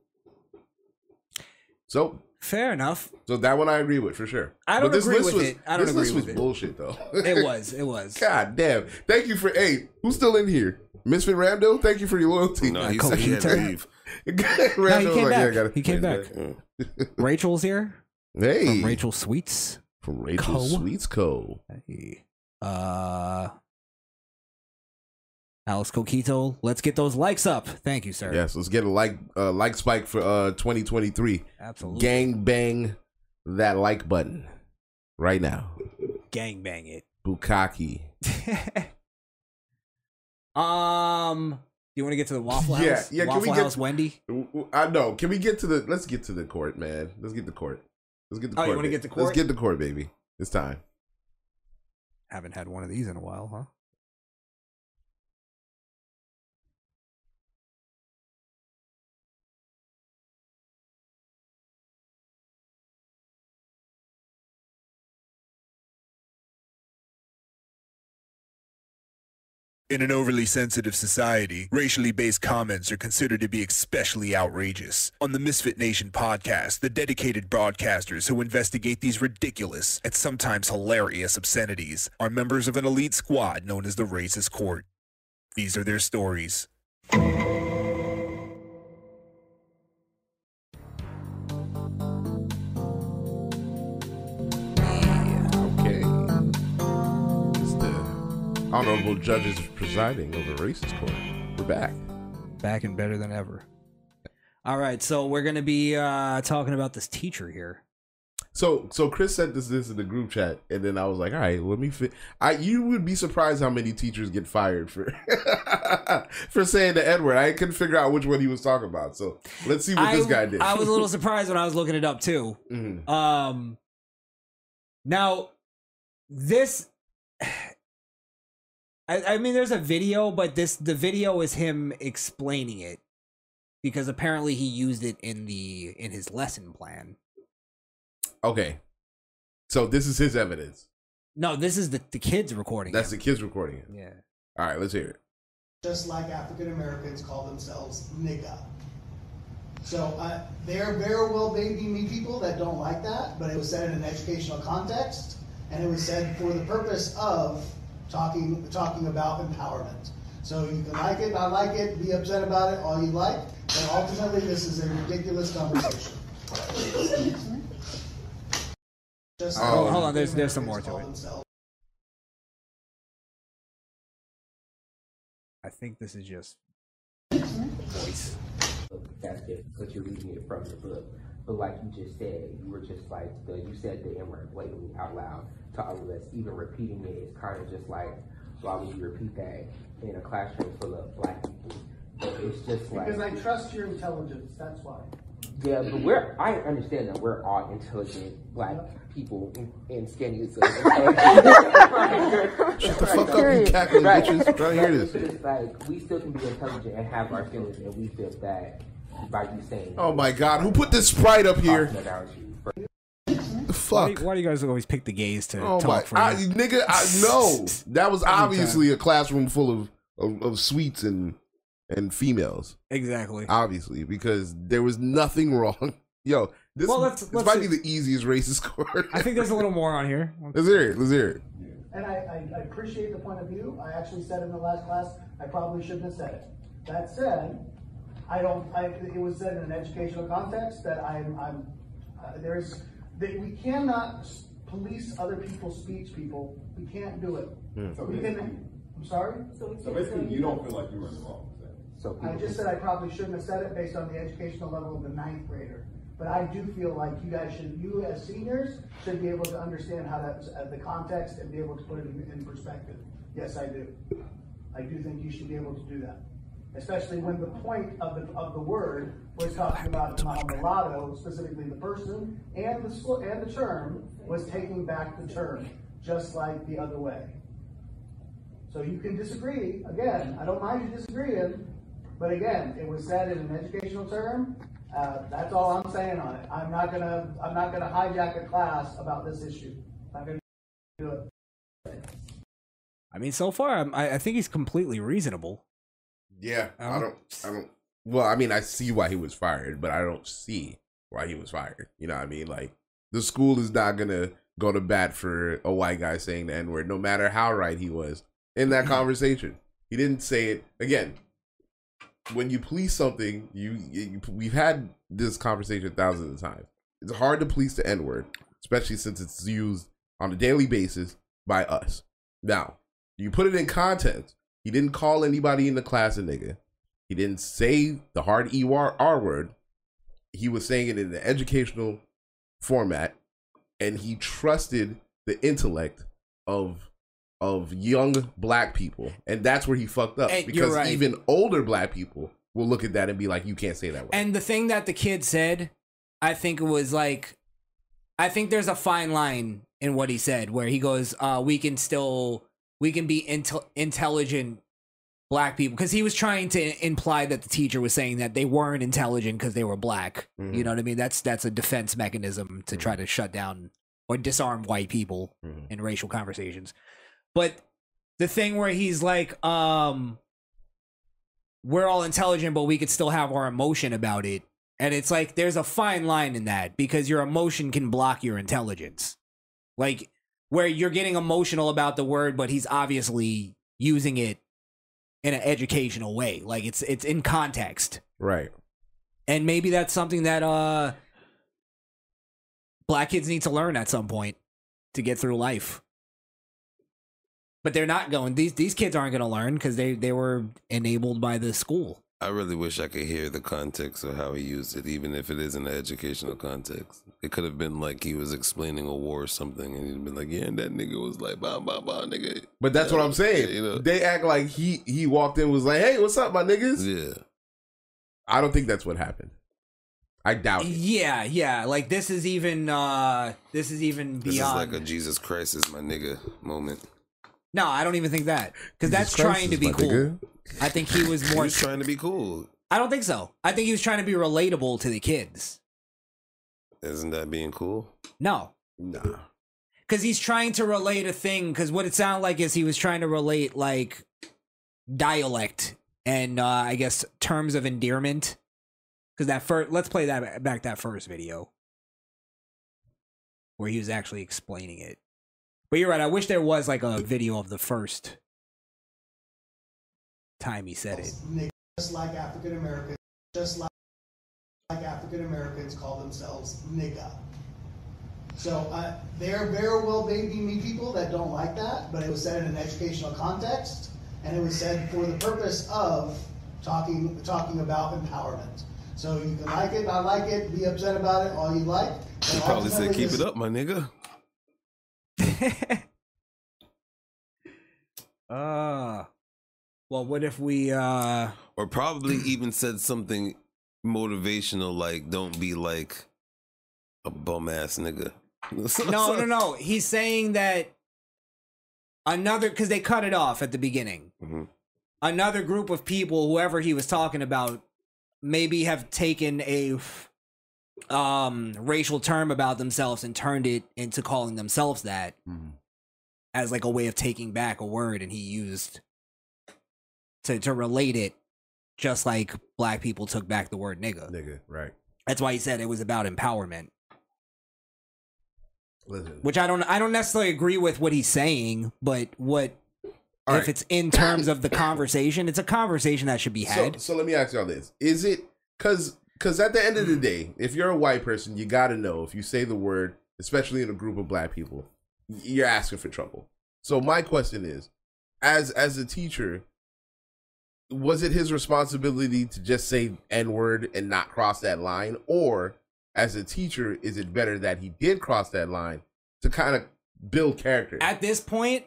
C: So
B: Fair enough.
C: so that one I agree with for sure.
B: I don't
C: But this
B: agree
C: list
B: with
C: was,
B: it. I don't
C: this
B: agree
C: list
B: with
C: was
B: it.
C: bullshit though.
B: It was. It was.
C: God damn. Thank you for hey, who's still in here? Misfit Ramdo, thank you for your loyalty.
D: No,
B: Uh,
D: he said he had to
B: computer.
C: Ramdo
D: leave.
B: No, he
C: was
B: came
C: like, yeah, I
B: back.
C: gotta-
B: he came back.
D: Mm.
B: Rachel's here
C: Hey,
B: from Rachel Sweets.
C: from Rachel
B: Co.
C: Sweets Co.
B: Hey. Uh, Alex Coquito, let's get those likes up. Thank you, sir.
C: Yes, let's get a like uh, like spike for uh 2023.
B: Absolutely.
C: Gang bang that like button right now.
B: Gang bang it.
C: Bukaki.
B: um, do you want to get to the Waffle House?
C: Yeah, yeah, can we
B: Waffle
C: get-
B: House Wendy.
C: I know. Can we get to the let's get to the court, man. Let's get the court. Let's get the
B: Oh,
C: court.
B: you wanna
C: ba-
B: get to court?
C: Let's get the court, baby. It's time.
B: Haven't had one of these in a while, huh?
I: In an overly sensitive society, racially based comments are considered to be especially outrageous. On the Misfit Nation podcast, the dedicated broadcasters who investigate these ridiculous and sometimes hilarious obscenities are members of an elite squad known as the Racist Court. These are their stories.
C: Okay. It's the honorable judges presiding over racist court. We're back.
B: back and better than ever. All right, so we're gonna be uh, talking about this teacher here.
C: So so Chris sent this this in the group chat, and then I was like, all right, let me fit. I you would be surprised how many teachers get fired for for saying the N word. I couldn't figure out which one he was talking about. So let's see what
B: I,
C: this guy did.
B: I was a little surprised when I was looking it up too.
C: Mhm.
B: Um, now this, I, I mean, there's a video, but this the video is him explaining it because apparently he used it in the in his lesson plan.
C: Okay, so this is his evidence.
B: No, this is the the kids recording.
C: That's
B: him.
C: the kids recording it.
B: yeah.
C: All right, let's hear it.
J: just like African Americans call themselves nigga. So uh, there very well may be me people that don't like that, but it was said in an educational context, and it was said for the purpose of talking talking about empowerment. So you can like it, not like it, be upset about it, all you like, but ultimately this is a ridiculous conversation. Just-
K: Oh, hold on, there's there's some more to it. I think this is just voice.
L: That's it, because you're reading it from the book. But like you just said, you were just like, the, you said the N word blatantly out loud to all of us. Even repeating it is kind of just like, why would you repeat that in a classroom full of black people? But It's just like.
M: Because I trust your intelligence, that's why.
L: Yeah, but we're, I understand that we're all intelligent black people and skinny. So Shut
C: the fuck up, you cackling bitches. Don't hear this.
L: It's like, we still can be intelligent and have our feelings, and we feel bad by you saying.
C: Oh my god, who put this sprite up here?
K: Fuck. Why do, you guys always pick the gays to
C: Oh
K: talk
C: my,
K: for?
C: I,
K: you?
C: nigga, I no. That was
K: Every
C: obviously a classroom full of, of of sweets and and females.
K: Exactly.
C: Obviously, because there was nothing wrong. Yo, this,
K: Well, let's-
C: this
K: let's
C: might
K: see.
C: be the easiest racist court.
K: I think there's a little more on here.
C: Let's hear it. Let's hear it.
J: And I, I, I appreciate the point of view. I actually said in the last class, I probably shouldn't have said it. That said, I don't, I, it was said in an educational context that I'm, I'm, uh, there's, that we cannot s- police other people's speech, people. We can't do it.
N: Hmm. So
J: We can,
N: basically-
J: I'm sorry?
N: So basically, you don't feel like you were in the wrong.
L: So
J: I just said I probably shouldn't have said it based on the educational level of the ninth grader. But I do feel like you guys should, you as seniors, should be able to understand how that, uh, the context and be able to put it in, in perspective. Yes, I do. I do think you should be able to do that. Especially when the point of the, of the word was talking about Mount mulatto, specifically the person, and the, sl- and the term was taking back the term, just like the other way. So you can disagree, again, I don't mind you disagreeing, but again, it was said in an educational term. Uh, that's all I'm saying on it. I'm not gonna, I'm not gonna hijack a class about this issue. Not gonna do it.
K: I mean, so far, I'm, I, I think he's completely reasonable.
C: Yeah, I don't. I don't. Well, I mean, I see why he was fired, but I don't see why he was fired. You know what I mean? Like the school is not gonna go to bat for a white guy saying the n word, no matter how right he was in that conversation. He didn't say it again. When you police something, you, you we've had this conversation thousands of times. It's hard to police the n word, especially since it's used on a daily basis by us. Now, you put it in context. He didn't call anybody in the class a nigga. He didn't say the hard ER R word. He was saying it in an educational format, and he trusted the intellect of of young black people, and that's where he fucked up.
K: And you're
C: because
K: right.
C: even older black people will look at that and be like, "You can't say that word."
B: And the thing that the kid said, I think it was like, I think there's a fine line in what he said where he goes, uh, "We can still, we can be intel- intelligent black people," because he was trying to imply that the teacher was saying that they weren't intelligent because they were black. You
K: Mhm.
B: know what I mean? That's that's a defense mechanism to try to shut down or disarm white people in racial conversations. But the thing where he's like, um, we're all intelligent, but we could still have our emotion about it. And it's like there's a fine line in that because your emotion can block your intelligence. Like where you're getting emotional about the word, but he's obviously using it in an educational way. Like it's it's in context.
C: Right.
B: And maybe that's something that uh black kids need to learn at some point to get through life. But they're not going. These these kids aren't going to learn because they they were enabled by the school.
D: I really wish I could hear the context of how he used it, even if it is in an educational context. It could have been like he was explaining a war or something, and he'd been like, "Yeah, and that nigga was like, bah bah bah, nigga."
C: But that's what I'm saying. They act like he he walked in was like, "Hey, what's up, my niggas?"
D: Yeah.
C: I don't think that's what happened. I doubt it.
B: Yeah, yeah. Like this is even uh this is even
D: This
B: beyond.
D: is like a Jesus Christ is my nigga moment.
B: no, I don't even think that because
D: Jesus
B: that's
D: Christ
B: trying to
D: is
B: be
D: my
B: cool.
D: nigga.
B: I think he was more.
D: He's trying to be cool.
B: I don't think so. I think he was trying to be relatable to the kids.
D: Isn't that being cool?
B: No,
C: Nah.
B: because he's trying to relate a thing. Because what it sounded like is he was trying to relate like dialect and uh, I guess terms of endearment. Because that first, let's play that back that first video where he was actually explaining it. But you're right. I wish there was like a video of the first time he said it.
J: Niggas, just like African Americans, just like, like African Americans call themselves nigga. So I, there very well may be me people that don't like that, but it was said in an educational context, and it was said for the purpose of talking talking about empowerment. So you can like it, not like it, be upset about it, all you like.
D: He
J: but
D: probably said,
J: ultimately
D: "Keep
J: this-
D: it up, my nigga."
B: Uh well what if we uh
D: Or probably even said something motivational like, "Don't be like a bum ass nigga."
B: No, no, no. He's saying that another cuz they cut it off at the beginning.
C: Mm-hmm.
D: Mhm.
B: Another group of people whoever he was talking about maybe have taken a um racial term about themselves and turned it into calling themselves that
C: Mm-hmm.
B: as like a way of taking back a word and he used to to relate it just like black people took back the word nigga.
C: Nigga, right.
B: That's why he said it was about empowerment.
C: Listen.
B: Which I don't I don't necessarily agree with what he's saying, but what
C: All
B: if
C: right.
B: it's in terms of the conversation, it's a conversation that should be
C: So,
B: had.
C: so let me ask y'all this: Is it because because at the end
B: Hmm.
C: of the day, if you're a white person, you gotta know if you say the word, especially in a group of black people, y- you're asking for trouble. So my question is, as as a teacher, was it his responsibility to just say n word and not cross that line, or as a teacher, is it better that he did cross that line to kind of build character?
B: At this point,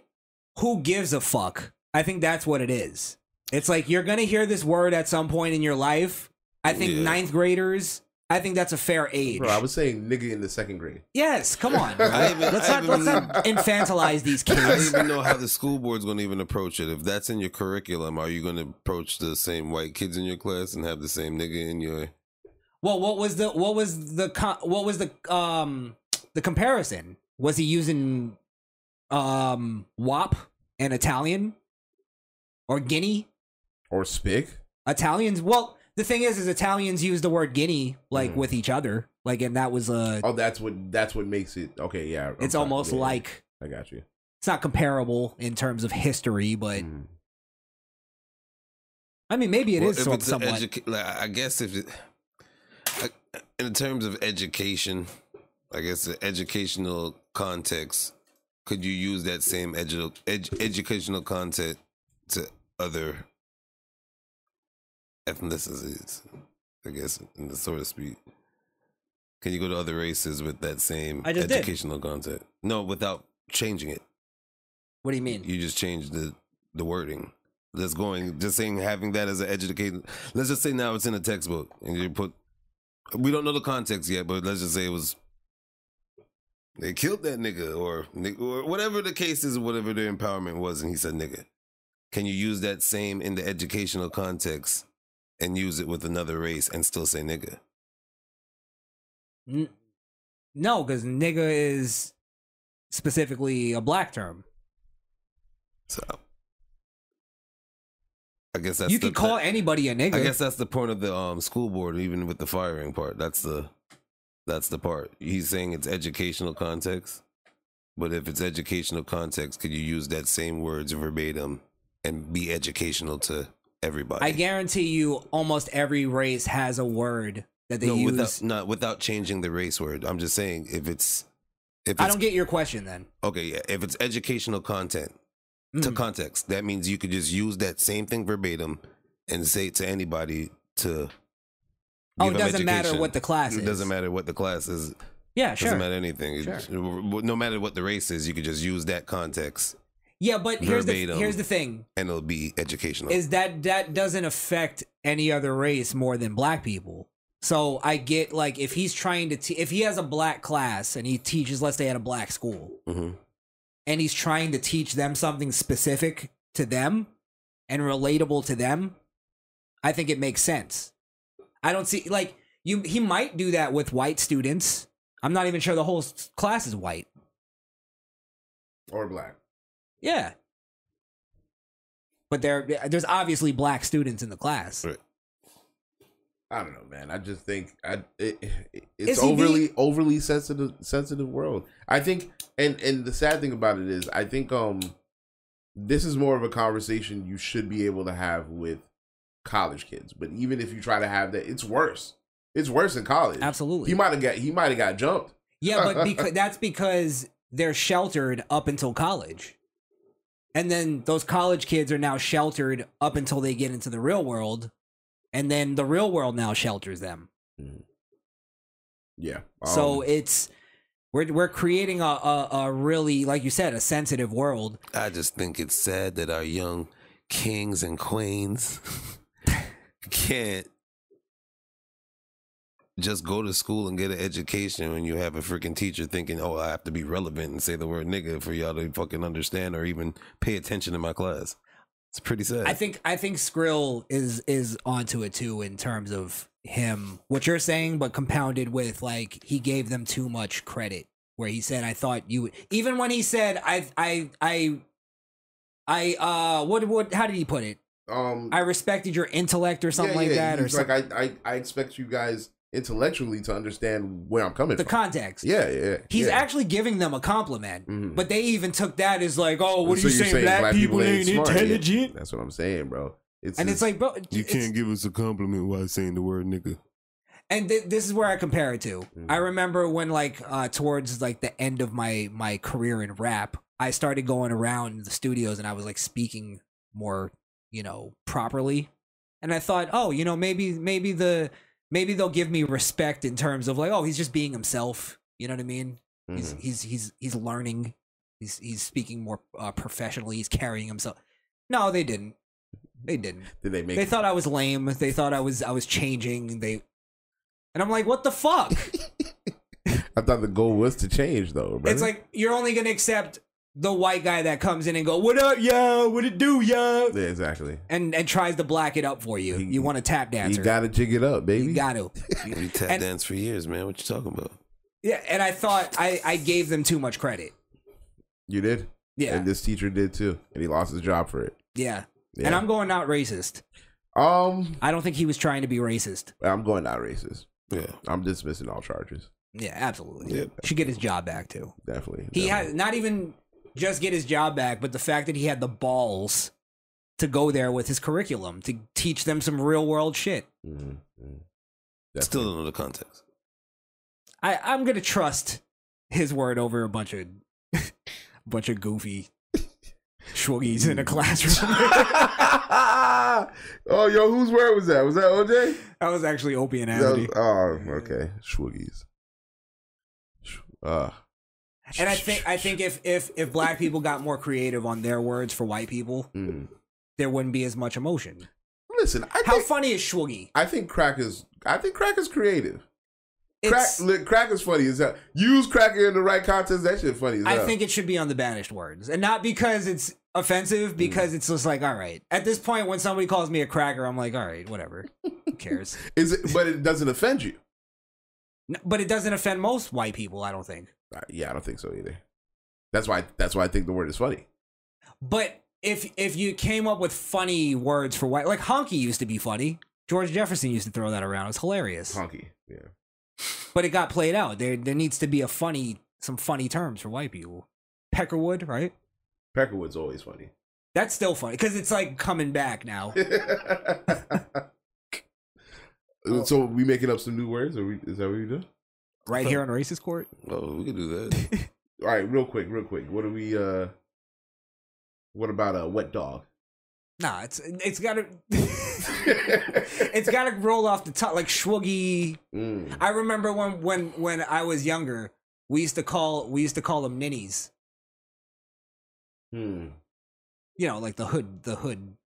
B: who gives a fuck? I think that's what it is. It's like you're gonna hear this word at some point in your life. I think
C: Yeah.
B: ninth graders, I think that's a fair age.
C: Bro, I was saying nigga in the second grade.
B: Yes, come on. bro.
D: I even-
B: let's
D: I
B: not let's not infantilize these
D: I don't
B: kids.
D: even know how the school board's going to even approach it. If that's in your curriculum, are you going to approach the same white kids in your class and have the same nigga in your?
B: Well, what was the what was the co- what was the um the comparison? Was he using um WAP and Italian or Guinea
C: or Spic?
B: Italians. Well, the thing is, is Italians use the word Guinea like
C: Mhm.
B: with each other, like, and that was a
C: Oh, that's what that's what makes it okay. Yeah, I'm
B: It's
C: sorry.
B: almost
C: Yeah, yeah.
B: like-
C: I got you.
B: it's not comparable in terms of history, but
C: Hmm.
B: I mean, maybe it
D: Well,
B: is
D: if
B: some-
D: it's a
B: somewhat.
D: educa- like, I I guess if it, I- in terms of education, I guess the educational context, could you use that same edu- edu- educational content to other ethnicities? I guess in the sort of speak. Can you go to other races with that same
B: I just did.
D: educational content? No, without changing it.
B: What do you mean?
D: You just changed the the wording. That's going just saying having that as an education. Let's just say now it's in a textbook and you put. We don't know the context yet, but let's just say it was. They killed that nigga, or ni- or whatever the case is, whatever their empowerment was, and he said nigga. Can you use that same in the educational context and use it with another race and still say nigga?
B: N- no, because nigga is specifically a black term.
D: So I guess that's
B: you
D: the-
B: could call
D: that-
B: anybody a nigga.
D: I guess that's the point of the um, school board, even with the firing part. That's the that's the part. He's saying it's educational context, but if it's educational context, could you use that same words verbatim and be educational to everybody?
B: I guarantee you, almost every race has a word that they
D: no,
B: use.
D: without not without changing the race word. I'm just saying if it's if it's
B: I don't get your question then.
D: Okay, yeah. If it's educational content to
B: Mm.
D: context, that means you could just use that same thing verbatim and say it to anybody to.
B: Oh, it
D: give 'em
B: doesn't matter
D: education.
B: what the class
D: It doesn't matter what the class is.
B: Yeah, sure.
D: Doesn't matter anything. It- No matter what the race is, you could just use that context.
B: Yeah, but here's the
D: verbatim,
B: here's the thing:
D: and it'll be educational.
B: is that that doesn't affect any other race more than black people. So I get like if he's trying to te- if he has a black class and he teaches, let's say at a black school,
O: Mm-hmm.
D: Mhm.
B: and he's trying to teach them something specific to them and relatable to them, I think it makes sense. I don't see like you he might do that with white students. I'm not even sure the whole s- class is white.
C: Or black.
B: Yeah. But there there's obviously black students in the class.
C: I don't know, man. I just think I it, it-
B: Is
C: it's
B: he
C: overly overly sensitive sensitive world. I think, and and the sad thing about it is, I think um this is more of a conversation you should be able to have with college kids. But even if you try to have that, it's worse. It's worse in college.
B: Absolutely.
C: He might have got he might have got jumped.
B: Yeah, but because that's because they're sheltered up until college. And then those college kids are now sheltered up until they get into the real world. And then the real world now shelters them.
C: Mm-hmm. Yeah.
B: so
D: Um,
B: it's we're we're creating a, a, a really like you said, a sensitive world.
D: I just think it's sad that our young kings and queens can't just go to school and get an education when you have a freaking teacher thinking, oh, I have to be relevant and say the word nigga for y'all to fucking understand or even pay attention in my class. It's pretty sad.
B: I think I think Skrill is is onto it too in terms of him what you're saying, but compounded with like he gave them too much credit. Where he said, "I thought you," would-" even when he said, "I I I I uh what what how did he put it?
C: Um,
B: I respected your intellect or something
C: Yeah,
B: like
C: yeah,
B: that, or
C: he's like
B: something.
C: I, I I expect you guys intellectually to understand where I'm coming
B: the
C: from.
B: context.
C: yeah, yeah, yeah.
B: He's
C: yeah. Mm-hmm.
B: actually giving them a compliment, but they even took that as like, "Oh, what
C: So
B: are you
C: you're
B: saying? Black, people, ain't
C: smart yet.
B: intelligent."
C: That's what I'm saying, bro. It's
B: And it's like, bro,
D: you can't give us a compliment while saying the word nigga.
B: and th- this is where I compare it to. I remember when like uh towards like the end of my my career in rap, I started going around the studios and I was like speaking more, you know, properly. And I thought, "Oh, you know, maybe maybe the maybe they'll give me respect in terms of like, oh, he's just being himself." You know what I mean? He's
P: Mhm.
B: he's he's he's learning. He's he's speaking more uh, professionally. He's carrying himself. No, they didn't. They didn't.
C: Did they make
B: They thought I was lame. They thought I was I was changing. They and I'm like, what the fuck?
C: I thought the goal was to change though, bro.
B: It's like you're only gonna accept the white guy that comes in and go, "What up, yo? What it do, yo?"
C: Yeah, exactly.
B: and and tries to black it up for you. you want a tap dancer?
C: You gotta jig it up, baby.
B: You got to.
D: We tap
B: And-
D: dance for years, man. What you talking about?
B: Yeah, and I thought I I gave them too much credit.
C: You did?
B: Yeah.
C: And this teacher did too. And he lost his job for it.
B: Yeah.
C: Yeah.
B: And I'm going not racist.
C: Um
B: I don't think he was trying to be racist.
C: I'm going not racist.
D: Yeah.
C: I'm dismissing all charges.
B: Yeah, absolutely.
C: Yeah.
B: Should get his job back too.
C: Definitely.
B: He had not even just get his job back, but the fact that he had the balls to go there with his curriculum to teach them some real world shit.
C: Mm-hmm.
D: Still don't know the context.
B: I, I'm gonna trust his word over a bunch of bunch of goofy schwoogies in a classroom.
C: Mm. oh yo, whose word was that? Was that OJ?
B: That was actually Opie and
C: That
B: Anthony.
C: was- oh, okay. Schwoogies. Sh- Uh,
B: And I think I think if if if black people got more creative on their words for white people, there wouldn't be as much emotion.
C: Mm. Listen, I
B: how funny is Schwoogie?
C: I think crack is I think crack is creative. Crack, look, crack is funny as hell. Use crack in the right context. That shit funny as
B: I
C: hell.
B: think it should be on the banished words, and not because it's
C: Mm.
B: offensive, because it's just like, all right. At this point, when somebody calls me a cracker, I'm like, all right, whatever. Who cares?
C: is it, but it doesn't offend you.
B: N- But it doesn't offend most white people, I don't think.
C: Uh, yeah, I don't think so either. That's why. That's why I think the word is funny.
B: But if if you came up with funny words for white, like honky used to be funny. George Jefferson used to throw that around. It's hilarious.
C: Honky, yeah.
B: But it got played out. There there needs to be a funny some funny terms for white people. Peckerwood, right?
C: Peckerwood's always funny.
B: That's still funny because it's like coming back now.
C: Uh, So we making up some new words, or we, is that what we do?
B: Oh. Right here on racist court.
D: Oh, we could do that.
C: All right, real quick, real quick. What do we? uh What about a wet dog?
B: Nah, it's it's gotta it's gotta roll off the top like schwoogie.
C: Mm.
B: I remember when when when I was younger, we used to call we used to call them ninnies.
C: Hmm.
B: You know, like the hood the hood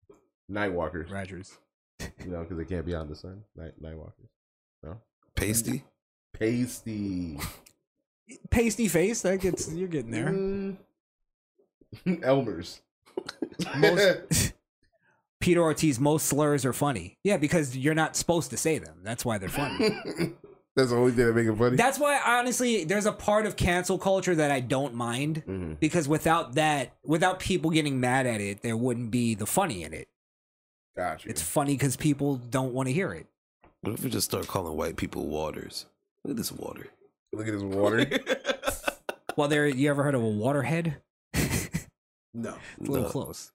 C: Nightwalkers.
B: Rogers.
C: You know, because they can't be out in the sun. Night Nightwalkers. No.
D: Pasty.
C: Pasty.
B: pasty face. That gets you're getting there.
C: Elmer's.
B: Most, Peter Ortiz. Most slurs are funny. Yeah, because you're not supposed to say them. That's why they're funny.
C: That's the only thing that make it funny.
B: That's why, honestly, there's a part of cancel culture that I don't mind
C: Mm-hmm.
B: because without that, without people getting mad at it, there wouldn't be the funny in it.
C: Gotcha.
B: It's funny because people don't want to hear it.
D: What if we just start calling white people waters? Look at this water.
C: Look at this water.
B: Well, there. You ever heard of a waterhead?
C: No,
B: it's a little
C: No.
B: close.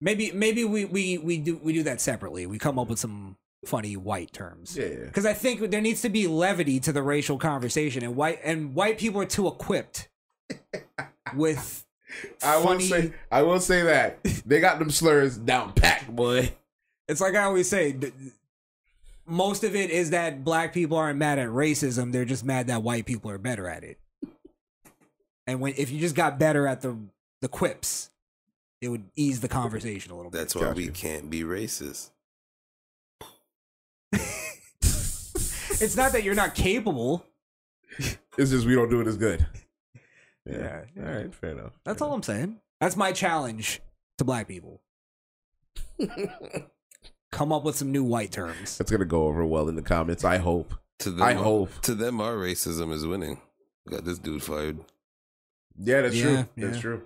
B: Maybe maybe we, we we do we do that separately. We come up with some funny white terms.
C: Yeah.
B: Because I think there needs to be levity to the racial conversation, and white and white people are too equipped with
C: I will say I will say that they got them slurs down pat, boy.
B: It's like I always say. th- Most of it is that black people aren't mad at racism; they're just mad that white people are better at it. And when if you just got better at the the quips, it would ease the conversation a little bit.
D: That's why we can't be racist.
B: It's not that you're not capable.
C: It's just we don't do it as good.
B: Yeah.
C: All right. Fair enough.
B: That's all I'm saying. That's my challenge to black people. Come up with some new white terms.
C: That's gonna go over well in the comments. I hope.
D: To them,
C: I
D: our-
C: hope.
D: To them, our racism is winning. Got this dude fired.
C: Yeah, that's true.
B: Yeah,
C: That's
B: yeah.
C: true.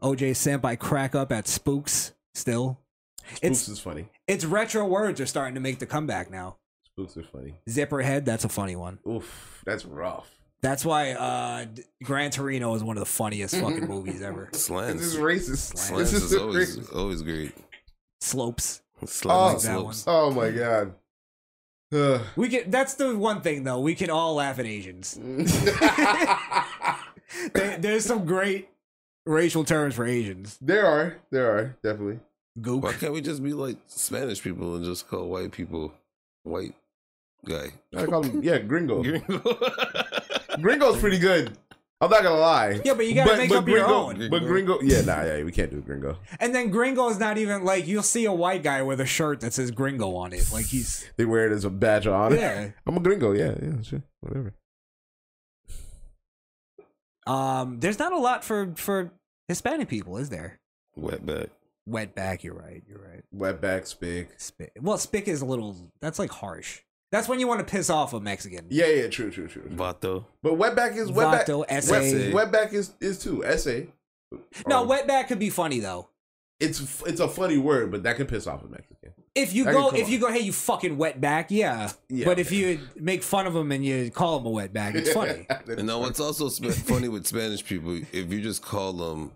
B: OJ Simp, I crack up at spooks still.
C: Spooks is funny.
B: It's retro words are starting to make the comeback now.
C: Spooks are funny.
B: Zipperhead, that's a funny one.
C: Oof, that's rough.
B: That's why uh D- Gran Torino is one of the funniest fucking movies ever.
D: Slants.
C: This is racist.
D: Slants
C: This
D: is,
C: is
D: always
C: racist.
D: always great.
B: Slopes.
D: Slants
B: like that
D: slopes.
C: Oh my god. Ugh.
B: We can that's the one thing though, we can all laugh at Asians. There- there's some great racial terms for Asians.
C: There are. There are, definitely.
B: Gook.
D: Why can't we just be like Spanish people and just call white people white guy?
C: I call him yeah, gringo. Gringo's pretty good. I'm not gonna lie.
B: Yeah, but you gotta make up your own.
C: But gringo, yeah, nah, yeah, we can't do gringo.
B: And then Gringo is not even like you'll see a white guy with a shirt that says Gringo on it. Like he's
C: They wear it as a badge of honor.
B: Yeah.
C: I'm a gringo. Yeah, yeah, sure, whatever.
B: um there's not a lot for for Hispanic people, is there?
D: Wetback.
B: Wetback, you're right. You're right.
C: Wetback, spick.
B: Spick. Well, spick is a little that's like harsh. That's when you want to piss off a Mexican.
C: Yeah, yeah, true, true, true.
D: Vato.
C: But wetback is wetback.
B: Vato,
C: wet-
B: essay.
C: Wetback is is too essay.
B: No, wetback could be funny though.
C: It's it's a funny word, but that can piss off a Mexican.
B: If you
C: That
B: go,
C: could come
B: if you go, hey, you fucking wetback, yeah.
C: Yeah,
B: but if you make fun of him and you call him a wetback, it's funny.
D: And now, what's also sp- funny with Spanish people, if you just call them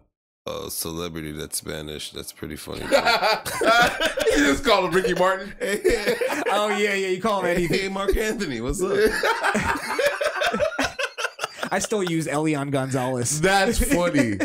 D: a celebrity that's Spanish, that's pretty funny. too.
C: you just call him Ricky Martin.
B: oh yeah, yeah. You call him anything.
D: Hey, Mark Anthony, what's up?
B: I still use Elion Gonzalez.
C: That's funny.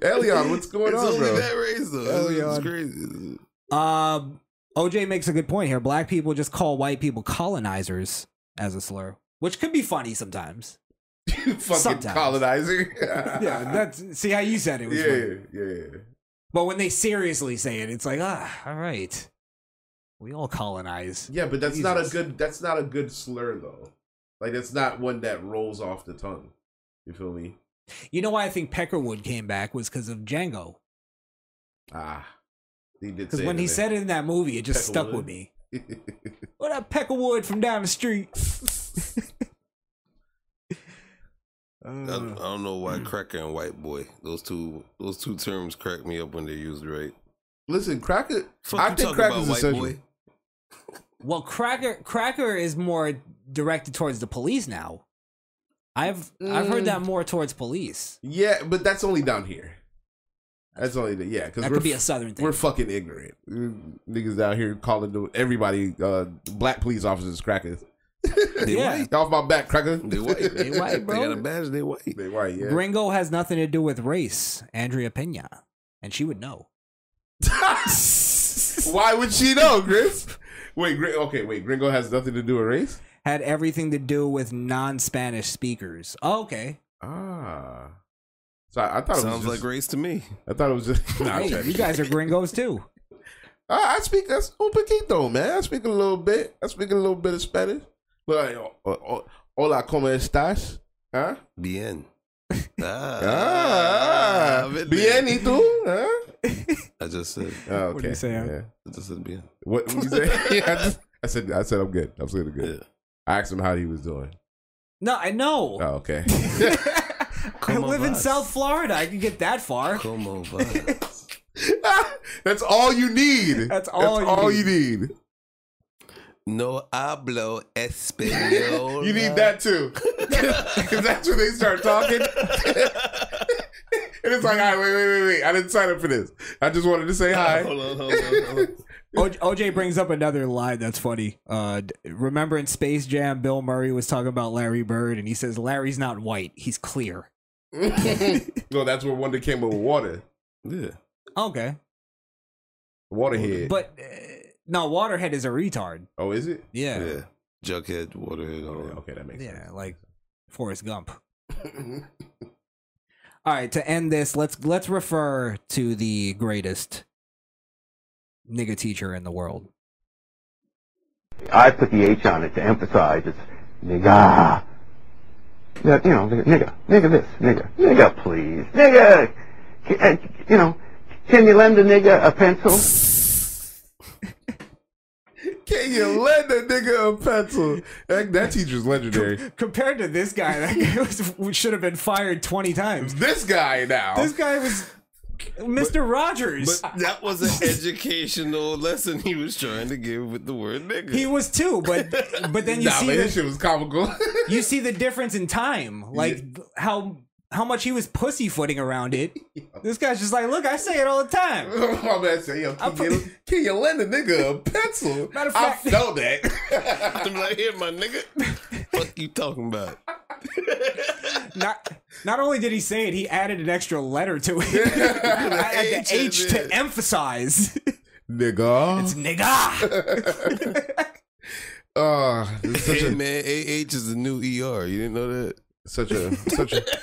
C: Elion, what's going
D: it's
C: on,
D: only
C: bro?
D: that race though. It's- It's
B: Elion.
D: crazy.
B: Um, OJ makes a good point here. Black people just call white people colonizers as a slur, which could be funny sometimes.
C: fucking
B: Sometimes.
C: colonizing.
B: yeah, that's see how you said it. Was
C: yeah,
B: funny.
C: yeah, yeah, yeah.
B: But when they seriously say it, it's like, ah, all right, we all colonize.
C: Yeah, but that's not a
B: Jesus.
C: good. That's not a good slur though. Like that's not one that rolls off the tongue. You feel me?
B: You know why I think Peckerwood came back was because of Django.
C: Ah, he did.
B: Because
C: say
B: when
C: it,
B: he
C: man.
B: said it in that movie, it just stuck
C: Peckerwood.
B: with me. What up, Peckerwood from down the street?
D: I, I don't know why cracker and white boy. Those two those two terms crack me up when they're used right.
C: Listen, cracker.
D: Fuck
C: I
D: you
C: think
D: talking
C: crack
D: about,
C: is
D: white
C: essential.
D: boy?
B: Well, Cracker Cracker is more directed towards the police now. I've I've heard that more towards police.
C: Mm. Yeah, but that's only down here. That's only the, yeah. Because
B: That could be a Southern thing.
C: We're fucking ignorant. Mm, Niggas out here calling the, everybody uh, black police officers crackers.
D: They
B: Yeah.
D: white.
C: Get off my back, cracker.
D: They white.
B: They white,
D: They got
B: bro.
D: a badge, they white.
C: They white, yeah.
B: Gringo has nothing to do with race. Andrea Pena, and she would know.
C: Why would she know, Chris? Wait, Gr- okay, wait. Gringo has nothing to do with race.
B: Had everything to do with non-Spanish speakers. Oh, okay,
C: Ah. So I, I thought it was
D: Sounds
C: just,
D: like race to me.
C: I thought it was just. Nah, I'm
B: Hey,
C: joking.
B: you guys are gringos too.
C: I, I speak that's un poquito, man. I speak a little bit. I speak a little bit of Spanish. But I, o- o- hola, como estás? Huh?
D: Oh, Bien.
C: Ah,
D: I've been there.
C: bien, y tú? Ah. Huh?
D: I just said
C: Oh, okay.
B: What do you say, Aaron?
C: Yeah.
D: I just said bien.
C: What what you say? yeah, I, just, I said. I said I'm good. I'm still good.
D: Yeah.
C: I asked him how he was doing.
B: No, I know.
C: Oh, okay.
B: I
D: Como
B: live in
D: vas?
B: South Florida. I can get that far.
D: Como vas?
C: That's all you need.
B: That's all you need.
C: you need.
D: No hablo español.
C: You need that too. Because that's when they start talking. And it's like, all right, wait, wait, wait, wait. I didn't sign up for this. I just wanted to say hi.
B: O- OJ brings up another line that's funny. Uh, d- remember in Space Jam, Bill Murray was talking about Larry Bird, and he says Larry's not white; he's clear.
C: no, that's where Wonder came up with water. Yeah.
B: Okay,
C: Waterhead.
B: but uh, no, Waterhead is a retard.
C: oh, is it?
B: Yeah.
D: Jughead, Waterhead. all that.
C: Okay, that makes
B: Yeah, like Forrest Gump. All right, to end this, let's let's refer to the greatest nigga teacher in the world.
O: I put the H on it to emphasize it's nigga. That, you know, nigga, nigga this, nigga, nigga please, nigga. Can- uh, You know, can you lend a nigga a pencil?
C: Can you lend a nigga a pencil? That, that teacher's legendary.
B: Compared to this guy, that guy was, should have been fired twenty times.
C: This guy now.
B: This guy was Mr. Rogers.
D: But that was an educational lesson he was trying to give with the word nigga.
B: he was too, but but then you
D: Nah,
B: see
D: man,
B: the,
D: this
C: shit was comical.
B: you see the difference in time, like th- how how much he was pussyfooting around it. This guy's just like, look, I say it all the time.
C: My man said, yo, can, you, can you lend a nigga a pencil?
B: Matter of fact-
C: I felt that.
D: I'm like, here, my nigga. fuck you talking about?
B: not not only did he say it, he added an extra letter to it. Add the H to emphasize.
C: Nigga.
B: It's nigga.
C: Uh, such
D: hey,
C: a-
D: man, AH is the new ER. You didn't know that?
C: Such a such a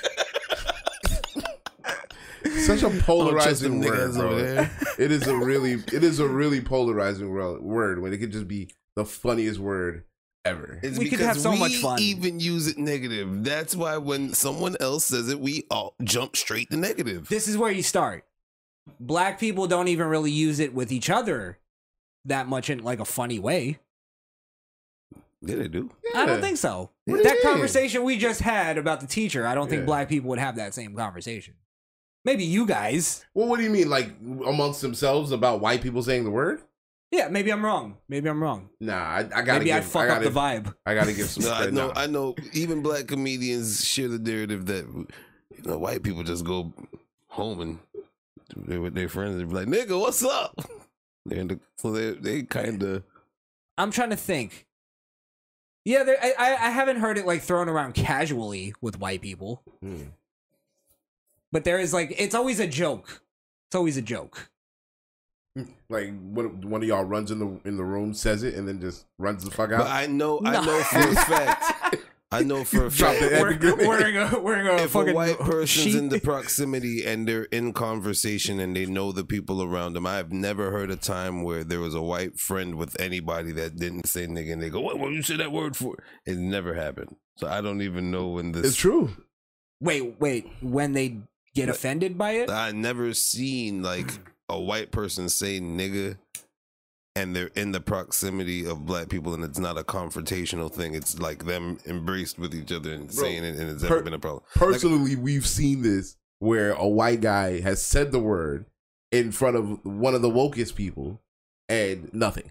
D: Oh,
C: such a polarizing word, bro. It is a really it is a really polarizing ro- word when it could just be the funniest word ever.
D: It's because we Even use it negative. That's why when someone else says it, we all jump straight to negative.
B: this is where you start. Black people don't even really use it with each other that much in like a funny way.
D: Yeah, they do.
B: I don't think so.
D: Yeah.
B: That
D: Yeah.
B: conversation we just had about the teacher, I don't think black people would have that same conversation. Maybe you guys.
C: Well, what do you mean, like amongst themselves about white people saying the word?
B: Yeah, maybe I'm wrong. Maybe I'm wrong.
C: Nah, I, I gotta.
B: Maybe I
C: give-
B: fuck up
C: gotta-
B: the vibe.
C: I gotta give some.
D: No, I
C: credit.
D: know.
C: Nah.
D: I know. Even black comedians share the narrative that you know white people just go home and they with their friends and be like, "Nigga, what's up?" They're in the, so they they kind of
B: I'm trying to think. Yeah, there, I, I I haven't heard it like thrown around casually with white people,
C: Hmm.
B: but there is like it's always a joke. It's always a joke.
C: like one one of y'all runs in the in the room, says it, and then just runs the fuck out.
D: But I know, I know for a fact. I know for a
C: Drop
D: fact.
C: the epic. We're- wearing
B: a wearing a
D: if
B: fucking
D: a white person's
B: sheet.
D: in the proximity and they're in conversation and they know the people around them, I've never heard a time where there was a white friend with anybody that didn't say nigga and they go, "What? What you say that word for?" It never happened. So I don't even know when this.
C: It's true.
B: Wait, wait. When they get offended by it,
D: I never seen like a white person say nigga and they're in the proximity of black people and it's not a confrontational thing. It's like them embraced with each other and
C: Bro,
D: saying it and it's never
C: per-
D: been a problem.
C: Personally, we've seen this where a white guy has said the word in front of one of the wokest people and nothing.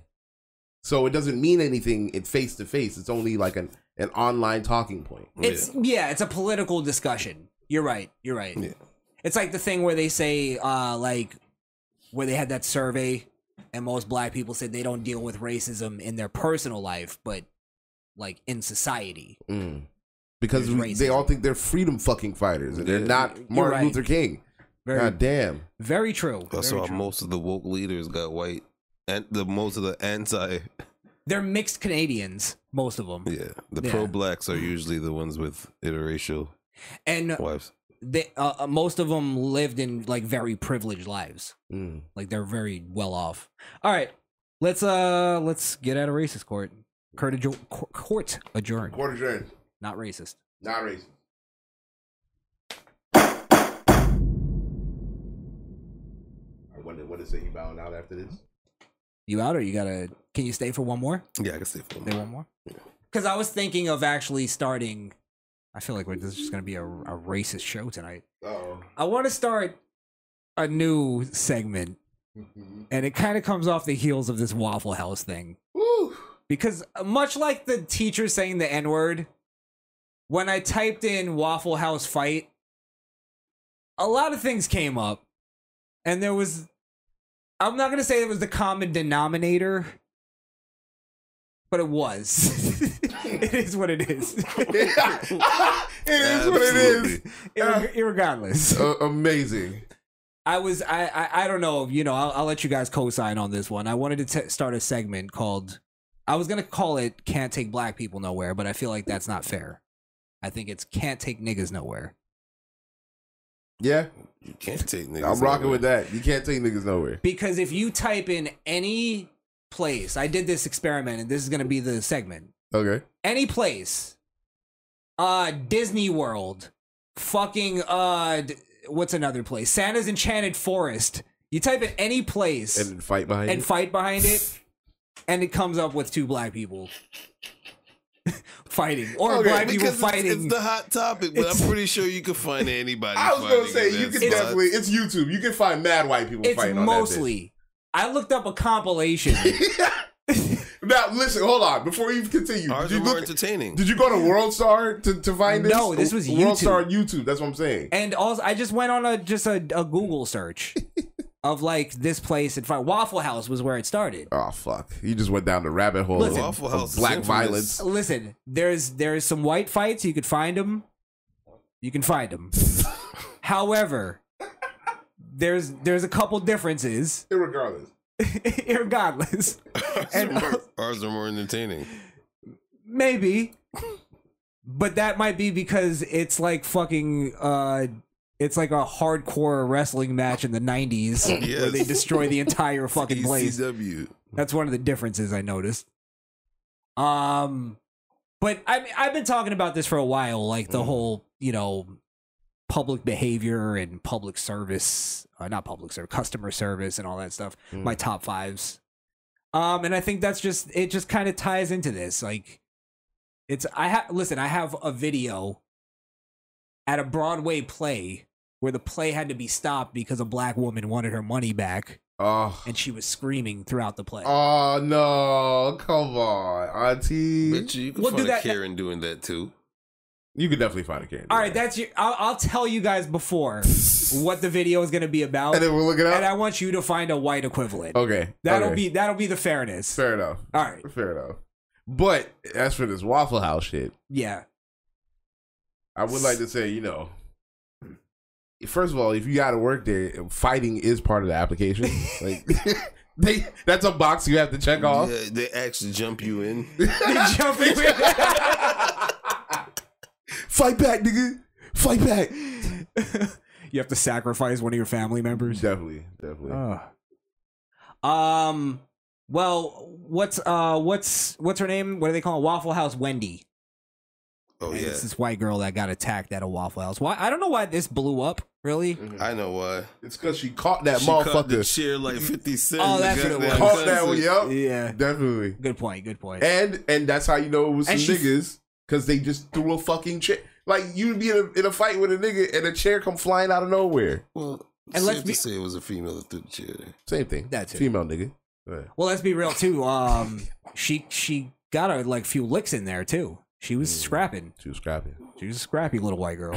C: So it doesn't mean anything in face to face. It's only like an, an online talking point.
D: Oh,
B: it's yeah. it's a political discussion. You're right. You're right. It's like the thing where they say uh like where they had that survey and most black people said they don't deal with racism in their personal life, but like in society.
C: Mm. Because
B: There's
C: we, they all think they're freedom fucking fighters and they're
D: Yeah.
C: not
D: You're
C: Martin
D: right.
C: Luther King.
D: Very-
C: God damn.
B: Very true.
D: That's
B: Very
D: why
B: true.
D: most of the woke leaders got white and the most of the anti
B: They're mixed Canadians, most of them.
D: yeah. The
B: Yeah.
D: pro blacks are usually the ones with interracial
B: And
D: wives.
B: they uh, uh, most of them lived in like very privileged lives.
C: Mm.
B: Like they're very well off. All right. Let's uh let's get out of racist court. Court adjo- cour- court adjourned.
C: Court adjourned.
B: Not racist.
C: Not racist. I wonder what is it you bowing out after this?
B: You out or you gotta? Can you stay for one more?
D: Yeah, I can stay for one
B: more. One more. Because I was thinking of actually starting. I feel like we're- this is just gonna be a, a racist show tonight.
C: Oh,
B: I want to start a new segment,
C: Mm-hmm.
B: and it kind of comes off the heels of this Waffle House thing. Because uh, much like the teacher saying the N word, when I typed in Waffle House fight, a lot of things came up, and there was. I'm not gonna say it was the common denominator, but it was. it is what it is.
C: It is what it is.
B: Irreg- irregardless.
C: Uh, amazing.
B: I was I I, I don't know you know I'll, I'll let you guys co-sign on this one. I wanted to t- start a segment called I was gonna call it "Can't Take Black People Nowhere," but I feel like that's not fair. I think it's "Can't Take Niggas Nowhere."
C: Yeah.
D: You can't take niggas.
C: I'm rocking
D: nowhere.
C: with that. You can't take niggas nowhere.
B: Because if you type in any place, I did this experiment, and this is gonna be the segment.
C: Okay.
B: Any place, uh, Disney World, fucking uh, d- what's another place? Santa's Enchanted Forest. You type in any place
C: And then fight behind
B: and
C: it.
B: fight behind it, and it comes up with two black people fighting or
D: Okay,
B: black people
D: because it's-
B: fighting.
D: It's, the hot topic, but I'm pretty sure you could find anybody.
C: I was gonna
D: fighting
C: say you
D: that's
C: can
D: hot.
C: definitely. It's YouTube. You can find mad white people
B: It's
C: fighting
B: mostly. I looked up a compilation.
C: on that. Bitch. Now listen, hold on. Before you continue,
D: Ours
C: did you
D: are more
C: look?
D: entertaining.
C: Did you go to World Star to, to find this?
B: No, this was
C: World
B: YouTube.
C: Star YouTube. That's what I'm saying.
B: and also I just went on a just a, a Google search of like this place and find Waffle House was where it started.
C: Oh fuck! You just went down the rabbit hole
B: Listen,
C: of,
D: Waffle
C: of
D: House is
C: black
D: infamous.
C: violence.
B: Listen, there's there's some white fights you could find them. You can find them. However, there's there's a couple differences,
C: Irregardless,
B: regardless.
D: Ours are more- Ours are more entertaining.
B: Maybe. But that might be because it's like fucking uh it's like a hardcore wrestling match in the 90s where
D: Yes. E
B: they destroy the entire fucking place.
D: ECW.
B: Mm-hmm. That's one of the differences I noticed. Um but I mean, I've been talking about this for a while like the whole, you know, public behavior and public service, uh, not public service, customer service and all that stuff.
D: Mm.
B: My top 5s. Um, and I think that's just it. Just kind of ties into this. Like, it's I have listen. I have a video at a Broadway play where the play had to be stopped because a black woman wanted her money back,
C: Oh,
B: and she was screaming throughout the play.
C: oh no! Come on, auntie.
D: Bet you, you can
B: We'll do
D: find
B: that-
D: Karen doing that too.
C: You could definitely find a candy.
B: All right, that's your. I'll, I'll tell you guys before what the video is going to be about,
C: and
B: and,
C: then we'll look it up.
B: I want you to find a white equivalent.
C: okay,
B: That'll
C: okay.
B: be that'll be the fairness.
C: fair enough.
B: All right,
C: Fair enough. But as for this Waffle House shit,
B: yeah,
C: I would like to say, you know, first of all, if you got to work there, fighting is part of the application. like, they, that's a box you have to check off.
D: Yeah, they actually jump you in.
B: they jump in.
C: Fight back, nigga. Fight back.
B: you have to sacrifice one of your family members.
C: Definitely, definitely.
B: Um. Well, what's uh, what's what's her name? What do they call it? Waffle House Wendy.
D: Oh
B: And
D: yeah,
B: It's this white girl that got attacked at a Waffle House. Why? I don't know why this blew up. Really?
D: Mm-hmm. I know why.
C: it's because she caught that
D: She caught the
C: motherfucker.
D: chair like Fifty Cent.
B: Oh,
D: in the
B: that's what it
D: goddamn
B: was.
C: Caught that
D: concert.
C: one, yup.
B: Yeah.
C: Definitely.
B: Good point. Good point.
C: And and that's how you know it was some
B: And she-
C: niggas because they just threw a fucking chair. Like you'd be in a, in a fight with a nigga and a chair come flying out of nowhere.
D: Well,
B: And
D: and
B: let's
D: let's
B: be-
D: to say it was a female that threw the chair.
C: Same thing.
B: That's it.
C: female nigga. Right.
B: well, let's be real too. Um, she she got a like few licks in there too. She was scrapping.
C: Mm. She was scrapping.
B: She was a scrappy little white girl.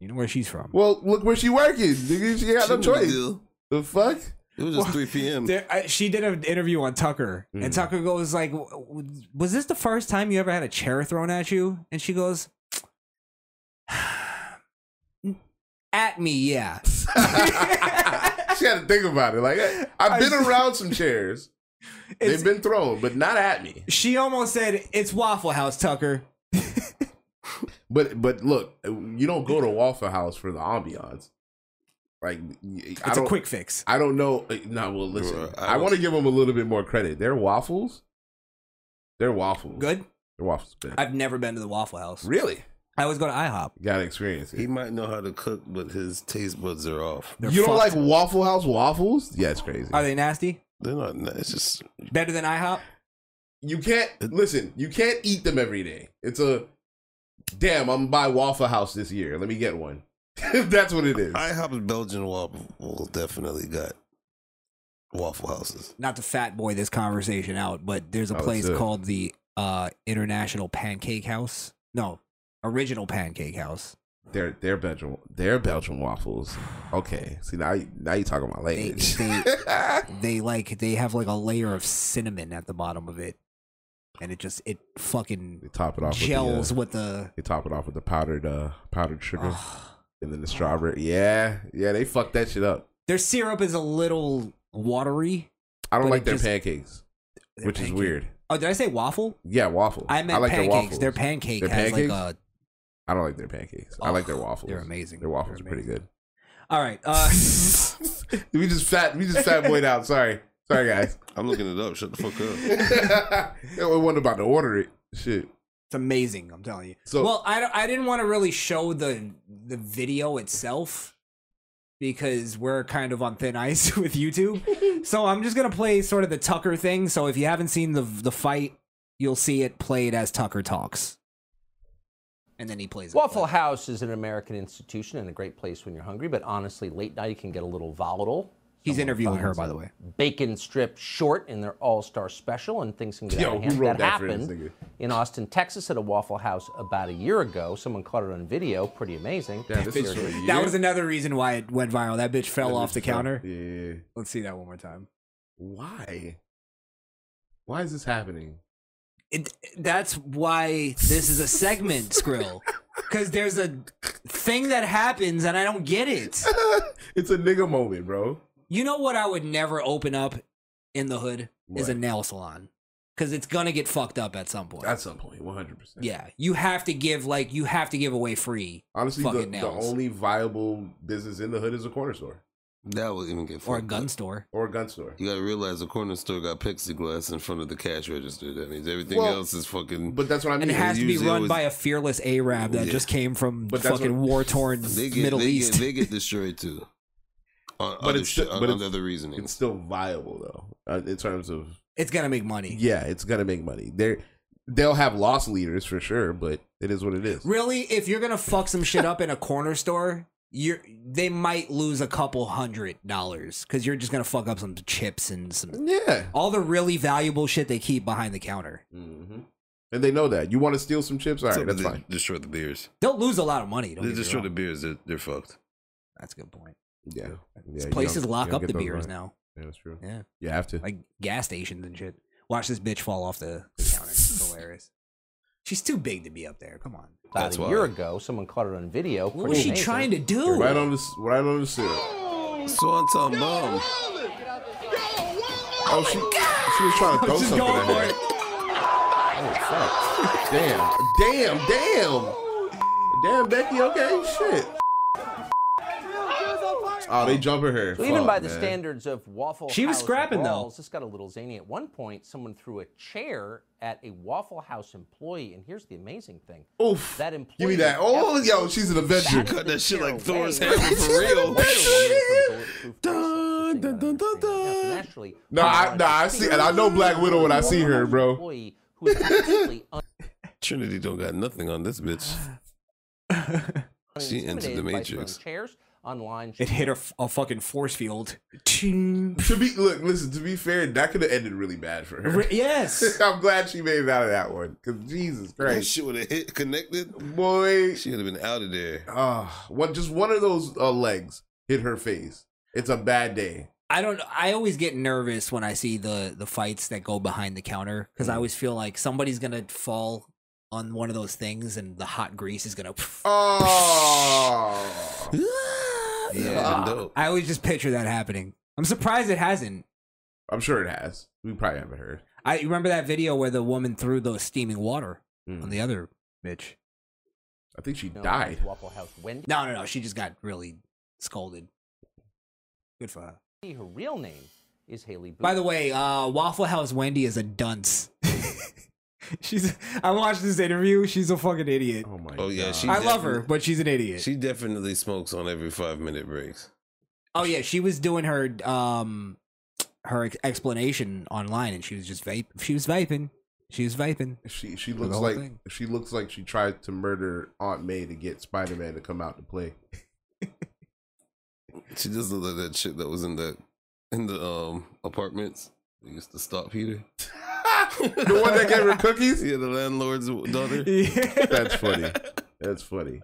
B: You know where she's from.
C: Well, look where she working. Nigga, she got no
D: She was
C: choice.
D: ill.
C: The fuck?
D: It was just three p.m.
B: There, I, Uh, she did an interview on Tucker,
C: Mm.
B: and Tucker goes like, "W- w- "Was this the first time you ever had a chair thrown at you?" And she goes, "At me, yeah."
C: She had to think about it. Like I- I've been around some chairs. They've
B: It's-
C: been thrown, but not at me.
B: she almost said, "It's Waffle House, Tucker."
C: But but look, you don't go to Waffle House for the ambiance. Like y- I
B: It's a
C: don't,
B: quick fix.
C: I don't know. uh, No, well, listen.
D: Bruh, I
C: I, want to give them a little bit more credit. Their waffles, their waffles,
B: Good.
C: Their waffles, good.
B: I've never been to the Waffle House.
C: really
B: I always go to IHOP.
C: got to experience
D: He
C: it.
D: might know how to cook, but his taste buds are off.
B: They're
C: you don't like
B: fucked.
C: Waffle House waffles? Yeah, it's crazy.
B: Are they nasty?
D: They're not. ni- It's just
B: Better than IHOP?
C: you can't listen. You can't eat them every day. It's a damn. I'm gonna buy Waffle House this year. Let me get one. That's what it is.
D: IHOP's Belgian waffle definitely got waffle houses.
B: Not to fat boy this conversation out, but there's a
C: Oh, that's
B: place
C: it.
B: called the uh, International Pancake House. No, Original Pancake House.
C: They're they're Belgian they're Belgian waffles. Okay, see now you, now you talking my
B: They,
C: language.
B: they, they like they have like a layer of cinnamon at the bottom of it, and it just it fucking
C: top it off
B: gels
C: with
B: with
C: the, uh,
B: the,
C: they top it off with the powdered uh powdered sugar and then the strawberry. Yeah, yeah, they fucked that shit up.
B: their syrup is a little watery.
C: I don't
B: but
C: like
B: it
C: their
B: just-
C: pancakes, which is
B: pancake-
C: weird.
B: Oh, did I say waffle?
C: Yeah, waffle.
B: I meant
C: like
B: pancakes.
C: Their waffles.
B: Their pancake has, like, a-
C: I don't like their pancakes. I like their waffles.
B: they're amazing.
C: Their waffles are pretty good.
B: All right. Uh,
C: we just fat. We just fat boyed out. Sorry, sorry guys.
D: I'm looking it up. Shut the fuck up.
C: I wasn't about to order it. Shit.
B: It's amazing. I'm telling you.
C: So-
B: well, I, don't- I didn't want to really show the the video itself because we're kind of on thin ice with YouTube. so I'm just gonna play sort of the Tucker thing. So if you haven't seen the the fight, you'll see it played as Tucker talks. And then he plays.
Q: Waffle House is an American institution and a great place when you're hungry, but honestly, late night can get a little volatile.
B: He's interviewing her,
Q: finds
B: by
Q: a
B: the way.
Q: Bacon strip short in their All Star special, and things can get
B: Yo,
Q: out of
B: who
Q: hand.
B: wrote that for this
Q: happened
B: nigga?
Q: in Austin, Texas, at a Waffle House about a year ago. Someone caught it on video. Pretty amazing.
B: That, bitch- that was another reason why it went viral. That bitch fell off the counter.
C: Yeah.
B: Let's see that one more time.
C: Why? Why is this happening?
B: It, that's why this is a segment, Skrill. Because there's a thing that happens and I don't get it.
C: it's a nigga moment, bro.
B: You know what I would never open up in the hood is a nail salon. Because it's going to get fucked up at some point.
C: At some point, one hundred percent.
B: Yeah. You have to give, like, you have to give away free
C: Honestly, the,
B: fucking
C: the
B: nails.
C: only viable business in the hood is a corner store
D: That will even get
B: Or a
D: fucked
B: gun
D: up.
B: store.
C: or a gun store.
D: You gotta realize the corner store got plexiglass in front of the cash register. That means everything
C: Well,
D: else is fucking.
C: But that's what I
B: And it has to be run by a fearless Arab that
D: Yeah.
B: just came from
D: But that's
B: fucking
D: what-
B: war torn
D: They get,
B: Middle
D: they
B: East.
D: Get, they get destroyed too. On
C: But
D: other
C: it's
D: sh-
C: still-
D: on
C: but it's-
D: other reasoning.
C: It's still viable though, uh, in terms of
B: it's gonna make money.
C: yeah, it's gonna make money. They they'll have loss leaders for sure, but it is what it is.
B: Really, if you're gonna fuck some shit up in a corner store, you're they might lose a couple hundred dollars because you're just gonna fuck up some chips and some
C: yeah,
B: all the really valuable shit they keep behind the counter.
C: Mm-hmm. And they know that. You want to steal some chips? All right,
D: So
C: that's
D: they
C: fine.
D: Destroy the beers.
B: They'll lose a lot of money. Don't
D: They
B: get me
D: destroy
B: wrong.
D: the beers. They're, they're fucked.
B: That's a good point.
C: Yeah.
B: These
C: you
B: places
C: don't- you
B: lock
C: don't
B: up
C: get
B: the
C: those
B: beers
C: right.
B: now.
C: Yeah, that's true.
B: Yeah,
C: You have to.
B: like gas stations and shit. Watch this bitch fall off the, the counter. It's hilarious. She's too big to be up there. Come on.
Q: About a year ago, someone caught it on video.
B: What was she trying to do?
C: Right on the right on the syrup.
D: Swanton bomb.
C: Oh, she she was trying to throw
D: Just
C: something
D: go
C: at
D: for
C: her. Oh fuck! Damn! Damn! Damn! Damn, Becky. Okay, shit. Oh, they jumping her.
Q: Um, So even
C: Fuck,
Q: by the
C: man.
Q: standards of Waffle
C: She was
Q: House
C: scrapping, though.
Q: brawls, this got a little zany. At one point, someone threw a chair at a Waffle House employee, and here's the amazing thing:
C: Oof.
Q: that employee.
C: Give me that. Oh, yo, she's an Avenger.
D: Cut that shit like Thor's
Q: away.
D: hammer for real.
Q: Dun, dun, dun, dun, dun. Naturally,
C: Nah, I, nah, I see, and I know Black Widow when I see her, bro.
Q: employee who is completely
D: Trinity don't got nothing on this bitch. she entered the
Q: unintimidated by throwing
D: matrix.
Q: chairs online.
B: It hit a, f- a fucking force field.
C: To be look, listen. To be fair, that could have ended really bad for her.
B: Re- yes.
C: I'm glad she made it out of that one. Cause Jesus
D: That
C: Christ,
D: shit would have hit connected.
C: boy,
D: She would have been out of there.
C: ah, what? Just one of those uh, legs hit her face. It's a bad day.
B: I don't. I always get nervous when I see the the fights that go behind the counter because
Q: Mm.
B: I always feel like somebody's gonna fall on one of those things and the hot grease is gonna.
C: Oh.
D: Yeah, dope.
B: Ah, I always just picture that happening. I'm surprised it hasn't.
C: I'm sure it has. We probably haven't heard.
B: I you remember that video where the woman threw the steaming water on the other bitch.
C: Mm. I think she
Q: No,
C: died.
Q: Waffle House Wendy.
B: No, no, no. She just got really scolded. Good for her.
Q: Her real name is Haley. Booth.
B: By the way, uh, Waffle House Wendy is a dunce. she's. I watched this interview. She's a fucking idiot.
C: Oh my.
D: Oh yeah, she.
B: I love her,
D: definitely-
B: but she's an idiot.
D: She definitely smokes on every five minute breaks.
B: Oh yeah, she was doing her um her ex- explanation online, and she was just vape. She was vaping. She was vaping.
C: She she
B: For the
C: looks
B: whole
C: like
B: thing.
C: she looks like she tried to murder Aunt May to get Spider Man to come out to play.
D: She just looked like that shit that was in the in the um apartments. They used to stop Peter.
C: the one that gave her cookies.
D: Yeah, the landlord's daughter.
B: Yeah.
C: That's funny. That's funny.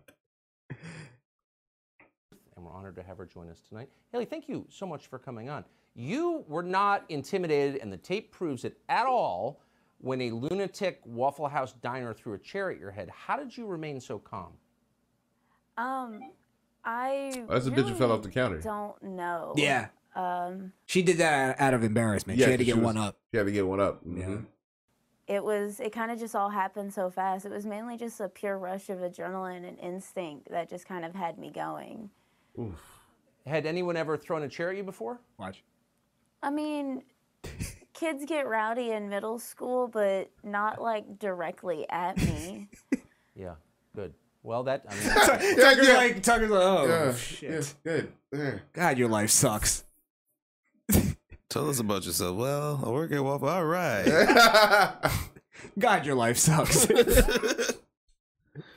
Q: honored to have her join us tonight. Haley, thank you so much for coming on. You were not intimidated, and the tape proves it at all, when a lunatic Waffle House diner threw a chair at your head. How did you remain so calm?
R: Um, I.
C: Oh, that's the bitch who
R: really
C: fell off the counter.
R: Don't know.
B: Yeah.
R: Um,
B: She did that out of embarrassment. she had to
C: 'cause
B: get
C: was-
B: one up.
C: She had to get one up. Mm-hmm. Yeah.
R: it was. It kind of just all happened so fast. It was mainly just a pure rush of adrenaline and instinct that just kind of had me going.
Q: Had anyone ever thrown a chair at you before?
B: Watch.
R: I mean, kids get rowdy in middle school, but not like directly at me.
Q: Yeah, good. Well, that. I mean,
B: Tucker's like, Tucker's like, oh
C: Yeah,
B: shit.
C: yeah, good. Yeah.
B: God, your life sucks.
D: Tell us about yourself. Well, I work at Waffle. All right.
B: God, your life sucks.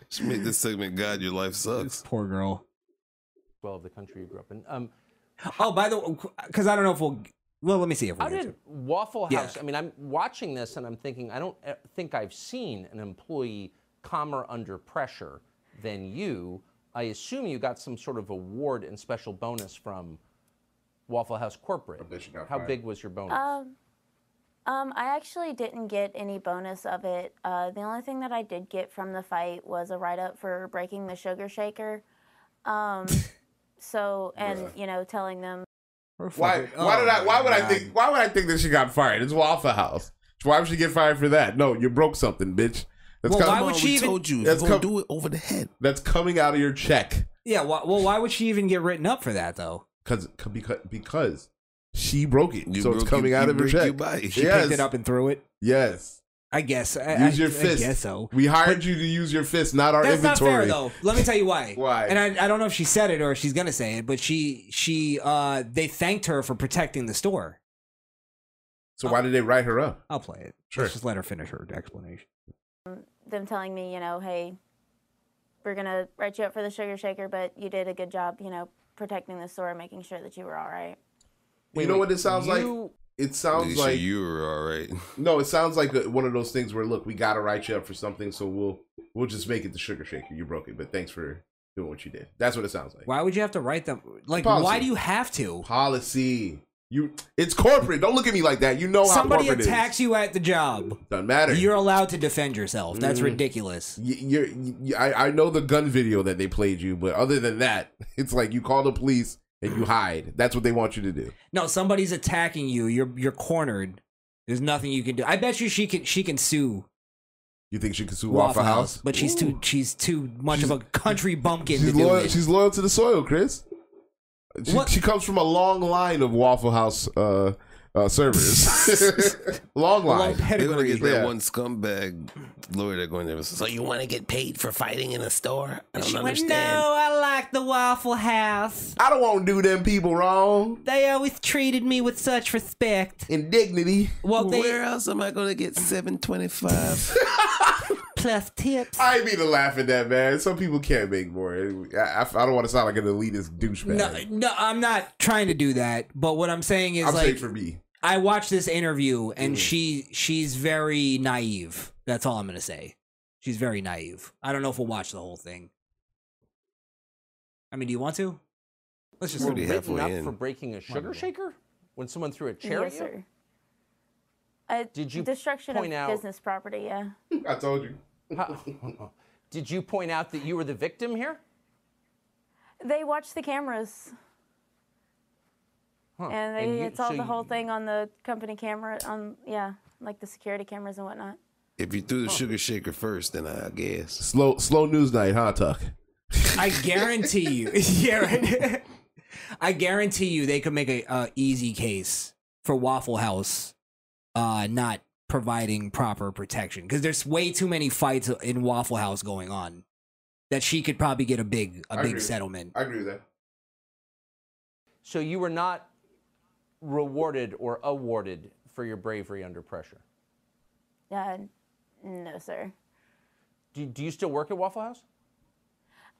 D: Just make this segment. God, your life sucks.
B: Poor girl.
Q: well, of the country you grew up in. Um,
B: Oh, by the way, because I don't know if we'll. Well, let me see if we
Q: How did Waffle
B: Yeah.
Q: House? I mean, I'm watching this and I'm thinking, I don't uh, think I've seen an employee calmer under pressure than you. I assume you got some sort of award and special bonus from Waffle House Corporate. How
C: fired.
Q: big was your bonus?
R: Um, um, I actually didn't get any bonus of it. Uh, the only thing that I did get from the fight was a write up for breaking the sugar shaker. Um, so, and,
C: Yeah.
R: you know, telling them.
C: Why?
B: oh
C: Why did I? Why would I think? Why would I think that she got fired? It's Waffle House. Why would she get fired for that? No, you broke something, bitch.
B: Well,
C: com-
B: why would she We even- told you,
C: That's
B: you gonna
C: do
D: it over the head.
C: That's coming out of your check
B: Yeah. Why, well, why would she even get written up for that though?
C: because because because she broke it,
D: You
C: so it's
D: broke-
C: coming
D: you-
C: out
D: you
C: of her
D: break
C: check.
D: your body.
B: She picked it up and threw it.
C: Yes.
B: I guess. I,
C: Use
B: I-
C: your
B: I
C: fist.
B: guess so.
C: We hired you to use your fist, not our
B: That's
C: inventory.
B: not fair though. Let me tell you why.
C: Why?
B: And I, I don't know if she said it or if she's gonna say it, but she she uh they thanked her for protecting the store.
C: So why did they write her up?
B: I'll play it.
C: Sure.
B: Let's just let her finish her explanation.
R: um, them telling me, you know, hey, we're gonna write you up for the sugar shaker, but you did a good job, you know, protecting the store, making sure that you were all right.
C: you know what it sounds like?
Q: you-
C: It sounds
D: Alicia,
C: like
D: you were all right.
C: no, it sounds like a, one of those things where look, we gotta write you up for something, so we'll we'll just make it the sugar shaker. You broke it, but thanks for doing what you did. That's what it sounds like.
B: Why would you have to write them? Like,
C: Policy.
B: why do you have to?
C: Policy. You, it's corporate. Don't look at me like that. You know how
B: Somebody
C: corporate
B: attacks you at the job.
C: Doesn't matter.
B: You're allowed to defend yourself. That's
C: Mhm.
B: ridiculous.
C: is. You, you're, you, I, I know the gun video that they played you, but other than that, it's like you call the police and you hide. That's what they want you to do.
B: No, somebody's attacking you. You're you're cornered. There's nothing you can do. I bet you she can she can sue
C: You think she can sue
B: Waffle
C: Waffle
B: House,
C: House?
B: but she's too she's too much of a country bumpkin to
C: She's
B: do
C: loyal.
B: it.
C: She's loyal to the soil, Chris. She,
B: What?
C: she comes from a long line of Waffle House uh, uh, servers. long line.
D: They're gonna get that
C: Yeah.
D: one scumbag lawyer that going there. So you want to get paid for fighting in a store? I don't understand.
S: I like the Waffle House.
C: I don't want to do them people wrong.
S: They always treated me with such respect.
C: Indignity.
S: Well, they-
D: Where else am I gonna get seven twenty five?
S: Plus tips.
C: I ain't mean to laugh at that, man. Some people can't make more. I, I, I don't want to sound like an elitist douchebag.
B: No, no, I'm not trying to do that. But what I'm saying is
C: I'm
B: like
C: saying for me.
B: I watched this interview and
C: Mm.
B: she she's very naive. That's all I'm gonna say. She's very naive. I don't know if we'll watch the whole thing. I mean, do you want to? Let's just
Q: You were written up for breaking a sugar shaker when someone threw a chair
R: yes,
Q: at you.
R: sir. Uh,
Q: Did you
R: destruction
Q: point
R: of
Q: out-
R: business property? Yeah.
C: I told you.
Q: How- Did you point out that you were the victim here?
R: They watch the cameras,
Q: Huh.
R: and they
Q: you-
R: it's all
Q: so you-
R: the whole thing on the company camera. On yeah, like the security cameras and whatnot.
D: If you threw the sugar shaker first, then I guess.
C: Slow, slow news night, huh, Tuck?
B: I guarantee you. yeah, right. I guarantee you they could make a, a easy case for Waffle House uh, not providing proper protection because there's way too many fights in Waffle House going on that she could probably get a big a
C: I
B: big
C: agree.
B: settlement.
C: I agree with that.
Q: So you were not rewarded or awarded for your bravery under pressure.
R: Uh, no, sir.
Q: Do, do you still work at Waffle House?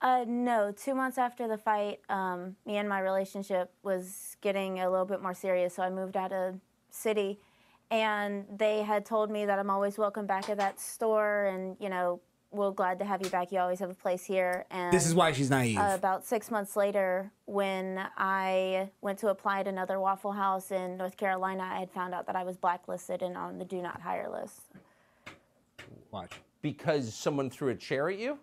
R: Uh, no, two months after the fight, um, me and my relationship was getting a little bit more serious, so I moved out of city, and they had told me that I'm always welcome back at that store, and you know, we're glad to have you back. You always have a place here. And
B: This is why she's naive.
R: uh, about six months later, when I went to apply at another Waffle House in North Carolina, I had found out that I was blacklisted and on the do not hire list.
B: Watch.
Q: Because someone threw a chair at you?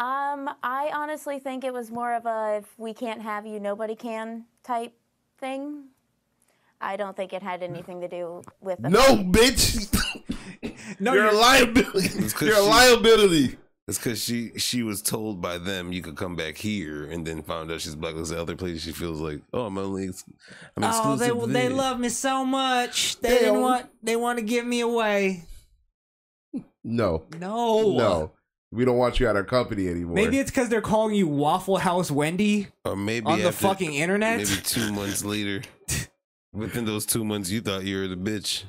R: Um, I honestly think it was more of a if we can't have you, nobody can type thing. I don't think it had anything to do with the
D: No,
R: fight.
D: bitch.
B: no,
D: you're, a liability.
R: You're a
D: liability. It's because she she was told by them you could come back here, and then found out she's blacklisted at other places. She feels like, oh, I'm only, ex- I'm
L: oh,
D: exclusive.
L: they they
D: there.
L: love me so much. They
B: They
L: didn't
B: don't-
L: want. They want to give me away.
C: No.
B: No.
C: No. We don't want you at our company anymore.
B: Maybe it's because they're calling you Waffle House Wendy
D: or maybe
B: on the
D: after-
B: fucking internet.
D: Maybe two months later, within those two months, you thought you were the bitch.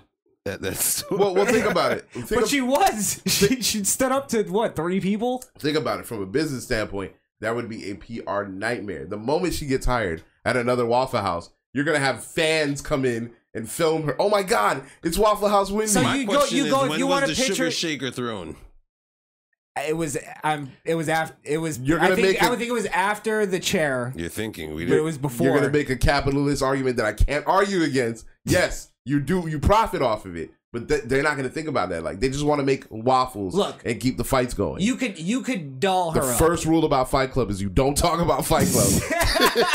D: That that's
C: well, well, think about it. Think
B: but
C: ab-
B: she was. She, she stood up to what three people?
C: Think about it from a business standpoint. That would be a PR nightmare. The moment she gets hired at another Waffle House, you're gonna have fans come in and film her. Oh my God, it's Waffle House Wendy.
B: So you go. You go. If
D: when
B: you
D: was
B: want a
D: the
B: picture.
D: sugar shaker thrown?
B: it was. I'm. It was after. It was.
C: You're
B: I
C: gonna
B: think.
C: make
B: I
C: it-
B: would think it was after the chair.
D: You're thinking we
B: But
D: did.
B: it was
C: You're
B: before.
C: gonna make a capitalist argument that I can't argue against. Yes, you do. You profit off of it, but th- they're not gonna think about that. Like they just want to make waffles
B: Look.
C: and keep the fights going.
B: You could. You could doll
C: the
B: her up.
C: first rule about Fight Club is you don't talk about Fight Club.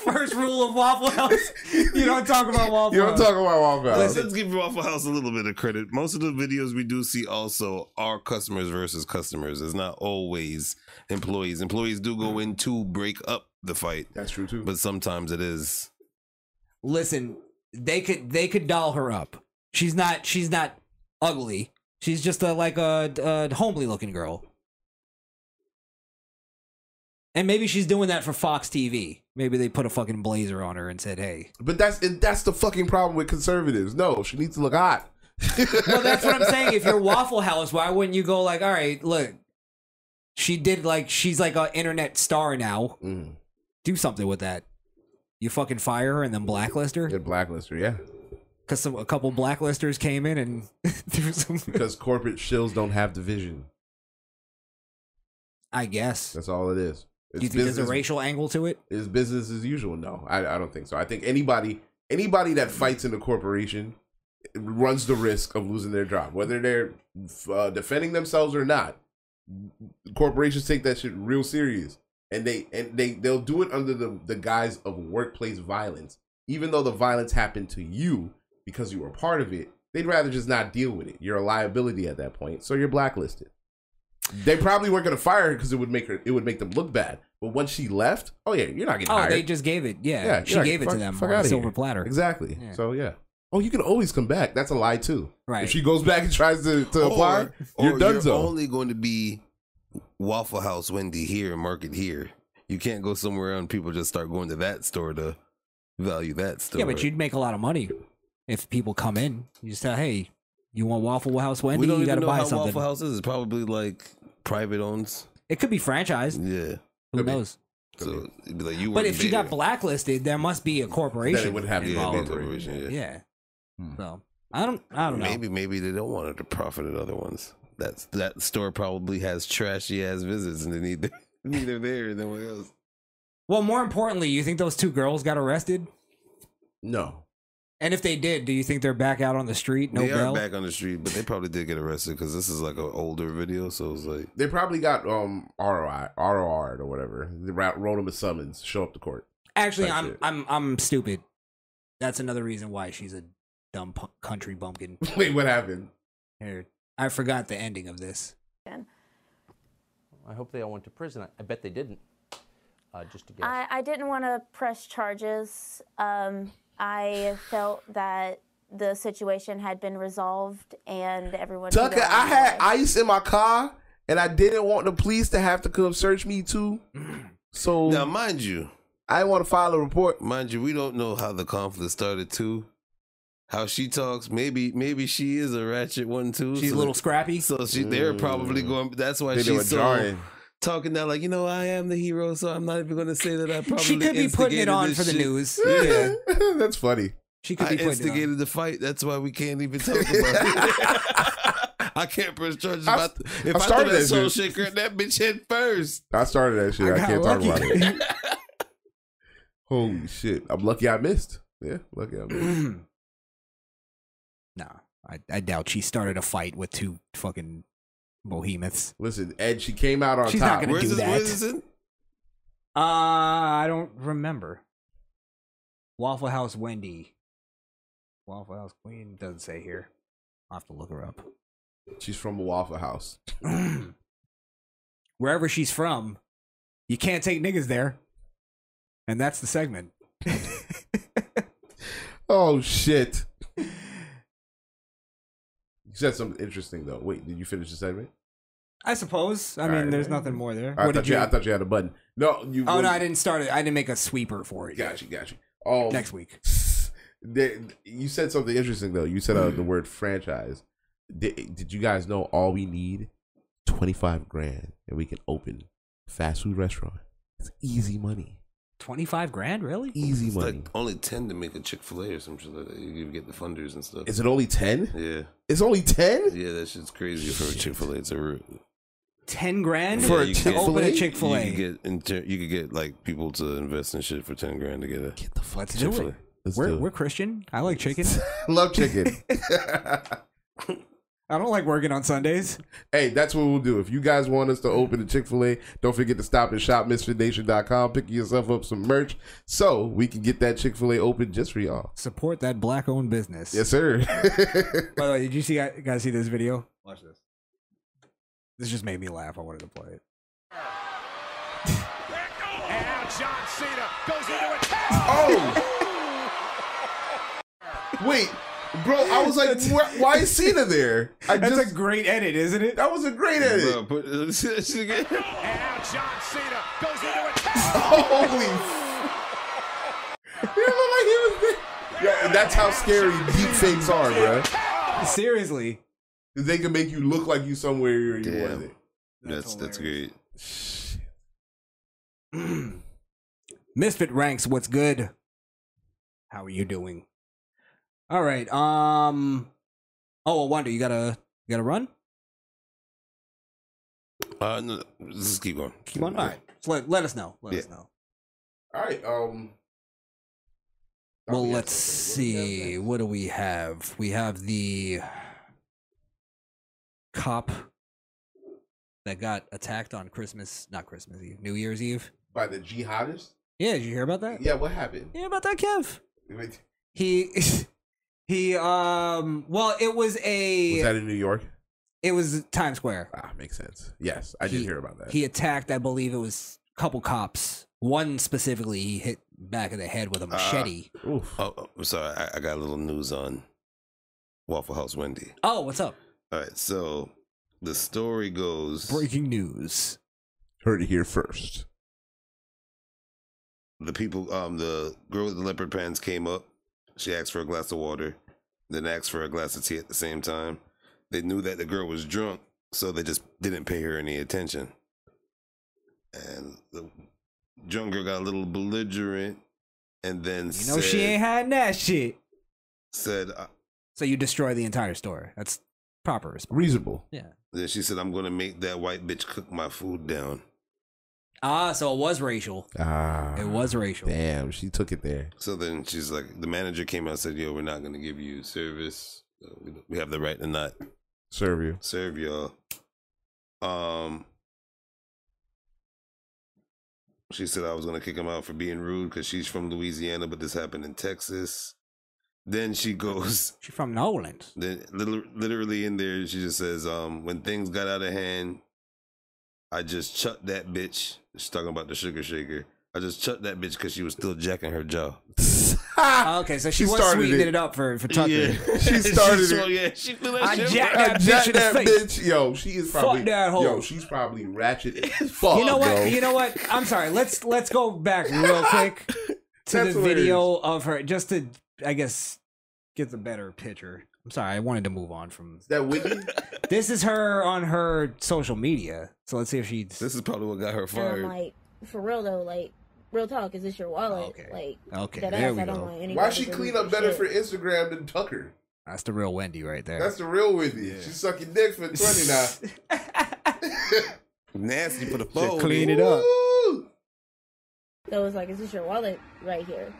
B: First rule of Waffle House: you don't talk about Waffle
C: you don't
B: House.
C: talk about Waffle House.
D: Let's, let's give Waffle House a little bit of credit. Most of the videos we do see also are customers versus customers. It's not always employees. Employees do go in to break up the fight.
C: That's true too.
D: But sometimes it is.
B: Listen, they could. They could doll her up. She's not. She's not ugly. She's just a like a, a homely looking girl. And maybe she's doing that for Fox TV. Maybe they put a fucking blazer on her and said, "Hey."
C: But that's and that's the fucking problem with conservatives. No, she needs to look hot.
B: well, that's what I'm saying. If you're Waffle House, why wouldn't you go like, all right, look, she did like she's like an internet star now.
C: Mm.
B: Do something with that. You fucking fire her and then blacklist her.
C: And blacklist her, yeah.
B: Because a couple blacklisters came in and threw some.
C: Because corporate shills don't have division.
B: I guess.
C: That's all it is.
B: Do you think there's a racial angle to it?
C: Is business as usual? No, I, I don't think so. I think anybody anybody that fights in a corporation runs the risk of losing their job, whether they're uh, defending themselves or not. Corporations take that shit real serious, and they and they they'll do it under the the guise of workplace violence, even though the violence happened to you because you were part of it. They'd rather just not deal with it. You're a liability at that point, so you're blacklisted. They probably weren't gonna fire her because it would make her it would make them look bad. But once she left, oh yeah, you're not getting
B: Oh,
C: hired.
B: they just gave it. Yeah,
C: Yeah,
B: she
C: yeah,
B: gave it
C: fuck-
B: to them
C: fuck
B: on a
C: outta
B: silver
C: here.
B: platter.
C: Exactly.
B: Yeah.
C: So yeah. Oh, you can always come back. That's a lie too.
B: Right.
C: If she goes back and tries to, to apply,
D: or
C: you're done
D: you're
C: so.
D: only going to be Waffle House Wendy here and market here. You can't go somewhere else and people just start going to that store to value that store.
B: Yeah, but you'd make a lot of money if people come in. You just tell, hey, you want Waffle House
D: we
B: Wendy?
D: don't
B: You
D: even
B: got to
D: know
B: buy
D: how
B: something.
D: Waffle House is. It's probably like private owns.
B: It could be franchised.
D: Yeah.
B: Who knows?
D: So it'd be like you.
B: But
D: weren't
B: if she
D: there.
B: got blacklisted, there must be a corporation.
D: Then it would have to be a
B: involved.
D: big corporation, yeah.
B: Yeah. So I don't. I don't know.
D: Maybe maybe they don't want her to profit at other ones. That's that store probably has trashy ass visits and they need their, need their there and then else.
B: Well, more importantly, you think those two girls got arrested?
C: No.
B: And if they did, do you think they're back out on the street? No
D: they
B: bail.
D: are back on the street, but they probably did get arrested because this is like an older video, so it's like
C: They probably got um ROI ROR or whatever. They ra- wrote them a summons. Show up to court.
B: Actually,
C: That's
B: I'm
C: it.
B: I'm I'm stupid. That's another reason why she's a dumb punk country bumpkin.
C: Wait, what happened?
B: Here, I forgot the ending of this.
Q: I hope they all went to prison. I, I bet they didn't. Uh, just to guess.
R: I, I didn't want to press charges. Um, I felt that the situation had been resolved and everyone. can
C: Tucker,
R: go
C: I
R: on their
C: had
R: way.
C: ice in my car, and I didn't want the police to have to come search me too.
D: Mm.
C: So
D: now, mind you,
C: I want to file a report.
D: Mind you, we don't know how the conflict started too. How she talks, maybe maybe she is a ratchet one too.
B: She's a little scrappy.
D: So she, they're probably
C: Mm.
D: going. That's why
C: They do a
D: she's so
C: drawing.
D: talking now. Like you know, I am the hero, so I'm not even going to say that I probably.
B: could be putting it
D: instigated
B: on
D: this
B: for the
D: shit.
B: news.
D: Yeah,
C: That's funny.
B: She could
D: I
B: be putting it on.
D: instigated the fight. That's why we can't even talk about it. I can't press charges.
C: I-
D: if I, if
C: I started
D: I, threw that
C: that
D: soul
C: shit.
D: shaker at that bitch head first.
C: I started that shit. I,
D: I got
C: can't talk
D: lucky.
C: about it. Holy shit! I'm lucky I missed. Yeah, lucky I missed.
B: nah, I, I doubt she started a fight with two fucking behemoths.
C: Listen, Ed, she came out on
B: She's
C: top.
B: not gonna do that. Uh, I don't remember. Waffle House Wendy. Waffle House Queen doesn't say here. I'll have to look her up.
C: She's from a Waffle House.
B: Wherever she's from, you can't take niggas there. And that's the segment.
C: Oh shit! You said something interesting though. Wait, did you finish the segment?
B: I suppose. I
C: All
B: mean,
C: right.
B: there's nothing more there.
C: I
B: What
C: thought
B: did
C: you,
B: you?
C: I thought you had a button. No, you.
B: oh no, I didn't start it. I didn't make a sweeper for it.
C: Gotcha, gotcha. Oh,
B: next week.
C: There, you said something interesting though. You said uh, the word franchise. Did, did you guys know all we need? Twenty five grand, and we can open a fast food restaurant. It's easy money.
B: Twenty five grand, really?
C: Easy
D: It's
C: money.
D: like only ten to make a Chick Fil A or something like that. You get the funders and stuff.
C: Is it only ten?
D: Yeah,
C: It's only ten
D: yeah, that shit's crazy for a Chick Fil A. It's a root.
B: Ten grand
D: Yeah, you
B: to
D: could get-
B: open a Chick Fil
D: You could
B: A.
D: get inter- you could get like people to invest in shit for ten grand together. Get the
B: Let's do it. We're, we're Christian. I like chicken.
C: Love chicken.
B: I don't like working on Sundays.
C: Hey, that's what we'll do. If you guys want us to open a Chick fil A, don't forget to stop and shop misfitnation.com. Pick yourself up some merch so we can get that Chick fil A open just for y'all.
B: Support that black owned business.
C: Yes, sir.
B: By the way, did you see guys guys see this video? Watch this. This just made me laugh. I wanted to play it.
L: And now John Cena goes into a
C: Wait, bro, I was like, wh- why is Cena there? I
B: That's a great edit, isn't it?
C: That was a great edit.
D: Bro, put-
L: And now John Cena goes into a
C: Holy. Yo, that's how scary deep fakes are, bro.
B: Seriously.
C: They can make you look like you somewhere you wasn't.
D: That's that's great.
B: Misfit ranks. What's good? How are you doing? All right. Um. Oh, wonder you gotta you gotta run.
D: Uh, no, let's just keep going.
B: Keep on. All right. So let, let us know. Let us
D: Yeah.
B: know.
C: All right, um.
B: Well, let's see. What do we have? We have the cop that got attacked on Christmas, not Christmas Eve, New Year's Eve.
C: By the jihadists?
B: Yeah, did you hear about that?
C: Yeah, what happened?
B: Yeah, about that, Kev. He, he, um, well, it was a,
C: Was that in New York?
B: it was Times Square.
C: Ah, makes sense. Yes, I did
B: He-
C: hear about that.
B: He attacked, I believe it was a couple cops. One specifically, he hit back of the head
C: Uh,
B: with a machete.
D: Oh, Uh, oh, I'm sorry. I, I got a little news on Waffle House Wendy.
B: oh, what's up?
D: All right, so the story goes
B: Breaking news.
C: Heard it here first.
D: The people, um, the girl with the leopard pants came up. She asked for a glass of water, then asked for a glass of tea at the same time. They knew that the girl was drunk, so they just didn't pay her any attention. And the drunk girl got a little belligerent, and then
B: You know, she ain't hiding that shit.
D: said, uh,
B: So you destroy the entire store. That's proper response.
C: Reasonable.
B: Yeah.
D: then she said, "I'm gonna make that white bitch cook my food down."
B: Ah, so it was racial.
C: Ah,
B: It was racial.
C: Damn, she took it there.
D: So then she's like, the manager came out and said, "Yo, we're not gonna give you service. Uh, we- We have the right to not
C: Serve you.
D: serve y'all." Um, she said I was gonna kick him out for being rude because she's from Louisiana, but this happened in Texas. Then she goes,
B: She from New Orleans.
D: then lit- literally in there, she just says, um, when things got out of hand, I just chucked that bitch. She's talking about the sugar shaker. I just chucked that bitch because she was still jacking her jaw.
B: Oh, okay, so she,
D: She
B: was
D: started
B: sweetening
D: it.
B: it. up for for Tucker.
D: Yeah.
C: She started
D: She
C: it.
D: swung- yeah, she threw that
B: I
D: shit
B: jacked that
D: right-
B: bitch in the
C: that
B: face.
C: bitch. Yo, she is
B: Fuck
C: probably.
B: that hoe.
C: Yo, she's probably ratchet as fuck.
B: you know what?
C: Bro.
B: You know what? I'm sorry. Let's let's go back real quick to the
T: That's
B: video of her just to I guess get the better picture. I'm sorry. I wanted to move on from
C: that Whitney?
B: this is her on her social media. So let's see if she This
D: is probably what got her
R: And I'm like, for real though, like, real talk, is this your wallet? Like,
B: Okay,
R: dead
B: there
R: ass,
B: we
R: I don't
B: go.
R: want anybody
C: Why she
R: to
C: clean
R: lose
C: up
R: their
C: better
R: shit.
C: for Instagram than Tucker?
B: That's the real Wendy right there.
C: That's the real Wendy. She's sucking dick for twenty now.
D: Nasty for the phone.
B: clean it up.
R: So it's like, is this your wallet right here?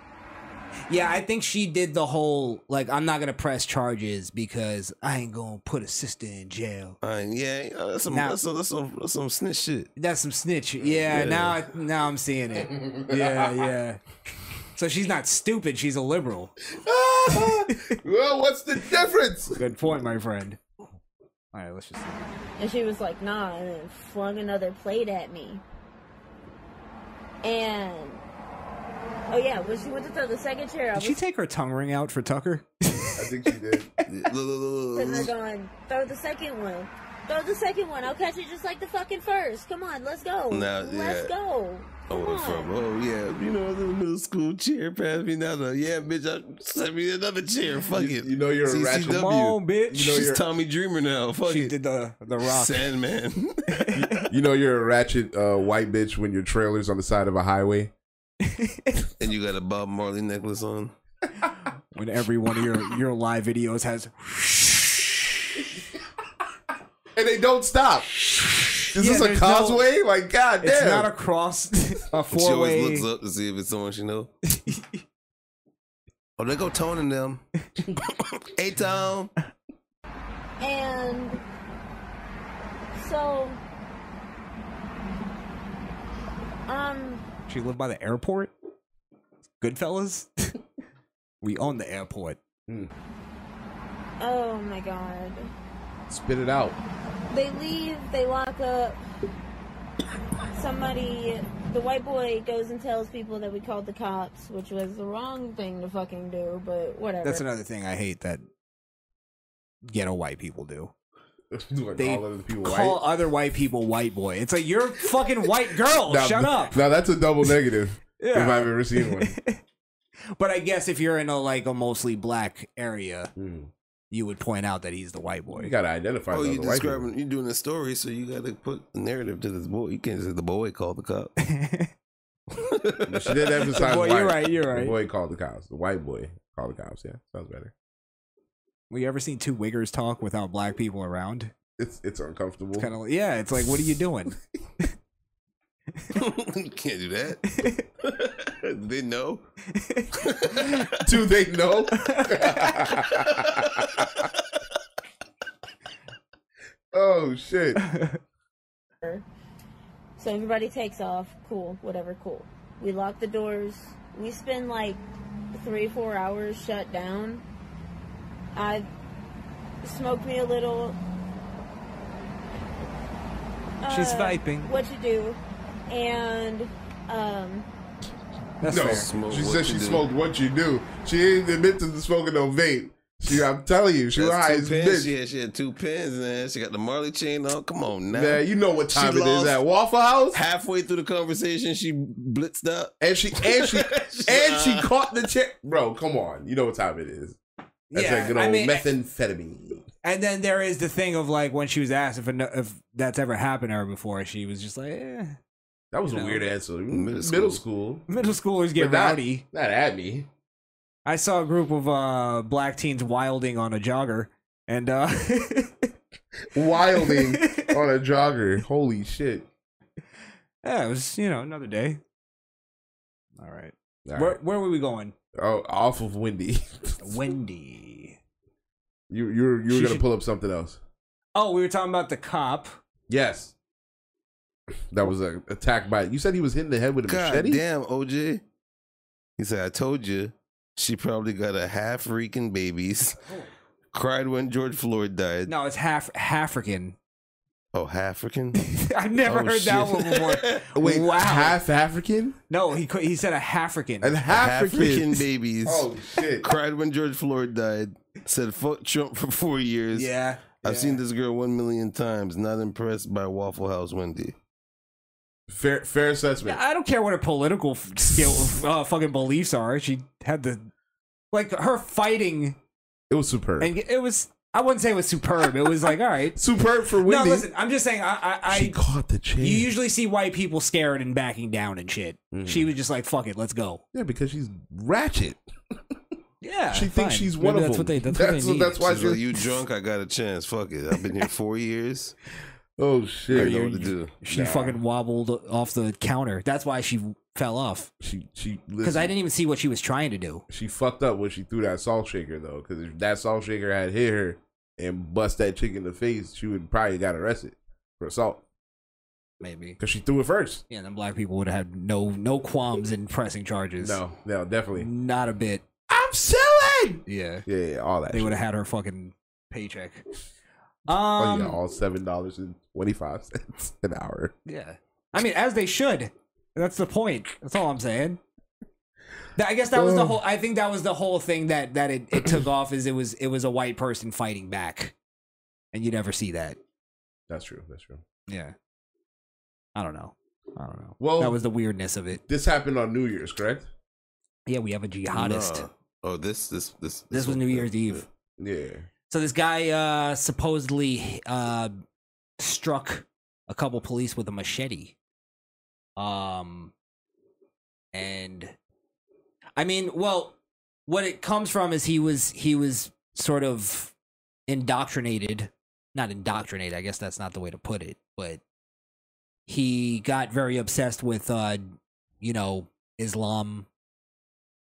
B: Yeah, I think she did the whole like I'm not gonna press charges because I ain't gonna put a sister in jail.
D: Uh, yeah, uh, that's some
B: Now-
D: that's some, that's some that's some snitch shit.
B: That's some snitch. Yeah,
D: Yeah.
B: now I, now I'm seeing it. Yeah, yeah. So she's not stupid. She's a liberal.
C: well, what's the difference?
B: Good point, my friend. All right, let's just.
R: And she was like, nah, and then flung another plate at me. And oh yeah, when she went to throw the second chair, I
B: Did
R: was
B: she take her tongue ring out for Tucker?
C: I think she did.
R: sitting there going, throw the second one. Throw the second one. I'll catch it just like the fucking first. Come on, let's go.
D: Nah,
R: let's
D: yeah.
R: go.
D: Oh, from oh yeah, you know the middle school chair pass me now. though. Yeah, bitch, I, send me another chair. Fuck
C: You-
D: it.
C: you know you're a
D: CCW.
C: ratchet. Come on, bitch.
D: You
C: You know
D: know she's
C: you're-
D: Tommy Dreamer now. Fuck
B: she
D: it.
B: did the the rock.
D: Sandman.
C: You know you're a ratchet uh, white bitch when your trailer's on the side of a highway.
D: and you got a Bob Marley necklace on.
B: when every one of your your live videos has.
C: And they don't stop. Is this a
B: there's no-
C: causeway? like, god
B: It's
C: damn.
B: not across a
D: She
B: four way.
D: always looks up to see if it's someone she know. oh, they go Tone and them. hey Tone.
R: And so um
B: She lived by the airport. Goodfellas. we own the airport.
C: Hmm.
R: oh my god.
C: Spit it out.
R: They leave, they lock up somebody the white boy goes and tells people that we called the cops, which was the wrong thing to fucking do, but whatever.
B: That's another thing I hate that ghetto white people do.
C: Like
B: They
C: all other people
B: call
C: white.
B: other white people white boy. It's like you're a fucking white girl.
C: Now-
B: Oh, Shut up.
C: Now that's a double negative.
B: Yeah.
C: If I've ever seen one.
B: But I guess if you're in a like a mostly black area, you would point out that he's the white boy.
C: Hmm. You gotta identify
D: Oh,
C: the
D: you
C: other white people.
D: describing you doing a story, so you got to put a narrative to this boy. You can't say the boy called the cop.
C: But she did emphasize
B: Boy,
C: white.
B: you're right, you're right.
C: The boy called the cops. The white boy called the cops. Yeah, sounds better.
B: We ever seen two wiggers talk without black people around?
C: It's it's uncomfortable.
B: Kind of yeah. It's like what are you doing?
D: you can't do that. they know.
C: Do they know? oh shit!
R: So everybody takes off. Cool, whatever, cool. We lock the doors. We spend like three, four hours shut down. I smoked me a little.
B: She's vaping.
R: Uh, What you do? And um,
B: That's
C: no,
B: fair.
D: Smoke
C: she
D: what
C: said
D: you
C: she
D: do.
C: smoked what you do. She didn't admit to smoking no vape. She, I'm telling you, she was high
D: That's
C: as
D: two
C: a
D: pins.
C: bitch.
D: She had, she had two pins, man. She got the Marley chain on. Come on now.
C: Man, you know what
D: She
C: time it is
D: lost
C: at Waffle House,
D: Halfway through the conversation, she blitzed up.
C: and she and she and she caught the chick. Bro, come on, you know what time it is. That's
B: Yeah,
C: that good
B: I
C: old
B: mean-
C: methamphetamine.
B: And then there is the thing of like when she was asked if eno- if that's ever happened to her before, she was just like, eh.
C: That was
B: You
C: a
B: know.
C: weird answer. Middle
D: Middle
C: school.
D: school.
B: middle schoolers get
C: But not-
B: rowdy.
C: Not at me.
B: I saw a group of uh, black teens wilding on a jogger, and uh,
C: Wilding on a jogger. Holy shit.
B: yeah, it was you know another day. All right,
C: All
B: where
C: right.
B: where were we going?
C: Oh, off of Wendy.
B: Wendy.
C: You you were- you were
B: She
C: gonna
B: should-
C: pull up something else.
B: Oh, we were talking about the cop.
C: Yes. That was a attack by you said he was hitting the head with a
D: God
C: machete?
D: damn, OJ. He said, I told you she probably got a half freaking babies. Cried when George Floyd died.
B: No, it's half African.
D: Oh, African?
B: I've never
D: Oh,
B: heard that
D: shit.
B: one before.
C: Wait,
B: wow.
C: half African?
B: no, he cou- he said a African.
C: And half African.
D: African babies.
C: Oh shit.
D: Cried when George Floyd died. Said, fuck Trump for four years.
B: yeah,
D: I've
B: yeah.
D: seen this girl one million times. Not impressed by Waffle House Wendy.
C: Fair fair
B: Yeah,
C: assessment.
B: I don't care what her political f- skill, uh, fucking beliefs are. She had the like her fighting,
C: It was superb.
B: and it was. I wouldn't say it was superb. It was like all right.
C: superb for Wendy.
B: No, listen. I'm just saying. I, I,
C: she
B: I
C: caught the chain.
B: you usually see white people scared and backing down and shit.
C: Mhm.
B: She was just like, "Fuck it, let's go."
C: yeah, because she's ratchet.
B: Yeah,
C: She thinks she's one of them. that's, that's why
D: She's like,
C: she-
D: you drunk. I got a chance. Fuck it. I've been here four years.
C: Oh
D: I
C: shit!
D: already know what to do.
B: She fucking wobbled off the counter. That's why she fell off.
C: She she
B: because I didn't even see what she was trying to do.
C: She fucked up when she threw that salt shaker though, because if that salt shaker had hit her and bust that chick in the face, she would probably got arrested for assault.
B: Maybe
C: because she threw it first.
B: Yeah, then black people would have had no no qualms in pressing charges.
C: No, no, definitely
B: not a bit.
C: I'm selling.
B: Yeah,
C: yeah, yeah all that.
B: They
C: shit.
B: would have had her fucking paycheck.
C: Oh, yeah,
B: Um,
C: all seven dollars and twenty five cents an hour.
B: yeah. I mean, as they should. That's the point. That's all I'm saying. That- I guess that was the whole. I think that was the whole thing that that it, it took off. Is it was it was a white person fighting back, and you never see that.
C: That's true. That's true.
B: Yeah. I don't know. I don't know.
C: Well,
B: that was the weirdness of it.
C: This happened on New Year's, correct?
B: Yeah, we have a jihadist.
D: Nah. Oh, this this this
B: This was
D: one.
B: New Year's Eve.
C: Yeah.
B: So this guy uh, supposedly uh, struck a couple police with a machete. Um, and I mean, well, what it comes from is he was he was sort of indoctrinated, not indoctrinated. I guess that's not the way to put it, but he got very obsessed with, uh, you know, Islam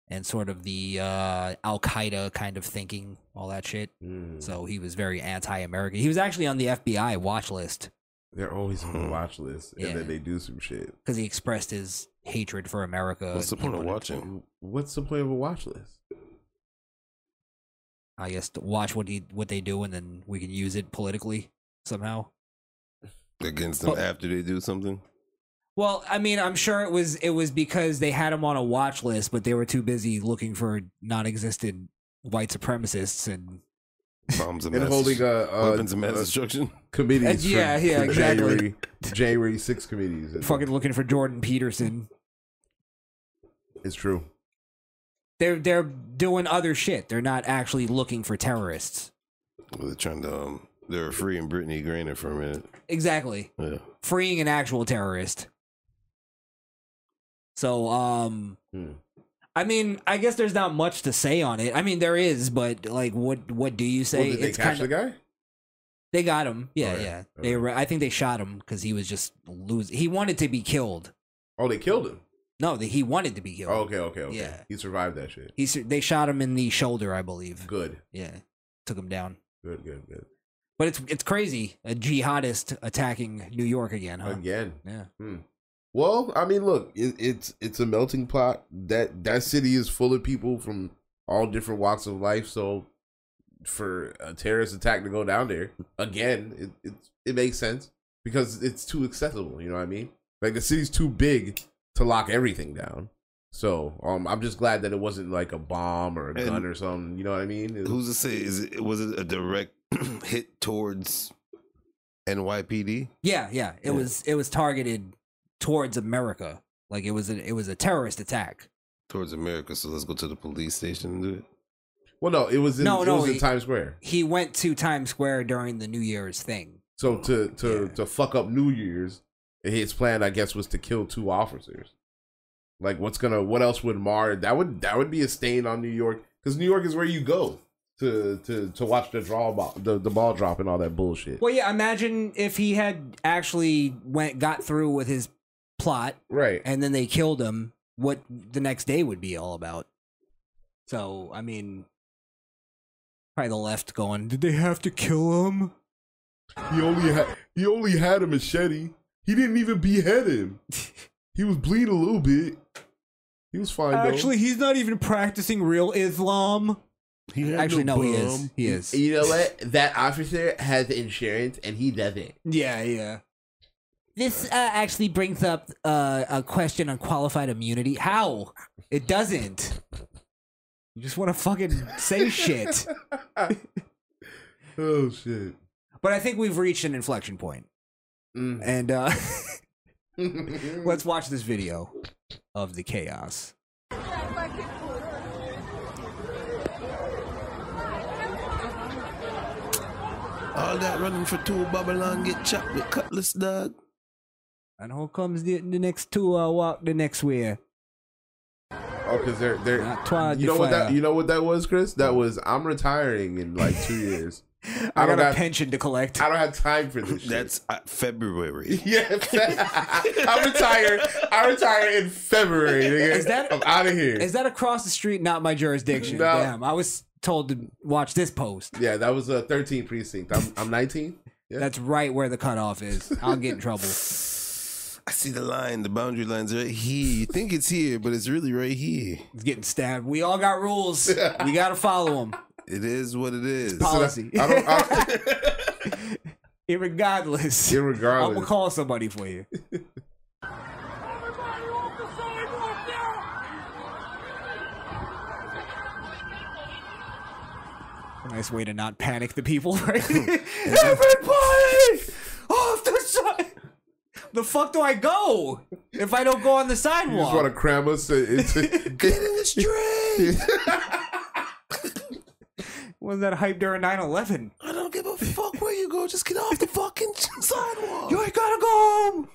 B: and sort of the uh, Al Qaeda kind of thinking, all that shit.
C: Hmm.
B: So he was very anti-American. He was actually on the FBI watch list Hmm.
C: They're always on the watch list, and
B: Yeah.
C: then they do some shit.
B: because he expressed his hatred for America.
D: What's the
B: and he
D: point of
B: wanted-
D: watching?
C: What's the point of a watch list?
B: I guess to watch what he what they do, and then we can use it politically somehow.
D: against them
B: Oh.
D: after they do something?
B: Well, I mean, I'm sure it was it was because they had him on a watch list, but they were too busy looking for non-existent white supremacists and
D: Bombs of
C: and
D: mass
C: holding uh, uh,
D: weapons of mass
C: uh,
D: destruction.
C: committees.
B: Uh, yeah,
C: for-
B: yeah,
C: for
B: exactly.
C: January, January six committees. and-
B: fucking looking for Jordan Peterson.
C: It's true.
B: They're they're doing other shit. They're not actually looking for terrorists.
D: Well, They're trying to. Um, they were freeing Brittany Griner for a minute.
B: Exactly.
D: Yeah.
B: freeing an actual terrorist. So, um,
C: Hmm.
B: I mean, I guess there's not much to say on it. I mean, there is, but like, what what do you say?
C: Well, did they catch
B: kinda-
C: the guy? Oh,
B: They got him. Yeah,
C: Alright,
B: yeah. They, arre- I think they shot him because he was just losing. He wanted to be killed.
C: Oh, they killed him.
B: No, that he wanted to be killed.
C: Oh, okay, okay, okay.
B: Yeah.
C: He survived that shit.
B: He sur- they shot him in the shoulder, I believe.
C: Good.
B: Yeah, took him down.
C: Good, good, good.
B: But it's it's crazy. A jihadist attacking New York again, huh?
C: Again.
B: Uh-huh. Yeah.
C: Hmm. Well, I mean, look, it, it's it's a melting pot. That that city is full of people from all different walks of life. So, for a terrorist attack to go down there again, it it, it makes sense because it's too accessible. You know what I mean? Like the city's too big to lock everything down. So, um, I'm just glad that it wasn't like a bomb or a
D: And-
C: gun or something. You know what I mean? It-
D: Who's to say? Is it was it a direct hit towards NYPD?
B: Yeah, yeah. It
D: Yeah.
B: was it was targeted towards America. Like it was a, it was a terrorist attack.
D: Towards America, so let's go to the police station and do it.
C: Well, no, it was in,
B: No,
C: it
B: no,
C: was in
B: he-
C: Times Square.
B: He went to Times Square during the New Year's thing.
C: So to to to fuck up New Year's, his plan, I guess, was to kill two officers. Like, what's gonna? What else would mar? That would that would be a stain on New York because New York is where you go to to to watch the draw ball, the, the ball drop and all that bullshit.
B: Well, yeah. Imagine if he had actually went got through with his plot,
C: right?
B: And then they killed him. What the next day would be all about. So I mean, probably the left going. Did they have to kill him?
C: He only had he only had a machete. He didn't even behead him. He was bleeding a little bit. He was fine.
B: Actually, he's not even practicing real Islam. Actually, no, he is. He is.
C: You know what? That officer has insurance and he doesn't.
B: Yeah, yeah. This uh, actually brings up uh, a question on qualified immunity. How? It doesn't. You just want to fucking say shit.
C: oh shit!
B: But I think we've reached an inflection point. And uh, let's watch this video of the chaos.
D: All that running for two Babylon get chopped with cutlass, dog.
B: And here comes the, the next two uh, walk the next way.
C: Oh, because they're they're. you know what that you know what that was, Chris? That was I'm retiring in like two years.
B: I, got a pension to collect.
C: I don't have time for this. Shit.
D: That's uh, February.
C: Yeah, I'm retired. I retire in February. Nigga.
B: Is that-
C: I'm out of here.
B: Is that across the street? Not my jurisdiction.
C: No.
B: Damn, I was told to watch this post.
C: yeah, that was a 13 precinct. I'm I'm 19. Yeah.
B: That's right where the cutoff is. I'll get in trouble.
D: I see the line. The boundary line's right here. You think it's here, but it's really right here.
B: It's getting stabbed. We all got rules. we gotta follow them.
D: It is what it is.
B: Policy.
C: I don't-
B: Irregardless.
C: Irregardless.
B: I'm gonna call somebody for you. A nice way to not panic the people, right? Everybody off the side. The fuck do I go if I don't go on the
C: You just
B: sidewalk?
C: want to cram us into.
D: Get in the street.
B: Wasn't that hype during 9/11?
D: I don't give a fuck where you go. Just get off the fucking sidewalk.
B: You ain't gotta go home.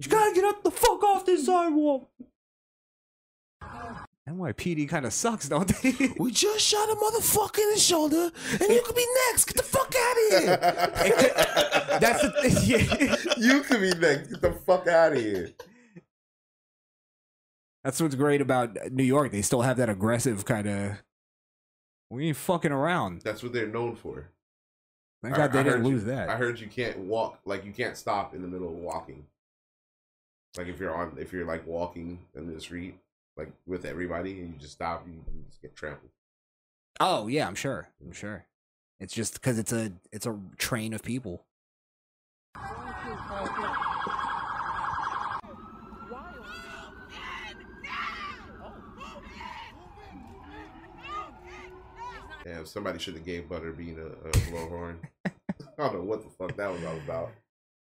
B: You gotta get up the fuck off this sidewalk. NYPD kind of sucks, don't they?
D: We just shot a motherfucker in the shoulder, and you could be next. Get the fuck out of here.
B: That's the
C: you could be next. Get the fuck out of here.
B: That's what's great about New York. They still have that aggressive kind of. We ain't fucking around.
C: That's what they're known for.
B: Thank
C: I-
B: God they
C: I
B: didn't
C: heard you-
B: lose that.
C: I heard you can't walk, like you can't stop in the middle of walking. Like if you're on, if you're like walking in the street, like with everybody, and you just stop, you, you just get trampled.
B: oh yeah, I'm sure. I'm sure. It's just because it's a it's a train of people.
C: Damn, somebody should have gave Butterbean a, a blowhorn. I don't know what the fuck that was all about.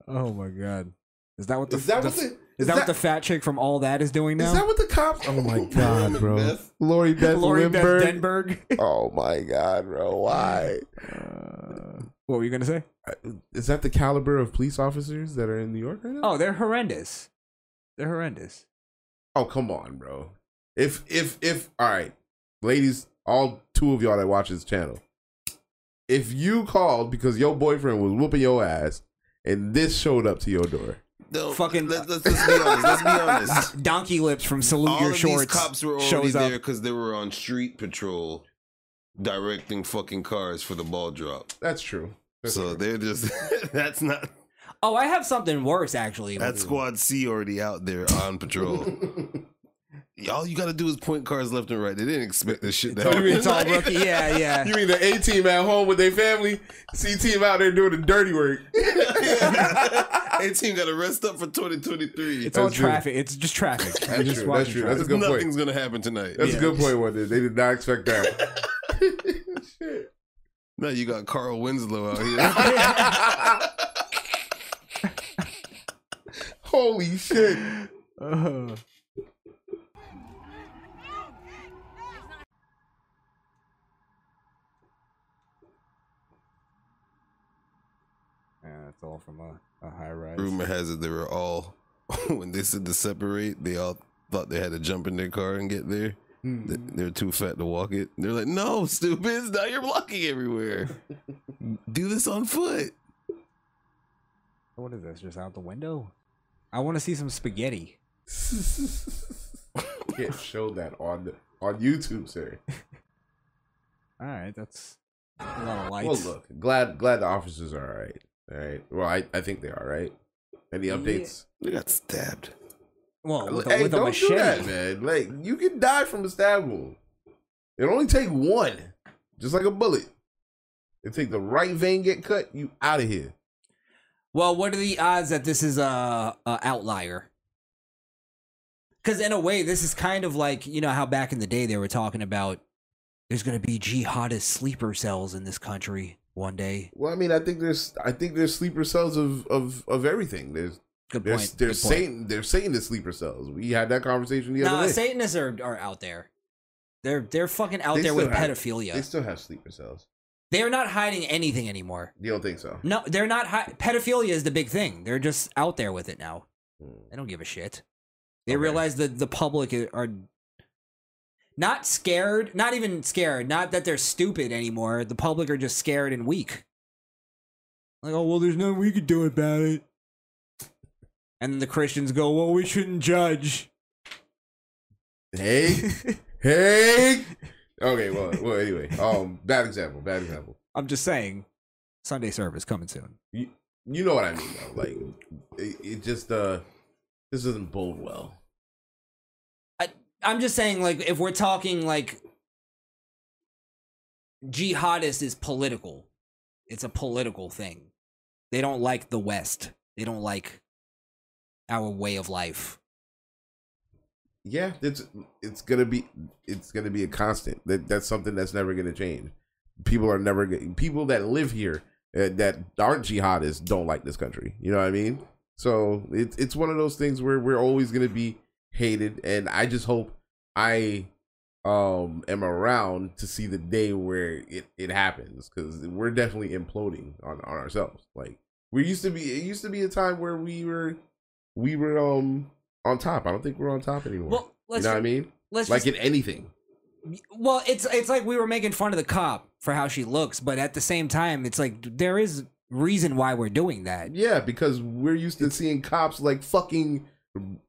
B: Oh my God. Is that what the
C: Is that
B: the-
C: what the-
B: is that what the fat chick from All That is doing now?
C: Is that what the cops?
B: Oh my God, bro.
C: Lori Beth
B: Lori Beth
C: Lindbergh.
B: Denberg.
C: Oh my god, bro! Why?
B: What were you gonna say?
C: Is that the caliber of police officers that are in New York right now?
B: Oh, they're horrendous. They're horrendous.
C: Oh come on, bro! If if if all right, ladies, all two of y'all that watch this channel, if you called because your boyfriend was whooping your ass, and this showed up to your door,
D: No,
B: Fucking-
D: Let, us let's be honest. Let's be honest.
B: Donkey lips from Salute
D: All
B: Your
D: of
B: Shorts.
D: these cops were already
B: shows
D: there
B: up.
D: because they were on street patrol, directing fucking cars for the ball drop.
C: that's true.
D: so they're just that's not
B: Oh, I have something worse actually.
D: that squad C already out there on patrol. All you gotta do is point cars left and right. They didn't expect this shit.
C: Oh,
B: all-
D: hard.
B: it's all rookie. Yeah, yeah.
C: You mean the A team at home with their family, C team out there doing the dirty work?
D: A team got to rest up for 2023.
B: It's all
C: That's true.
B: traffic. It's just traffic.
C: That's
B: just
C: true. That's
B: watching
C: true. That's a
B: traffic.
C: good point.
D: Nothing's gonna happen tonight.
C: That's a good point, one day. They did not expect that.
D: No, you got Carl Winslow out here.
C: Holy shit.
B: Uh, yeah, that's all from a, a high rise.
D: Rumor has it they were all when they said to separate, they all thought they had to jump in their car and get there.
C: Hmm.
D: Th- They're too fat to walk it. They're like, no, stupids, now you're blocking everywhere. Do this on foot.
B: Oh, What is this? Just out the window? I want to see some spaghetti.
C: Can't show that on the, on YouTube, sir.
B: All right, that's a lot of
C: Well,
B: lights.
C: look, glad glad the officers are all right. All right. Well, I, I think they are right. Any updates?
D: They got stabbed.
B: Well, with a,
C: hey,
B: with a
C: don't do that,
B: machete.
C: man. Like you can die from a stab wound. It only take one, just like a bullet. It take the right vein get cut, you out of here.
B: Well, what are the odds that this is a, a outlier? Because in a way, this is kind of like you know how back in the day they were talking about there's going to be jihadist sleeper cells in this country one day.
C: Well, I mean, I think there's I think there's sleeper cells of of of everything. There's
B: Good
C: there's
B: point.
C: there's
B: good point.
C: Satan there's Satanist sleeper cells. We had that conversation the other
B: Nah,
C: day.
B: Satanists are, are out there. They're they're fucking out
C: They
B: there
C: still
B: with
C: have-
B: pedophilia.
C: They
B: They,
C: still have sleeper cells.
B: are not hiding anything anymore.
C: You don't think so?
B: No, they're not. Hi- pedophilia is the big thing. They're just out there with it
C: Hmm.
B: now. They don't give a shit. They realize that the public i- are not scared, not even scared, not that they're stupid anymore. The public are just scared and weak. Like, oh, well, there's nothing we could do about it. And the Christians go, well, we shouldn't judge.
C: Hey, hey. Okay, well, well, anyway, um, bad example, bad example.
B: I'm just saying, Sunday service coming soon.
C: You, you know what I mean, though. Like, it, it just uh, this doesn't bode well.
B: I'm just saying, like, if we're talking like jihadist is political, it's a political thing. They don't like the West. They don't like our way of life.
C: Yeah, it's it's gonna be it's gonna be a constant. That that's something that's never gonna change. People are never gonna, people that live here uh, that aren't jihadists don't like this country. You know what I mean? So it's it's one of those things where we're always gonna be hated and i just hope i um am around to see the day where it it happens because we're definitely imploding on on ourselves like we used to be it used to be a time where we were we were um on top i don't think we're on top anymore
B: Well, let's
C: you know what i
B: ju-
C: mean
B: let's
C: like
B: just-
C: in anything
B: Well, it's it's like we were making fun of the cop for how she looks, but at the same time, it's like there is reason why we're doing that.
C: yeah because we're used to seeing cops like fucking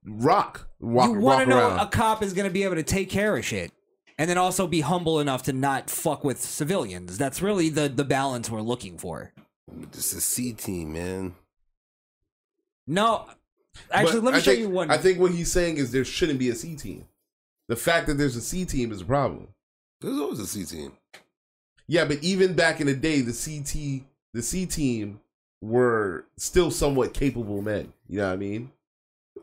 C: rock walk,
B: You want
C: walk
B: to know
C: around
B: a cop is going to be able to take care of shit, and then also be humble enough to not fuck with civilians. That's really the the balance we're looking for.
D: It's a C team, man.
B: No, actually,
C: But
B: let me
C: I
B: show
C: think-
B: you one.
C: I think what he's saying is there shouldn't be a C team. The fact that there's a C team is a problem.
D: There's always a C team.
C: Yeah, but even back in the day, the CT, the C team were still somewhat capable men. You know what I mean?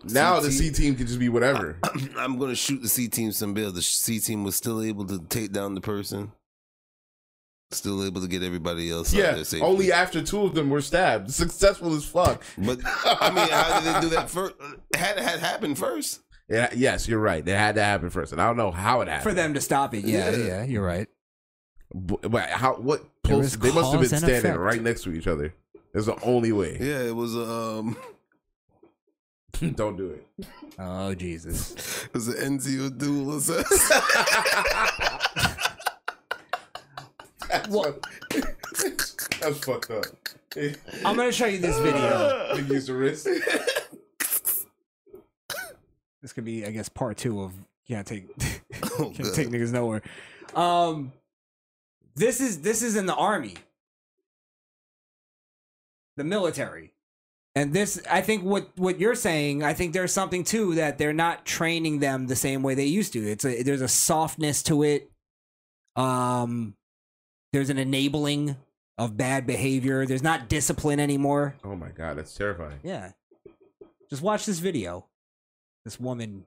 C: Now the C team can just be whatever.
D: I'm gonna shoot the C team some bill. The C team was still able to take down the person. Still able to get everybody else. out
C: Yeah,
D: there safely.
C: only after two of them were stabbed. Successful as fuck.
D: But I mean, how did they do that first? Had had happened first.
C: Yeah, yes, you're right. It had to happen first, and I don't know how it happened
B: For them to stop it, yeah, yeah, you're right.
C: But, but how? What?
B: There was
C: Close, they must have been
B: cause and
C: standing
B: effect.
C: right next to each other. That's the only way.
D: Yeah, it was um.
C: don't do it.
B: Oh Jesus!
D: It was an NZO duel assassin.
C: That's, fuck- that's fucked up.
B: I'm gonna show you this video.
C: They used the wrist.
B: This could be, I guess, part two of can't take
C: Oh,
B: can't
D: God.
B: take niggas nowhere. Um, this is this is in the army, the military, and this I think what what you're saying I think there's something too that they're not training them the same way they used to. It's a there's a softness to it. Um, there's an enabling of bad behavior. There's not discipline anymore.
C: Oh my god, that's terrifying.
B: Yeah. Just watch this video. This woman.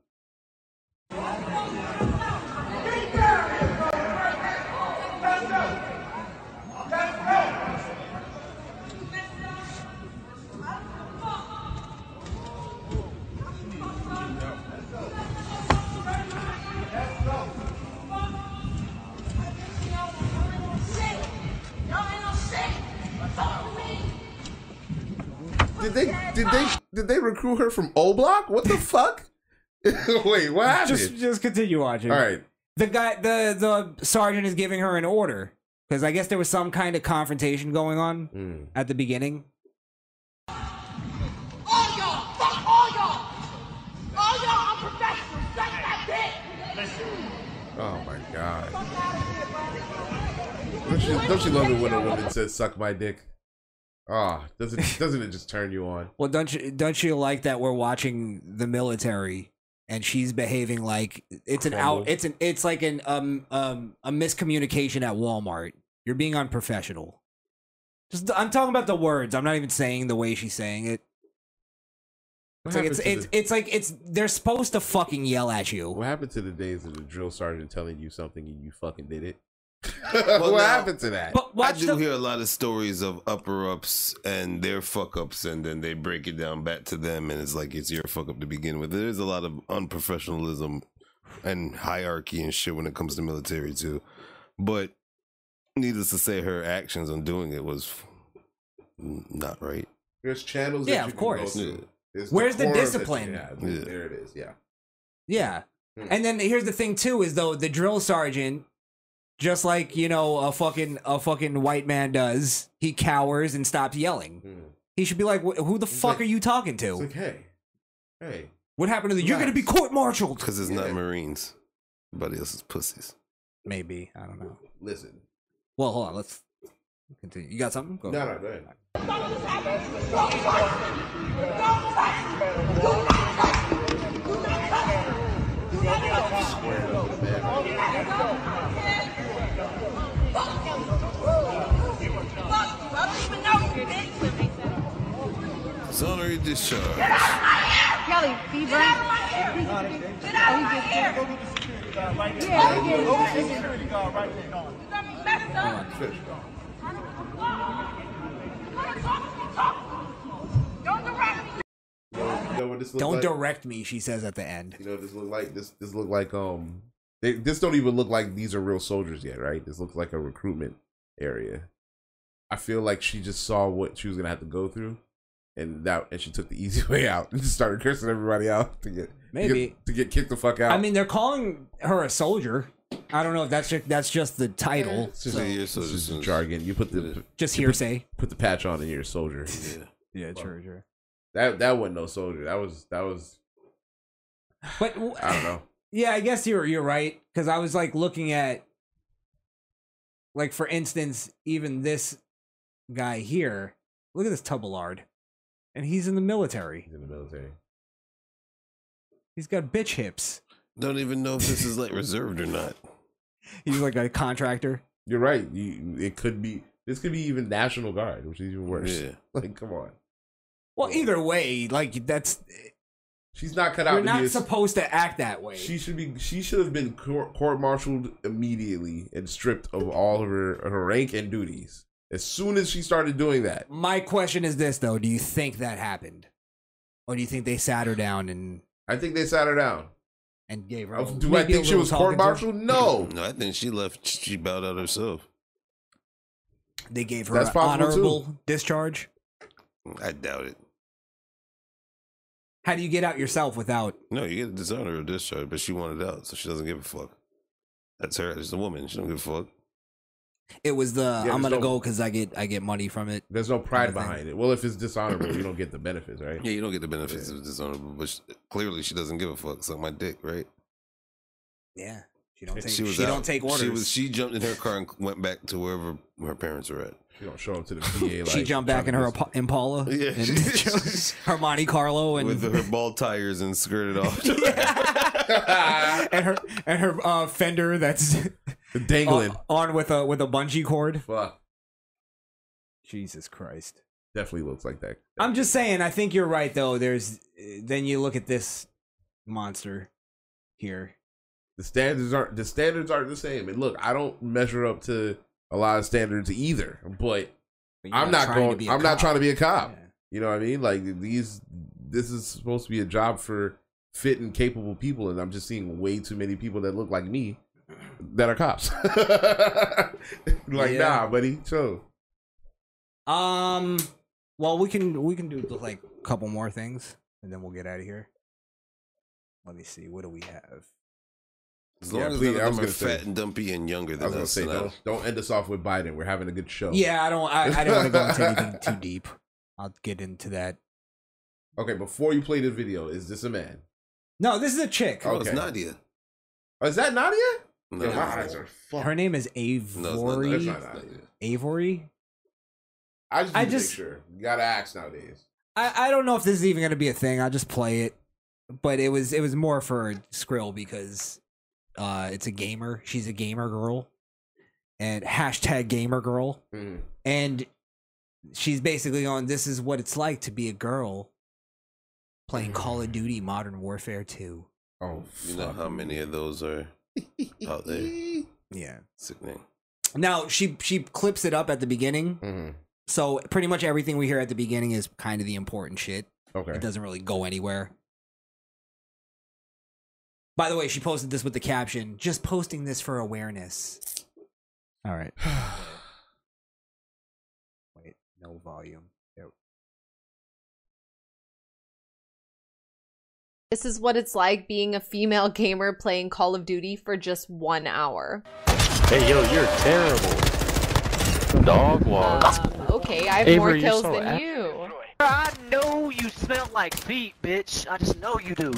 C: Did they did they did they recruit her from O Block? What the fuck? Wait, what happened?
B: Just just continue watching.
C: All right.
B: The guy the the sergeant is giving her an order because I guess there was some kind of confrontation going on
C: Hmm.
B: at the beginning.
L: All y'all, fuck all y'all. All y'all are professionals. Suck my dick.
C: Oh my god. Don't you, don't you love it when a woman says "suck my dick"? Ah, doesn't doesn't it just turn you on?
B: Well, don't you don't you like that we're watching the military and she's behaving like it's an out
C: Crumble.
B: it's an it's like an um um a miscommunication at Walmart. You're being unprofessional. Just I'm talking about the words. I'm not even saying the way she's saying it. It's like it's it's, it's like it's they're supposed to fucking yell at you.
C: What happened to the days of the drill sergeant telling you something and you fucking did it?
D: Well,
C: what
D: now-
C: happened to that?
D: I do hear a lot of stories of upper ups and their fuck ups, and then they break it down back to them, and it's like it's your fuck up to begin with. There's a lot of unprofessionalism and hierarchy and shit when it comes to military too. But needless to say, her actions on doing it was not right.
C: There's channels.
B: Yeah,
C: that you
B: of
C: can
B: course.
C: go to.
B: Yeah.
C: There's
B: Where's the
C: decorum that you
B: discipline?
C: have.
D: Yeah.
C: There it is. Yeah.
B: Yeah. And then here's the thing too is though the drill sergeant, just like you know a fucking a fucking white man does, he cowers and stops yelling.
D: Hmm.
B: He should be like, "Wh- "Who the fuck are you talking to?"
C: It's like, hey, hey,
B: what happened to the? You're gonna be court martialed
D: because it's not Marines. Everybody else's pussies.
B: Maybe I don't know.
C: Listen.
B: Well, hold on. Let's continue. You got something? Go
C: No, no, go ahead.
D: Exonerate discharge.
J: Kelly, be brave. Get out of my hair.
C: You know what this looks
B: Don't
C: like?
B: direct me, she says at the end.
C: You know what this look like? This this look like um they, this don't even look like these are real soldiers yet, right? This looks like a recruitment area. I feel like she just saw what she was gonna have to go through and that and she took the easy way out and just started cursing everybody out to get to
B: Maybe.
C: get, to get kicked the fuck out.
B: I mean, they're calling her a soldier. I don't know if that's just, that's just the title.
C: It's just,
B: so.
C: it's just jargon. You put the
B: Just
C: you put-
B: hearsay.
C: Put, the patch on and you're a soldier. Yeah.
B: Yeah, true, true.
C: That that wasn't no soldier. That was that was
B: But
C: I don't know.
B: Yeah, I guess you're you're right because I was like looking at, like for instance, even this guy here. Look at this Tubalard, and he's in the military. He's
C: in the military.
B: He's got bitch hips.
D: Don't even know if this is like reserved or not.
B: He's like a contractor.
C: You're right. You, it could be. This could be even National Guard, which is even worse.
D: Yeah.
C: Like, come on.
B: Well, either way, like that's
C: She's not cut out.
B: you're
C: to
B: not
C: be a-
B: supposed to act that way.
C: She should be. She should have been court martialed immediately and stripped of all of her her rank and duties as soon as she started doing that.
B: My question is this though: Do you think that happened, or do you think they sat her down and?
C: I think they sat her down
B: and gave her.
C: Uh,
B: a-
C: do I
B: maybe a
C: think she
B: little
C: was
B: talking to.
C: court-martialed? No.
D: No, I think she left. She bowed out herself.
B: They gave her
D: That's
B: an
D: possible, too.
B: honorable discharge.
D: I doubt it.
B: How do you get out yourself without?
D: No, you get a dishonor or discharge, but she wanted out, so she doesn't give a fuck. That's her. It's a woman. She don't give a fuck.
B: It was the
D: Yeah,
B: I'm
D: there's
B: gonna
D: no-
B: go because I get I get money from it.
C: There's no pride
B: Kind of thing.
C: behind it. Well, if it's dishonorable, you don't get the benefits, right?
D: Yeah, you don't get the benefits of dishonorable, but she, clearly she doesn't give a fuck. Suck my dick, right?
B: Yeah, she don't take
D: She
B: she,
D: was
B: don't
D: out.
B: take orders.
D: She was. She jumped in her car and went back to wherever her parents were at.
C: She don't show up to the PA.
B: she jumped back in her Impa- Impala,
D: Yeah,
B: and
D: she-
B: her Monte Carlo, and
D: with her ball tires and skirted off.
B: and her and her uh, fender that's
C: dangling
B: on, on with a with a bungee cord.
C: Fuck.
B: Jesus Christ.
C: Definitely looks like that.
B: I'm just saying. I think you're right though. There's then you look at this monster here.
C: The standards aren't the standards aren't the same. And look, I don't measure up to a lot of standards either. But,
B: you're
C: I'm
B: not
C: not,
B: trying to
C: going.
B: be
C: I'm
B: a
C: not
B: cop.
C: trying to be a cop. You know what I mean? Like these, this is supposed to be a job for fit and capable people, and I'm just seeing way too many people that look like me that are cops. like
B: Yeah.
C: nah, buddy, chill.
B: Um. Well, we can we can do like a couple more things, and then we'll get out of here. Let me see. What do we have?
D: As long as none of them are fat and dumpy and younger
C: I was
D: than
C: gonna
D: us.
C: say
D: and I-
C: don't, don't end us off with Biden. We're having a good show.
B: Yeah, I don't. I, I don't want to go into anything too deep. I'll get into that.
C: Okay, before you play the video, is this a man?
B: No, this is a chick.
C: Oh, it's Okay. Nadia. Oh, is that Nadia?
D: No.
C: Yo, my eyes are fucked.
B: Her name is Avory.
C: That's not Nadia.
B: Avory.
C: I just,
B: I
C: need to
B: just-
C: make sure. You gotta ask nowadays.
B: I, I don't know if this is even gonna be a thing. I'll just play it. But it was it was more for Skrill because uh it's a gamer. She's a gamer girl. And hashtag gamer girl.
C: Mhm.
B: And she's basically on this is what it's like to be a girl playing Call of Duty Modern Warfare 2.
C: Oh,
D: you know how many of those are out there?
B: Yeah.
D: Sickening.
B: Now she she clips it up at the beginning. So pretty much everything we hear at the beginning is kind of the important shit.
C: Okay.
B: It doesn't really go anywhere. By the way, she posted this with the caption, just posting this for awareness. All right. Wait, no volume. There-
U: This is what it's like being a female gamer playing Call of Duty for just one hour.
V: Hey, yo, you're terrible. Dog walk.
U: Uh, Okay, I have more
V: Avery, you're
U: kills
V: so
U: than
V: apt.
U: you.
W: I know you smell like feet, bitch. I just know you do.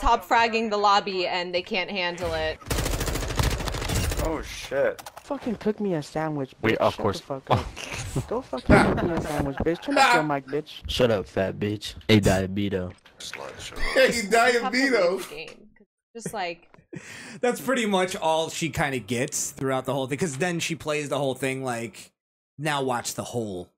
U: Top fragging the lobby and they can't handle it.
W: Oh shit.
X: Fucking cook me a sandwich, bitch.
V: Wait, of
X: Shut
V: course.
X: The fuck up. Go fucking cook me a sandwich, bitch. Turn off your mic, bitch.
V: Shut up, fat bitch. Hey, diabeto.
C: Yeah, you
U: diabetes. Just like
B: That's pretty much all she kind of gets throughout the whole thing. Because then she plays the whole thing like, now watch the whole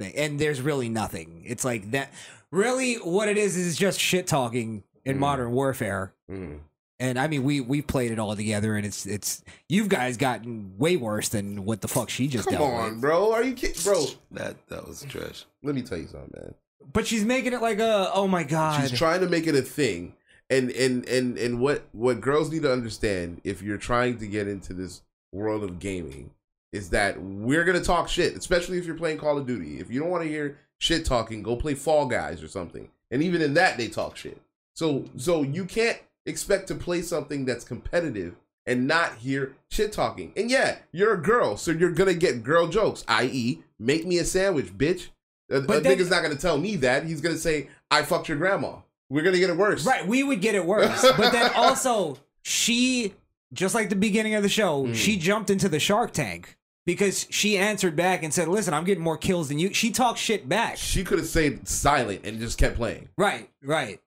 B: thing. And there's really nothing. It's like that. Really, what it is is just shit talking
C: Mm.
B: in modern warfare. And I mean, we we played it all together, and it's it's you guys gotten way worse than what the fuck she just
C: Come
B: dealt
C: on,
B: with.
C: bro. Are you kidding, bro?
D: That that was trash.
C: Let me tell you something, man.
B: But she's making it like a oh my god.
C: She's trying to make it a thing. And and and and what what girls need to understand if you're trying to get into this world of gaming is that we're gonna talk shit, especially if you're playing Call of Duty. If you don't want to hear shit talking, go play Fall Guys or something. And even in that, they talk shit. So so you can't expect to play something that's competitive and not hear shit talking. And yeah, you're a girl, so you're gonna get girl jokes, i.e., make me a sandwich, bitch. A, a
B: But then-
C: nigga's not gonna tell me that. He's gonna say, I fucked your grandma. We're gonna get it worse.
B: Right, we would get it worse. but then also, she just like the beginning of the show,
C: Hmm.
B: she jumped into the Shark Tank because she answered back and said, "Listen, I'm getting more kills than you." She talked shit back.
C: She could have stayed silent and just kept playing.
B: Right, right.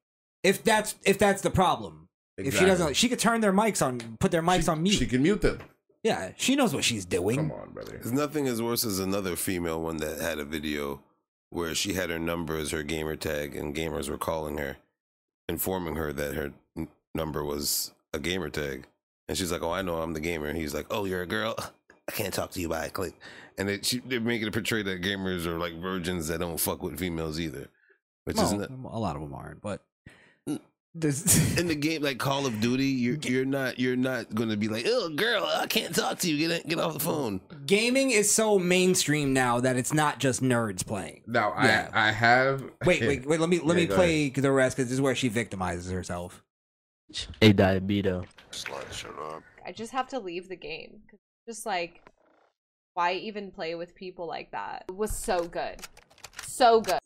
B: If that's if that's the problem, if she
C: Exactly.
B: doesn't, she could turn their mics on, put their mics on mute. She
C: can mute them.
B: Yeah, she knows what she's doing. Come
C: on, brother.
D: There's nothing as worse as another female one that had a video where she had her number as her gamer tag, and gamers were calling her, informing her that her n- number was a gamer tag. And she's like, "Oh, I know, I'm the gamer." And he's like, "Oh, you're a girl. I can't talk to you by a click." And they, she, they're making it portray that gamers are like virgins that don't fuck with females either, which
B: Well,
D: is not
B: a lot of them aren't, but.
D: in the game like Call of Duty, you're you're not you're not going to be like, "Oh, girl, I can't talk to you. Get get off the phone."
B: Gaming is so mainstream now that it's not just nerds playing.
C: No,
B: Yeah.
C: I I have
B: Wait, wait, wait. Let me let
V: Yeah,
B: me
V: go
B: play the rest because this is where she victimizes herself.
V: Hey, diabeto.
U: I just have to leave the game. 'Cause Just like, why even play with people like that? It was so good. So good.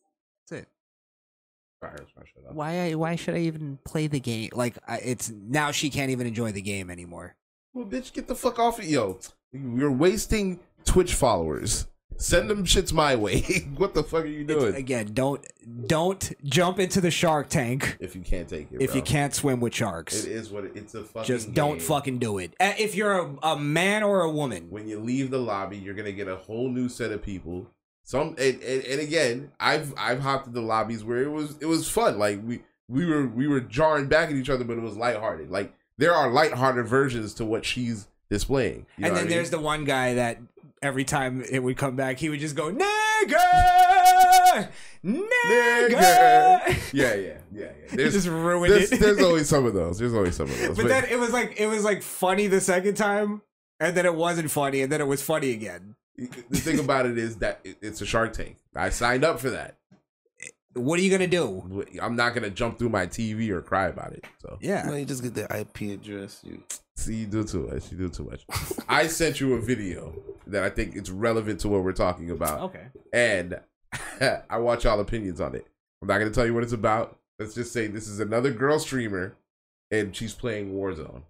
B: Why? I, why should I even play the game? Like, I, it's now she can't even enjoy the game anymore.
C: Well, bitch, get the fuck off it, yo. You're wasting Twitch followers. Send them shits my way. what the fuck are you doing?
B: again, don't don't jump into the shark tank
C: if you can't take it.
B: if you
C: bro.
B: can't swim with sharks.
C: it is what it, it's a fucking.
B: Just don't
C: game.
B: fucking do it. Uh, If you're a, a man or a woman,
C: When you leave the lobby, you're gonna get a whole new set of people. Some and, and, and again, I've I've hopped into lobbies where it was it was fun. Like we we were we were jarring back at each other, but it was lighthearted. Like there are lighthearted versions to what she's displaying. You
B: and
C: know what
B: then
C: I mean?
B: there's the one guy that every time it would come back, he would just go nigger, nigger.
C: yeah, yeah, yeah, yeah. There's,
B: just ruined
C: there's,
B: it.
C: there's always some of those. There's always some of those.
B: But then it was like it was like funny the second time, and then it wasn't funny, and then it was funny again.
C: the thing about it is that it- it's a Shark Tank. I signed up for that.
B: What are you gonna do?
C: I'm not gonna jump through my TV or cry about it. So
D: No, you just get the IP address. You
C: see, you do too much. You do too much. I sent you a video that I think it's relevant to what we're talking about.
B: Okay.
C: And I want y'all opinions on it. I'm not gonna tell you what it's about. Let's just say this is another girl streamer, and she's playing Warzone.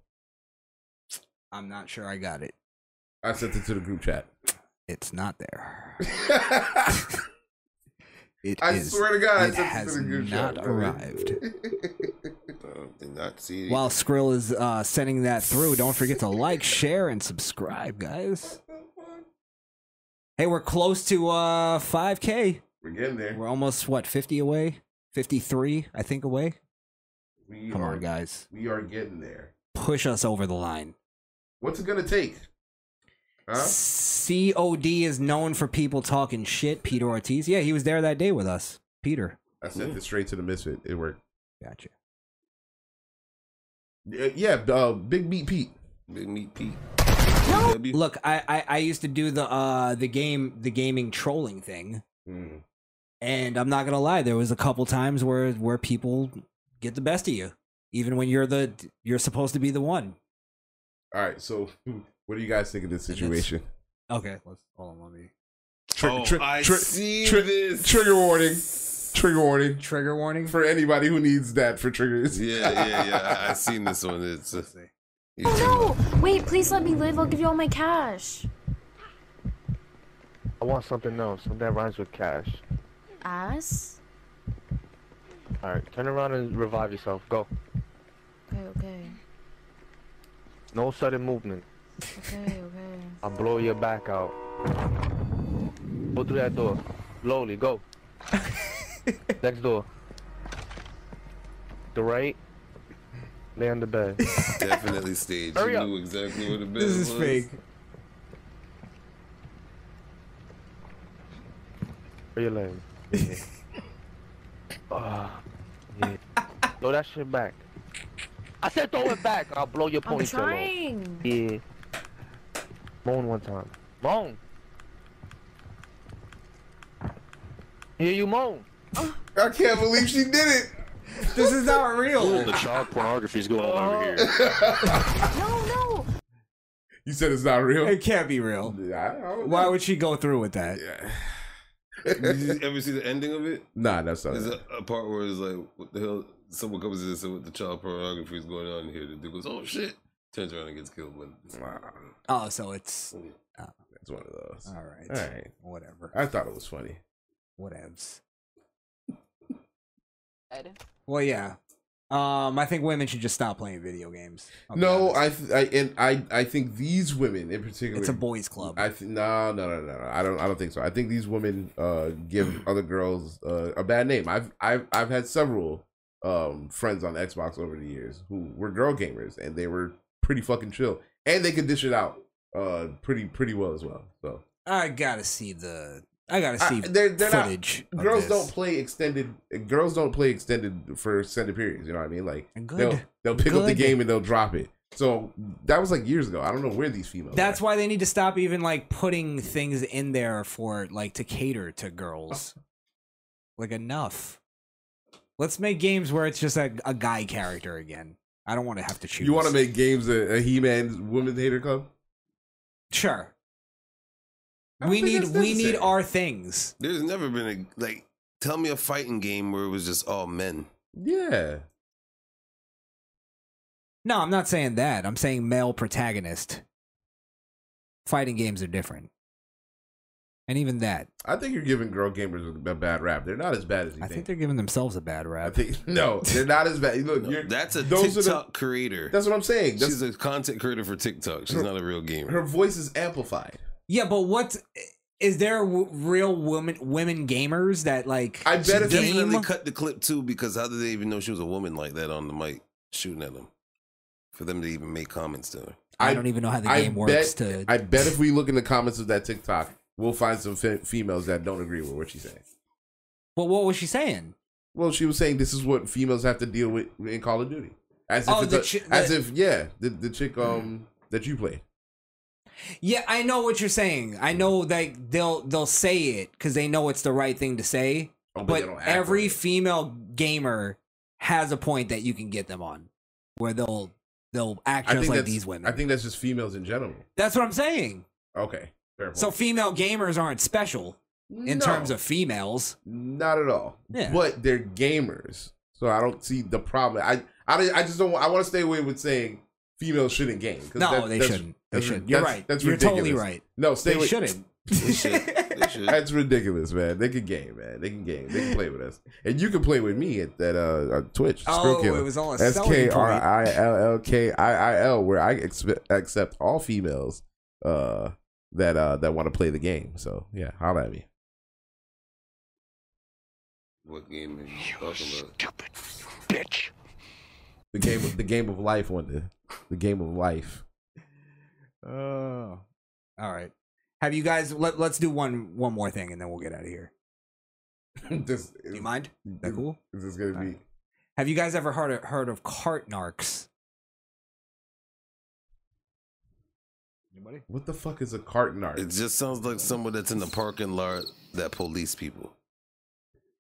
B: I'm not sure I got it.
C: I sent it to the group chat.
B: It's not there. It
C: I
B: is-
C: swear to God, I
B: it
C: sent it
B: has
C: to the group
B: not
C: chat, brother.
B: arrived.
D: did not see it.
B: While Skrill is uh, sending that through, don't forget to like, share, and subscribe, guys. Hey, we're close to uh 5K.
C: We're getting there.
B: We're almost what 50 away, 53, I think, away.
C: We
B: Come
C: are,
B: on, guys,
C: We are getting there.
B: push us over the line.
C: What's it gonna take? Huh?
B: COD is known for people talking shit. Peter Ortiz, yeah, he was there that day with us. Peter,
C: I sent it straight to the misfit. It worked.
B: Gotcha.
C: Yeah, uh, Big Meat Pete.
D: Big Meat Pete.
B: Look, I, I I used to do the uh the game the gaming trolling thing,
C: Mm.
B: and I'm not gonna lie, there was a couple times where where people get the best of you, even when you're the you're supposed to be the one.
C: All right, so what do you guys think of this situation?
B: Okay, let's hold on. Let me.
C: Trigger,
B: Oh,
C: tri-
B: I
C: tri-
B: see
C: tri-
B: this.
C: Trigger warning. Trigger warning.
B: Trigger warning
C: for anybody who needs that for triggers.
D: Yeah, yeah, yeah. I, I seen this one. It's. Uh,
R: Oh no! Wait, please let me live. I'll give you all my cash.
L: I want something else, something that rhymes with cash.
R: Ass?
L: Alright, turn around and revive yourself. Go.
R: Okay, okay.
L: No sudden movement.
R: Okay, okay.
L: I'll blow your back out. Go through that door. Slowly, go. Next door. The right. Lay on the bed.
D: Definitely staged.
L: Hurry
D: you
L: up.
D: knew exactly what it
L: This is
D: was.
L: fake. Where your leg? Yeah. Ah, yeah. Throw that shit back. I said throw it back. I'll blow your
R: I'm
L: ponytail off.
R: trying!
L: Yeah. Moan one time. Moan. Yeah, you moan.
C: I can't believe she did it.
B: This is not real.
Y: the child pornography is going on over here.
R: No,
C: You said it's not real.
B: It can't be real. Why would she go through with that?
D: Did you ever see the ending of it?
C: Nah, that's not
D: There's
C: it.
D: a, a part where it's like, what the hell? Someone comes in and says, what the child pornography is going on here? The dude goes, oh shit. Turns around and gets killed. But
B: Oh, so it's
C: It's one of those.
B: All right.
C: All right.
B: Whatever.
C: I thought it was funny.
B: whatevs.
U: Good.
B: Well, yeah. Um, I think women should just stop playing video games. I'll be
C: no,
B: honest.
C: I, th- I and I I think these women in particular.
B: It's a boys' club.
C: I th- no, no, no, no, no. I don't. I don't think so. I think these women uh, give other girls uh, a bad name. I've I've I've had several um, friends on Xbox over the years who were girl gamers and they were pretty fucking chill and they could dish it out uh, pretty pretty well as well. So
B: I gotta see the. I gotta see
C: I- they're, they're not-
B: footage. of
C: girls
B: this.
C: don't play extended. Girls don't play extended for extended periods. You know what I mean? Like they'll
B: Good.
C: they'll pick up the
B: Good.
C: game and they'll drop it. So that was like years ago. I don't know where these females.
B: That's why they need to stop even like putting things in there for like to cater to girls.
C: Oh.
B: Like enough. Let's make games where it's just a, a guy character again. I don't want to have to choose.
C: You want to make games a, a He-Man woman hater club?
B: sure.
D: I don't
B: We
D: think
B: need
D: that's
B: we need
D: necessary.
B: our things.
D: There's never been a, like, tell me a fighting game where it was just all men.
C: Yeah.
B: No, I'm not saying that. I'm saying male protagonist. Fighting games are different. And even that,
C: I think you're giving girl gamers a bad rap. They're not as bad as you
B: I
C: think.
B: think they're giving themselves a bad rap.
C: No, they're not as bad. Look, you're,
D: That's a
C: Those are the-
D: TikTok creator.
C: that's what I'm saying. That's-
D: She's a content creator for TikTok. She's not a real gamer.
C: her voice is amplified.
B: Yeah, but what is there w- real women women gamers that like
D: I bet if
B: game?
D: definitely cut the clip too because how did they even know she was a woman like that on the mic shooting at them? For them to even make comments to her.
B: I don't even know how the
C: I
B: game works
C: bet-
B: to-
C: I bet if we look in the comments of that TikTok, we'll find some fe- females that don't agree with what she's saying.
B: Well, what was she saying?
C: Well, she was saying this is what females have to deal with in Call of Duty. As if,
B: Oh,
C: it's
B: the
C: a-
B: chi- the-
C: as if yeah, the, the chick um that you played.
B: Yeah, I know what you're saying. I know that they'll they'll say it because they know it's the right thing to say.
C: Oh, but
B: but
C: they don't act
B: every female gamer has a point that you can get them on, where they'll they'll act
C: I
B: just
C: think
B: like
C: that's-
B: these women.
C: I think that's just females in general.
B: That's what I'm saying.
C: Okay, fair point.
B: So female gamers aren't special in
C: No.
B: terms of females.
C: Not at all.
B: Yeah.
C: But they're gamers, so I don't see the problem. I I, don't- I just don't. wa- I want to stay away with saying females shouldn't game. 'cause
B: No,
C: that-
B: they
C: that's-
B: shouldn't. They
C: that's-
B: shouldn't. You're
C: that's-
B: right.
C: That's
B: You're
C: ridiculous.
B: totally right.
C: No, stay
B: They
C: away.
B: shouldn't.
C: That's ridiculous, man. They can game, man. They can game. They can play with us, and you can play with me at that uh on Twitch.
B: Oh,
C: Skrill Killer.
B: it was on a
C: S
B: selling
C: K
B: point.
C: R I L L K I I L, where I expe- accept all females uh that uh that want to play the game. So yeah, holla at me.
D: What game are you talking about?
C: bitch. The game, of, the game of life, Wanda. The game of life.
B: Oh. All right. Have you guys let let's do one one more thing and then we'll get out of here.
C: this,
B: do you mind? Is that cool?
C: Is this gonna be?
B: Have you guys ever heard of, heard of cart narcs? Anybody?
C: What the fuck is a carton art?
D: It just sounds like someone that's in the parking lot that police people.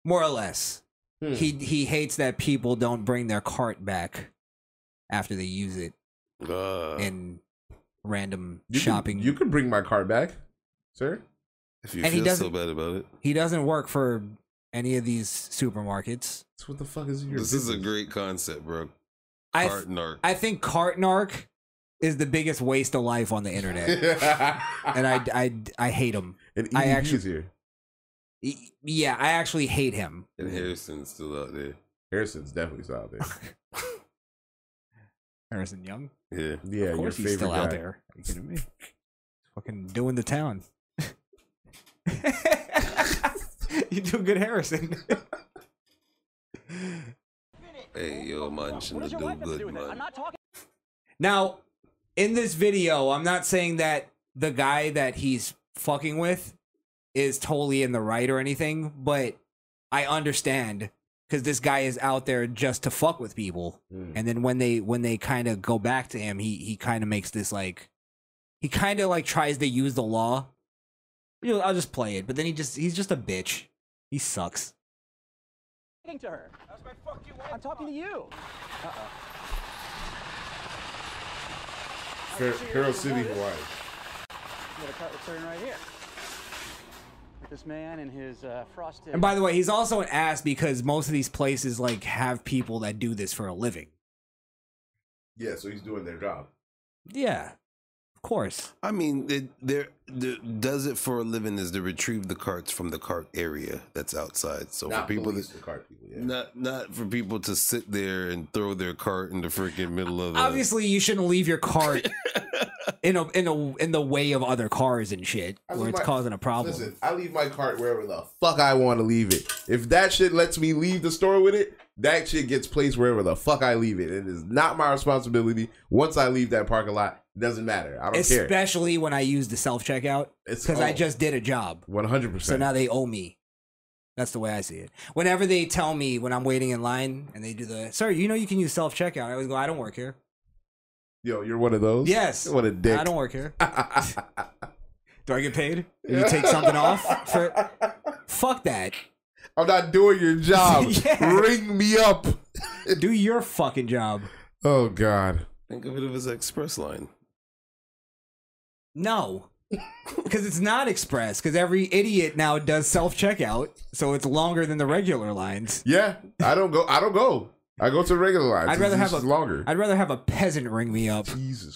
B: More or less.
C: Hmm.
B: He he hates that people don't bring their cart back after they use it in random
C: You can-
B: shopping.
C: you can bring my cart back, sir.
D: If you
B: And he
D: feel so
B: doesn't-
D: bad about it.
B: he doesn't work for any of these supermarkets.
C: So what the fuck is your
D: This is a great concept, bro.
B: I
D: Cart narc.
B: I think cart narc is the biggest waste of life on the internet, and I I I hate him.
C: And
B: I
C: EDB
B: actually
C: is here.
B: y- yeah I actually hate him.
D: And Harrison's still out there.
C: Harrison's definitely still out there.
B: Harrison Young.
D: Yeah.
C: Yeah,
B: of course
C: your
B: he's still
C: favorite
B: out
C: guy.
B: there. Are you kidding me? Fucking doing the town. you do good, Harrison.
D: Hey, yo, man, shouldn't do good, man.
B: Now, in this video, I'm not saying that the guy that he's fucking with is totally in the right or anything, but I understand because this guy is out there just to fuck with people. And then when they when they kind of go back to him, he he kind of makes this like he kind of like tries to use the law. You know, I'll just play it, but then he just he's just a bitch. He sucks.
G: talking to her. I'm talking to you.
C: Uh-uh.
G: Uh-oh.
C: Car- Carroll City, Hawaii.
G: We got a cart return right here. With this man and his uh, frosted.
B: And by the way, he's also an ass because most of these places like have people that do this for a living.
C: Yeah, so he's doing their job.
B: Yeah, of course.
D: I mean, it, there, there does it for a living is to retrieve the carts from the cart area that's outside. So
C: Not
D: for people
C: police
D: that,
C: the cart people, yeah.
D: not not for people to sit there and throw their cart in the freaking middle of the
B: Obviously, you shouldn't leave your cart in a in a in the way of other cars and shit,
C: I
B: where
C: leave
B: it's
C: my-
B: causing a problem.
C: Listen, I leave my cart wherever the fuck I want to leave it. If that shit lets me leave the store with it, that shit gets placed wherever the fuck I leave it. It is not my responsibility. Once I leave that parking lot, it doesn't matter. I don't care.
B: Especially when I use the self checkout
C: It's
B: because I
C: all-
B: just did a job,
C: One hundred
B: so
C: percent.
B: now they owe me. That's the way I see it. Whenever they tell me when I'm waiting in line and they do the sir, you know you can use self checkout. I always go, I don't work here.
C: Yo, you're one of those.
B: Yes.
C: What a dick.
B: I don't work here. do I get paid? You take something off for fuck that.
C: I'm not doing your job. Ring me up.
B: Do your fucking job.
C: Oh God.
D: Think of it as an express line.
B: No. Because it's not express. Because every idiot now does self checkout, so it's longer than the regular lines.
C: Yeah, I don't go. I don't go. I go to regular lines.
B: I'd rather
C: It's-
B: have
C: it's
B: a
C: longer.
B: I'd rather have a peasant ring me up
C: Jesus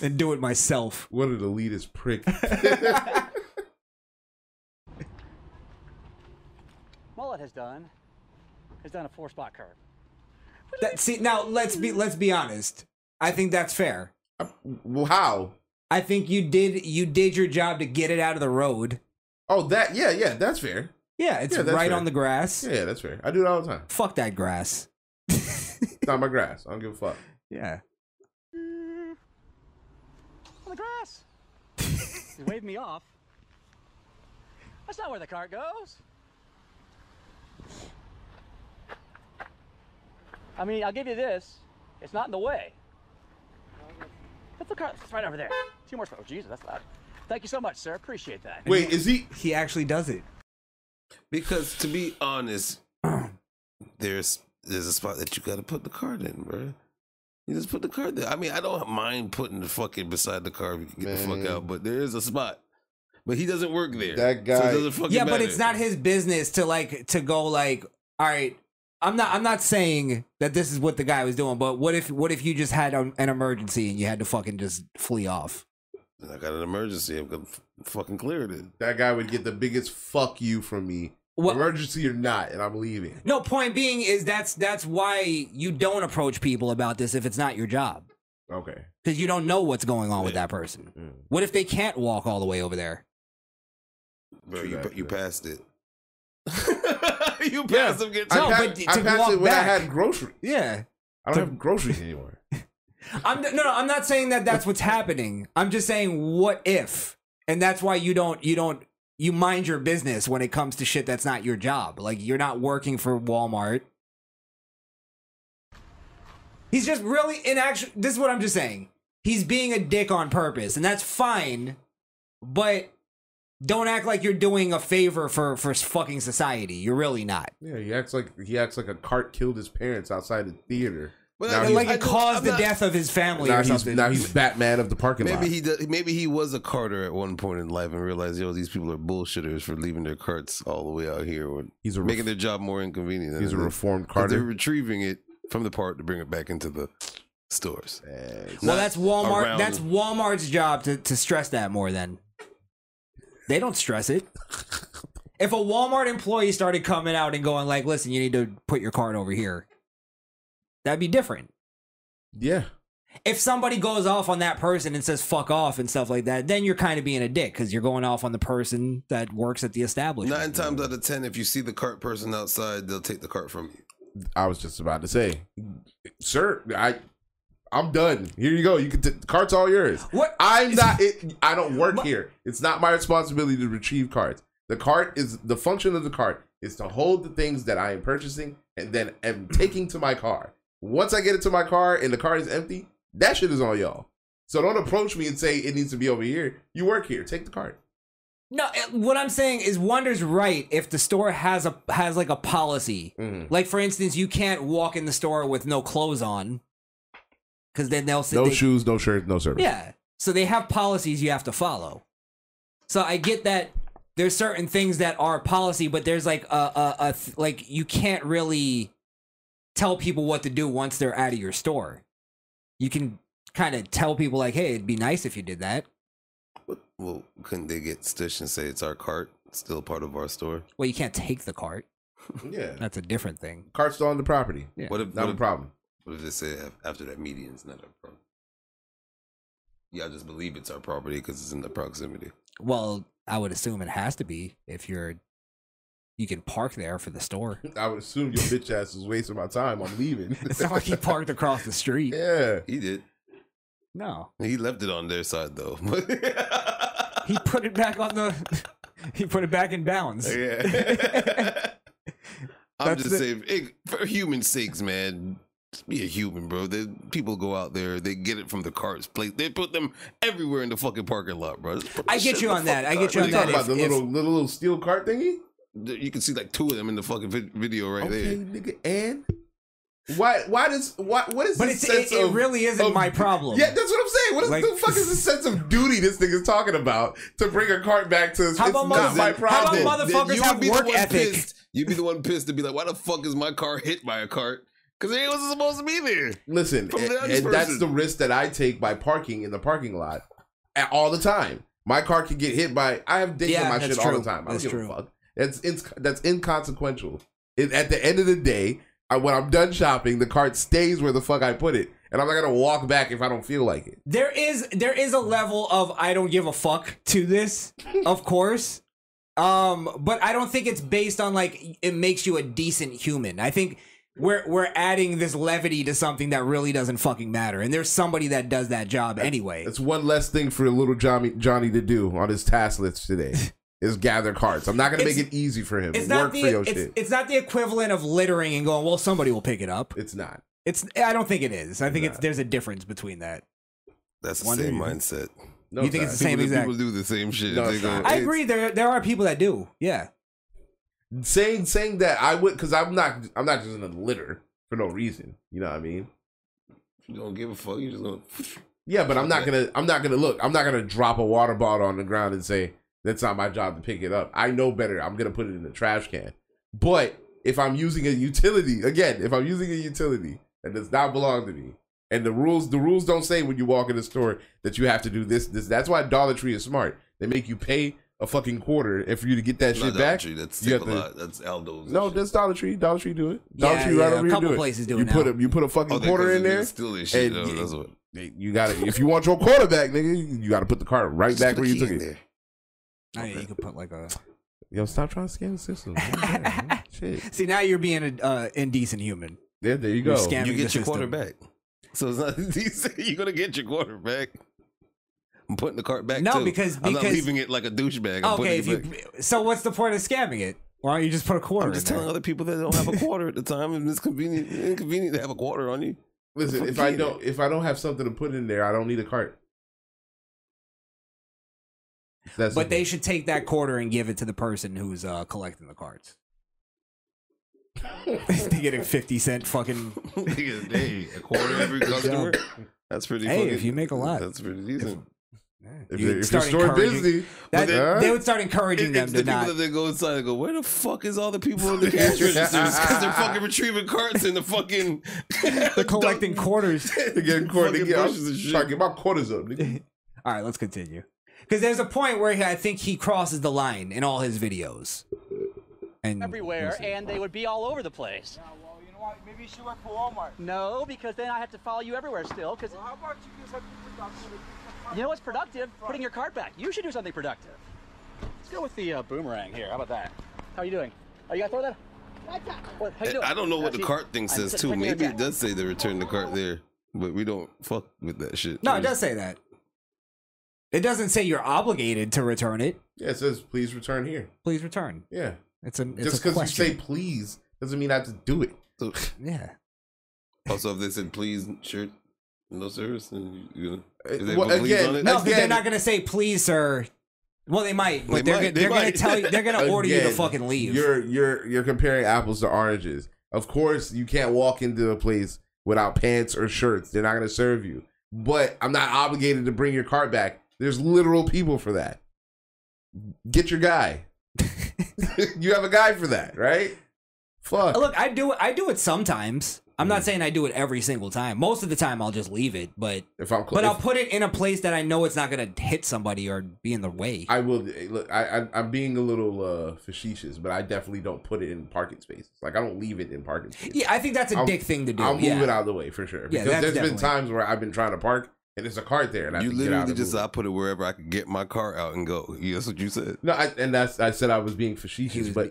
B: than do it myself.
C: What an elitist prick.
G: Mullet has done. Has done a four spot curve.
B: That, see, now let's be let's be honest. I think that's fair.
C: Uh, Well, how?
B: I think you did you did your job to get it out of the road.
C: Oh, that. Yeah, yeah. That's fair.
B: Yeah, it's
C: Yeah, that's
B: right
C: fair.
B: on the grass.
C: Yeah, that's fair. I do it all the time.
B: Fuck that grass.
C: It's not my grass. I don't give a fuck.
B: Yeah.
G: On the grass. he waved me off. That's not where the cart goes. I mean, I'll give you this. It's not in the way. That's the cart. It's right over there. Two more spots. Oh, Jesus, that's loud. Thank you so much, sir. Appreciate that.
C: Wait, is he?
B: He actually does it.
D: Because to be honest, there's there's a spot that you got to put the card in, bro. You just put the card there. I mean, I don't mind putting the fucking beside the car if you can get the
C: Man.
D: fuck out, but there is a spot. But he doesn't work there.
C: That
D: So
C: guy-
D: it doesn't fucking
B: yeah, but it's
D: matter.
B: not his business to like to go like, all right, I'm not I'm not saying that this is what the guy was doing, but what if what if you just had a, an emergency and you had to fucking just flee off?
D: I got an emergency. I'm gonna f- fucking clear it.
C: That guy would get the biggest fuck you from me. Emergency or not, and I'm leaving.
B: No, point being is that's that's why you don't approach people about this if it's not your job.
C: Okay. Mm.
B: Because you don't know what's going on with that person. What if they can't walk all the way over there?
D: Bro, you,
C: that,
D: you
C: bro.
D: passed it.
C: you
D: passed him getting-
B: No,
C: I passed,
B: but to
C: I passed
B: walk
C: it when I
B: back.
C: had groceries.
B: Yeah.
C: I don't have groceries anymore.
B: I'm no, no. I'm not saying that that's what's happening. I'm just saying what if, and that's why you don't, you don't, you mind your business when it comes to shit that's not your job. Like you're not working for Walmart. He's just really in action. This is what I'm just saying. He's being a dick on purpose, and that's fine. But don't act like you're doing a favor for for fucking society. You're really not.
C: Yeah, he acts like he acts like a cart killed his parents outside the theater.
B: But I- like it caused the death of his family
C: Now
B: or
C: he's,
B: something.
C: now he's Batman of the parking lot.
D: Maybe he does, maybe he was a carter at one point in life and realized yo these people are bullshitters for leaving their carts all the way out here or
C: He's a ref-
D: making their job more inconvenient. than
C: He's a
D: it is.
C: reformed
D: 'Cause
C: Carter.
D: They're retrieving it from the park to bring it back into the stores.
B: Well, that's Walmart.
D: Around-
B: That's Walmart's job to, to stress that more. Then they don't stress it. If a Walmart employee started coming out and going like, "Listen, you need to put your card over here," that'd be different.
C: Yeah.
B: If somebody goes off on that person and says "fuck off" and stuff like that, then you're kind of being a dick because you're going off on the person that works at the establishment.
D: Nine times out of ten, if you see the cart person outside, they'll take the cart from you.
C: I was just about to say, sir, I, I'm done. Here you go. You can t- cart's all yours.
B: What?
C: I'm not. It, I don't work here. It's not my responsibility to retrieve carts. The cart is the function of the cart is to hold the things that I am purchasing and then am taking to my car. Once I get it to my car and the car is empty, that shit is on y'all. So don't approach me and say it needs to be over here. You work here. Take the cart.
B: No, eh, what I'm saying is Wonder's right if the store has a has like a policy.
C: Mm-hmm.
B: Like for instance, you can't walk in the store with no clothes on cuz then they'll say
C: No
B: they-
C: shoes, no shirt, no service.
B: Yeah. So they have policies you have to follow. So I get that there's certain things that are policy, but there's like a a, a th- like you can't really tell people what to do once they're out of your store. You can kind of tell people like, "Hey, it'd be nice if you did that."
D: Well, couldn't they get stitched and say it's our cart, still part of our store?
B: Well, you can't take the cart.
C: Yeah.
B: That's a different thing.
C: Cart's still on the property.
B: Yeah.
D: What if
C: Not
D: what
C: a
D: if-
C: problem.
D: What if they say af- after that median, it's not our problem? Y'all just believe it's our property because it's in the proximity.
B: Well, I would assume it has to be if you're you can park there for the store.
C: I would assume your bitch ass was wasting my time. I'm leaving.
B: It's not like he parked across the street.
C: Yeah.
D: He did.
B: No.
D: He left it on their side though.
B: He put it back on the he put it back in bounds.
D: Yeah. I'm
B: That's
D: just
B: the-
D: saying, hey, for human sakes, man, just be a human, bro. The people go out there, they get it from the carts. Place they put them everywhere in the fucking parking lot, bro. Just put
B: I
D: the
B: get
D: shit
B: you
D: in the
B: on that.
D: fucking
B: I get
D: cart.
B: you on that.
D: What are you
B: If- if-
D: talking about
C: the little little steel cart thingy?
D: You can see like two of them in the fucking vid- video right
C: Okay,
D: there.
C: nigga, and why? Why does why? What is?
B: But
C: the
B: it's-
C: sense
B: it- it
C: of-
B: really isn't
C: of-
B: my problem.
C: Yeah, that's what I'm saying. What is
B: Like-
C: the fuck is the sense of duty this nigga is talking about to bring a cart back to?
B: How
C: it's
B: about motherfuck-
C: not my
B: how about
C: problem.
B: motherfuckers
D: you
B: have
D: would be the
B: work
D: one
B: ethic?
D: Pissed. You'd be the one pissed to be like, why the fuck is my car hit by a cart? Because it wasn't supposed to be there.
C: Listen,
D: From
C: and,
D: the other
C: and that's
D: person.
C: the risk that I take by parking in the parking lot at- all the time. My car can get hit by. I have dings
B: Yeah,
C: on my
B: that's
C: shit all
B: true.
C: the time. I
B: That's
C: don't give
B: true.
C: a fuck. That's it's that's inconsequential. It, at the end of the day, I, when I'm done shopping, the cart stays where the fuck I put it, and I'm not gonna walk back if I don't feel like it.
B: There is there is a level of I don't give a fuck to this, of course. Um, but I don't think it's based on like it makes you a decent human. I think we're we're adding this levity to something that really doesn't fucking matter. And there's somebody that does that job anyway.
C: It's one less thing for little Johnny Johnny to do on his task list today is gather cards. I'm not gonna make
B: It's-
C: it easy for him.
B: It's
C: Work
B: not
C: for
B: the
C: your
B: it's,
C: shit.
B: it's not the equivalent of littering and going, well, somebody will pick it up.
C: It's not.
B: It's I don't think it is. I think it's there's a difference between that.
D: That's the
B: Wonder
D: same
B: you-
D: mindset.
B: No, You think it's it's the not. same
D: People-
B: exact-
D: People do the same shit.
C: No,
D: They
C: it's
D: go,
C: not.
B: I
D: "Hey,
B: agree. There there are people that do. Yeah.
C: saying saying that I would because I'm not I'm not just in a litter for no reason. You know what I mean?
D: You don't give a fuck. You just don't.
C: Yeah, but I'm not gonna I'm not gonna look. I'm not gonna drop a water bottle on the ground and say that's not my job to pick it up. I know better. I'm gonna put it in the trash can. But if I'm using a utility again, if I'm using a utility that does not belong to me, and the rules the rules don't say when you walk in the store that you have to do this this. That's why Dollar Tree is smart. They make you pay a fucking quarter and for you to get that
D: Not
C: shit
D: Dollar
C: back.
D: Tree, That's
C: you have
D: Taco
C: to-
D: Lot, That's Aldo's.
C: No, that's Dollar Tree. Dollar Tree do it.
D: Yeah,
C: Dollar Tree right
D: yeah, a
C: over here
D: couple
C: do it.
D: places do
C: you
D: it
C: put
D: now.
C: a you put a
D: Oh,
C: fucking
D: they-
C: quarter
D: 'cause
C: in
D: they
C: there.
D: steal their shit,
C: and
D: though,
C: you-
D: that's what-
C: they- You got it. If you want your quarter back, nigga, you got to put the card right
D: Just
C: back
D: put
C: where
D: a
C: you
D: key
C: took
D: in
C: it.
D: there.
B: I mean, you could put like a
C: Yo, stop trying to scam the system. man. Shit.
B: See, now you're being an uh, indecent human.
C: There, there you
B: You're
C: go.
B: scamming the
D: You get
B: system.
D: your quarterback. So it's not decent. You're gonna get your quarterback. I'm putting the cart back.
B: No,
D: too.
B: because-
D: I'm not
B: because-
D: leaving it like a douchebag. I'm
B: Okay,
D: putting
B: if
D: it
B: you,
D: back.
B: so what's the point of scamming it? Why don't you just put a quarter?
D: I'm just
B: in there?
D: telling other people that don't have a quarter at the time, and it's convenient, inconvenient to have a quarter on you.
C: Listen,
D: Fuck
C: if I
D: you.
C: don't if I don't have something to put in there, I don't need a cart. That's
B: but they should take that quarter and give it to the person who's uh, collecting the cards. they get a fifty cent fucking.
D: Niggas, hey, a quarter every customer. That's pretty.
B: Hey,
D: fucking-
B: if you make a lot,
D: that's pretty decent.
C: If,
B: You
C: you if your
B: start
C: store
B: encouraging-
C: busy,
B: That-
C: but then-
B: they would start encouraging them
D: it's
B: to
D: the people
B: not.
D: that they go inside and go, where the fuck is all the people in the cash registers? Because they're fucking retrieving carts and the fucking
B: they're collecting quarters.
C: They get quarter, they
D: Fucking
C: get, I'm
D: bushes and shit.
C: trying to get my quarters up, nigga.
B: All right, let's continue. Because there's a point where he, I think he crosses the line in all his videos. And
G: everywhere, and they would be all over the place.
H: Maybe you should work for Walmart.
G: No, because then I have to follow you everywhere still. Because
H: Well, how about you do something productive?
G: you know what's productive? Putting your cart back. You should do something productive. Let's go with the uh, boomerang here. How about that? How are you doing? Are you gonna throw that? What, how you doing?
D: I don't know what
G: Uh,
D: the
G: see,
D: cart thing
G: I'm
D: says
G: just
D: too.
G: taking your
D: Maybe it
G: time.
D: does say the return the cart there, but we don't fuck with that shit.
B: No, it does say that. It doesn't say you're obligated to return it.
C: Yeah, it says please return here.
B: Please return.
C: Yeah,
B: It's a it's
C: just
B: a
C: because you
B: question.
C: say please doesn't mean I have to do it.
B: yeah.
D: Also, if they said please shirt, no service, and you, you
C: Uh,
D: if they
B: Well,
D: put please
B: again-
D: on it,
B: no, but they're not gonna say please, sir. Well, they might, but
D: They
B: they
D: might,
B: are
D: they
B: they are gonna
D: might.
B: tell you. They're gonna order you to
C: Again,
B: fucking leave.
C: You're you're you're comparing apples to oranges. Of course, you can't walk into a place without pants or shirts. They're not going to serve you. But I'm not obligated to bring your cart back. There's literal people for that. Get your guy. you have a guy for that, right? Fuck. Mm.
B: Look, I do it. I do it sometimes. I'm not saying I do it every single time. Most of the time, I'll just leave it. But
C: if I'm,
B: but
C: if-
B: I'll put it in a place that I know it's not gonna hit somebody or be in the way.
C: I will eh, look. I, I I'm being a little uh facetious, but I definitely don't put it in parking spaces. Like I don't leave it in parking spaces.
B: Yeah, I think that's a
C: I'll-
B: dick thing to do.
C: I'll move
B: yeah.
C: it out of the way for sure.
B: Yeah,
C: Because
B: that's
C: there's been
B: definitely-
C: times where I've been trying to park and there's a cart there, and I
D: you
C: have to get out
D: literally
C: and
D: just
C: move.
D: I put it wherever I could get my car out and go. Yeah, that's what you said.
C: no. I, and that's I said I was being facetious, but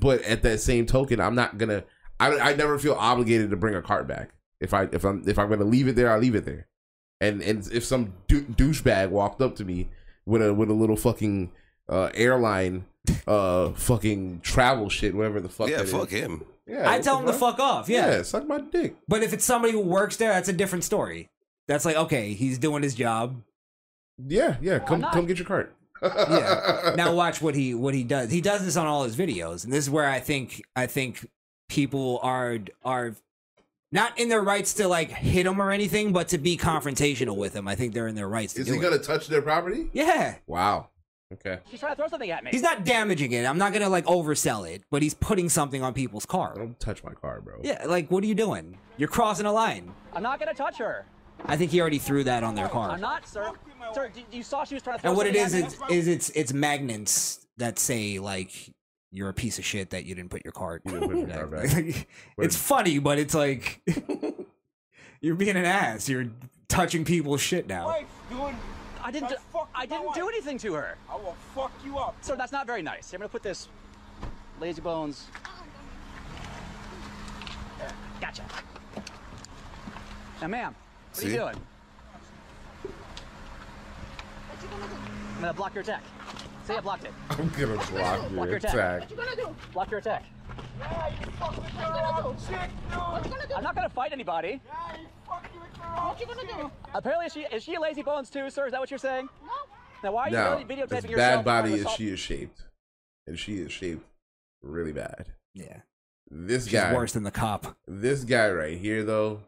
C: but at that same token, I'm not gonna. I I never feel obligated to bring a cart back. If I if I'm if I'm gonna leave it there, I leave it there. And and if some dou- douchebag walked up to me with a with a little fucking uh airline uh fucking travel shit, whatever the fuck.
D: Yeah,
C: that is.
D: fuck him.
C: Yeah,
B: I
C: what
B: tell
C: the
B: them to fuck off. Yeah.
C: Yeah, suck my dick.
B: But if it's somebody who works there, that's a different story. That's like okay, he's doing his job.
C: Yeah, yeah. Come come get your cart.
B: yeah. Now watch what he what he does. He does this on all his videos, and this is where I think I think people are are not in their rights to like hit him or anything, but to be confrontational with him. I think they're in their rights. To
C: Is
B: do
C: he
B: it.
C: gonna touch their property?
B: Yeah.
C: Wow. Okay.
G: She's trying to throw something at me.
B: He's not damaging it. I'm not gonna like oversell it, but he's putting something on people's car.
C: Don't touch my car, bro.
B: Yeah, like what are you doing? You're crossing a line.
G: I'm not gonna touch her.
B: I think he already threw that on their car.
G: I'm not, sir. Sir, d- you saw she was trying to throw
B: And what it
G: something
B: is
G: at me.
B: it's, is it's it's magnets that say like you're a piece of shit that you didn't put your cart.
C: put your cart back.
B: Like, it's funny, but it's like you're being an ass. You're touching people's shit now.
G: I didn't. Do, I didn't do anything to her. I will fuck you up. Sir, that's not very nice. I'm gonna put this. Lazy bones. There, Gotcha. Now, ma'am, what are
D: See?
G: you doing? I'm gonna block your attack. See, I blocked it.
C: I'm gonna block
G: Block
C: your
G: your attack.
C: attack.
G: you gonna do? Block your attack. I'm not gonna fight anybody.
H: What you gonna do?
G: Apparently, is she is she a lazy bones too, sir? Is that what you're saying? No. Now, why are you
C: Now,
G: really videotaping
C: this bad
G: yourself?
C: body
G: trying to
C: is
G: assault-
C: she is shaped, and she is shaped really bad.
B: Yeah.
C: This
B: She's
C: guy
B: worse than the cop.
C: This guy right here, though,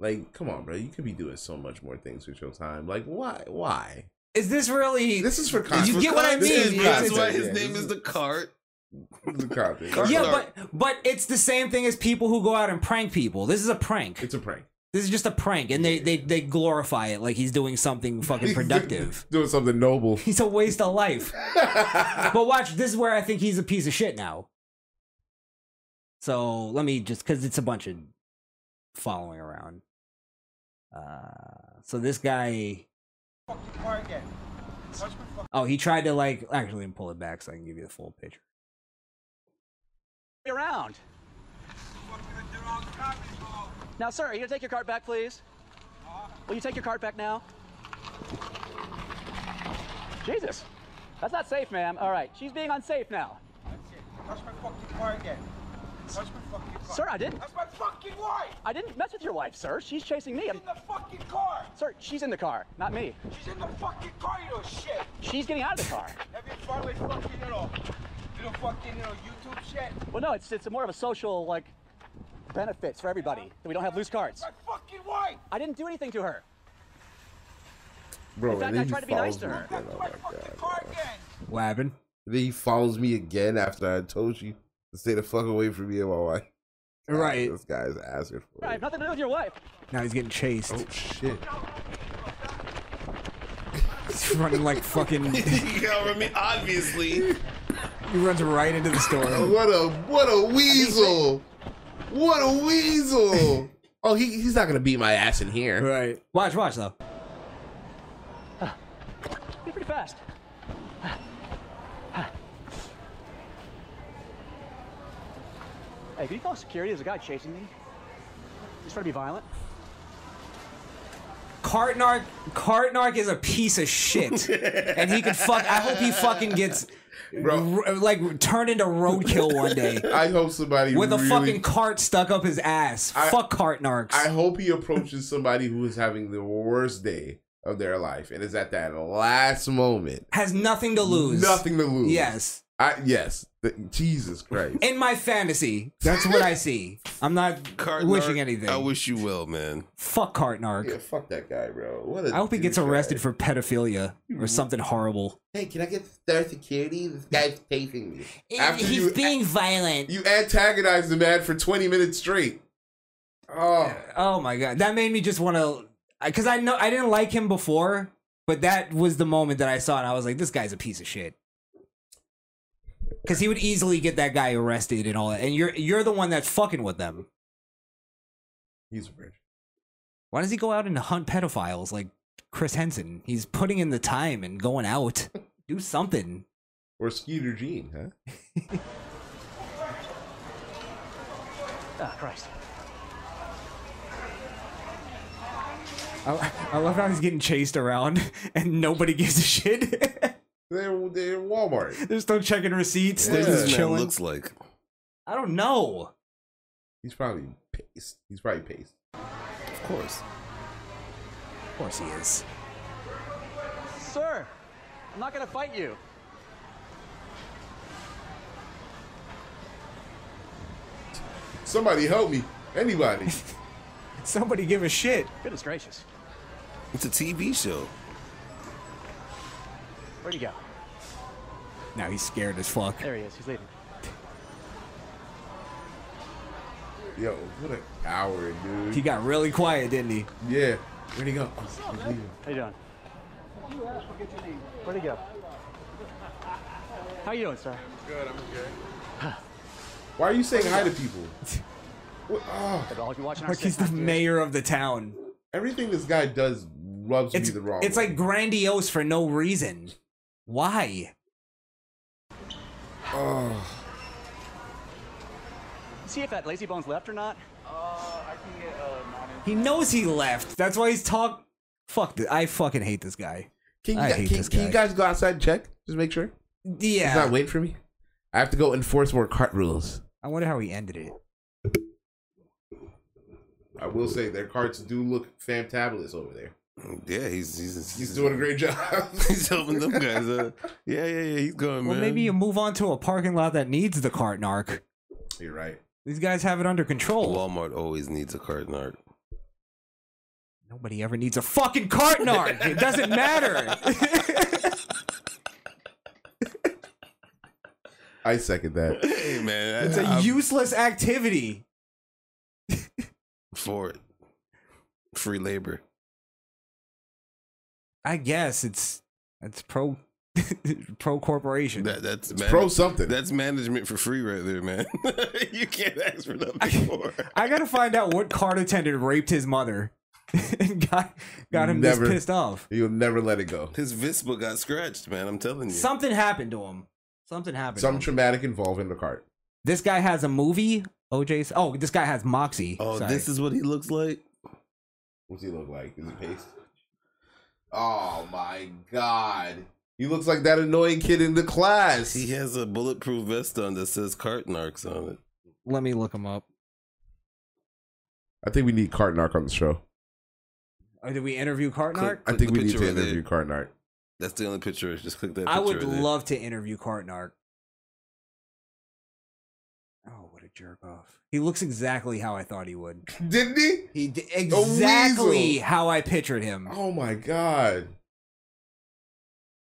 C: like, come on, bro, you could be doing so much more things with your time. Like, why? Why?
B: Is this really?
C: This is for content.
B: You get what I mean?
C: This is for
B: It's-
D: That's why
C: content,
D: his
C: yeah.
D: name is the cart.
C: This is content.
B: yeah, but but it's the same thing as people who go out and prank people. This is a prank.
C: It's a prank.
B: This is just a prank, and they they, they glorify it like he's doing something fucking productive.
C: doing something noble.
B: He's a waste of life. but watch, this is where I think he's a piece of shit now. So let me just because it's a bunch of following around. Uh, so this guy, oh, he tried to like actually let me pull it back so I can give you the full picture.
G: Be around. Now, sir, are you gonna take your cart back, please? Will you take your cart back now? Jesus, that's not safe, ma'am. All right, she's being unsafe now.
H: That's my fucking car.
G: Sir, I didn't.
H: That's my fucking wife.
G: I didn't mess with your wife, sir. She's chasing me.
H: She's
G: I'm,
H: in the fucking car.
G: sir, she's in the car, not me.
H: She's in the fucking car, you little shit.
G: She's getting out of the car.
H: Have you finally fucking little, little fucking little YouTube shit?
G: Well, no, it's it's more of a social like benefits for everybody that we don't have loose cards.
H: My fucking wife.
G: I didn't do anything to her.
C: Bro,
G: In fact,
C: and then
G: I
C: he
G: tried to be
C: follows
G: nice to
C: me
G: her.
C: again. Oh my god.
B: What happened?
C: Then he follows me again after I told you to stay the fuck away from me and my wife.
B: Right.
C: This guy's asking for
G: I have nothing to do with your wife.
B: Now he's getting chased. Oh
C: shit.
B: He's running like fucking. he
D: got with me, obviously.
B: runs right into the store.
C: What a what a weasel! What a weasel! oh, he, he's not gonna beat my ass in here.
B: Right. Watch, watch though.
G: You're pretty fast. Hey, can you call security? There's a guy chasing me. He's trying to be violent.
B: Cartnark, Cartnark is a piece of shit, and he could fuck. I hope he fucking gets, r- like, turned into roadkill one day.
C: I hope somebody
B: with a
C: really-
B: fucking cart stuck up his ass. fuck Cartnarks.
C: I hope he approaches somebody who is having the worst day of their life and is at that last moment.
B: Has nothing to lose.
C: Nothing to lose.
B: Yes.
C: I yes. Th- Jesus Christ.
B: In my fantasy, that's what I see. I'm not wishing anything.
D: I wish you well, man.
B: Fuck Cartnark.
C: Yeah, fuck that guy, bro. What
B: I
C: a
B: hope he gets arrested for pedophilia or something horrible.
C: Hey, can I get third security? This guy's chasing me. After
F: He's
C: you,
F: being violent.
C: you antagonize the man for 20 minutes straight. Oh,
B: oh my god, that made me just want to. Because I know I didn't like him before, but that was the moment that I saw, and I was like, this guy's a piece of shit. Because he would easily get that guy arrested and all that, and you're you're the one that's fucking with them.
C: He's rich.
B: Why does he go out and hunt pedophiles like Chris Henson? He's putting in the time and going out. Do something.
C: Or Skeeter Jean, huh?
G: Ah, Christ.
B: I, I love how he's getting chased around and nobody gives a shit.
C: They're, they're Walmart.
B: They're still checking receipts.
D: What
B: They're
D: does
B: just
D: this man
B: chilling.
D: looks like?
B: I don't know.
C: He's probably paced. He's probably paced.
D: Of course.
B: Of course he is.
G: Sir, I'm not gonna fight you.
C: Somebody help me. Anybody.
B: Somebody give a shit.
G: Goodness gracious.
D: It's a TV show.
G: Where'd he go?
B: Now he's scared as fuck.
G: There he is. He's leaving.
C: Yo, what a coward, dude.
B: He got really quiet, didn't he?
C: Yeah. Where'd he go? Oh, he's
G: How
C: leaving.
G: you doing? Where'd he go? How you doing, sir?
C: Good, I'm okay. Why are you saying hi to people? What? Oh.
B: Like he's the mayor of the town.
C: Everything this guy does rubs
B: It's,
C: me the wrong
B: it's
C: way.
B: like grandiose for no reason. Why?
C: Oh.
G: See if that lazy bone's left or not.
B: He knows he left. That's why he's talk. Fuck. This. I fucking hate this guy.
C: Can you,
B: I
C: guys,
B: hate
C: can,
B: this
C: can
B: guy.
C: you guys go outside and check? Just make sure.
B: Yeah.
C: He's not waiting for me. I have to go enforce more cart rules.
B: I wonder how he ended it.
C: I will say their carts do look fantabulous over there.
D: Yeah, he's he's
C: He's doing a great job.
D: he's helping them guys. Out. Yeah, yeah, yeah. He's going,
B: Well,
D: man.
B: maybe you move on to a parking lot that needs the cart narc.
C: You're right.
B: These guys have it under control.
D: Walmart always needs a cart nerd.
B: Nobody ever needs a fucking cart narc. It doesn't matter.
C: I second that.
D: Hey, man,
B: It's
D: I,
B: a
D: I'm
B: useless activity.
D: for it. Free labor.
B: I guess it's it's pro pro corporation.
D: That, that's
B: It's
D: man-
B: pro something.
D: That's management for free right there, man. you can't ask for nothing more.
B: I gotta find out what cart attendant raped his mother and got got him this pissed off.
C: You'll never let it go.
D: His Vispa got scratched, man. I'm telling you.
B: Something happened to him. Something happened. to
C: Some
B: him.
C: traumatic involving the cart.
B: this guy has a movie. OJ's. Oh, this guy has Moxie.
D: oh,
B: Sorry.
D: this is what he looks like.
C: What's he look like? Is he paste? Oh my god. He looks like that annoying kid in the class.
D: He has a bulletproof vest on that says cart narcs on it.
B: Let me look him up.
C: I think we need Cartnark on the show.
B: Oh, did we interview Cartnark?
C: I think we need to interview Cartnark.
D: That's the only picture. Just click that.
B: I
D: picture
B: would
D: right there.
B: love to interview Cartnark. Oh, what a jerk off! He looks exactly how I thought he would.
C: Didn't he?
B: He d- exactly
C: weasel.
B: how I pictured him.
C: Oh my god!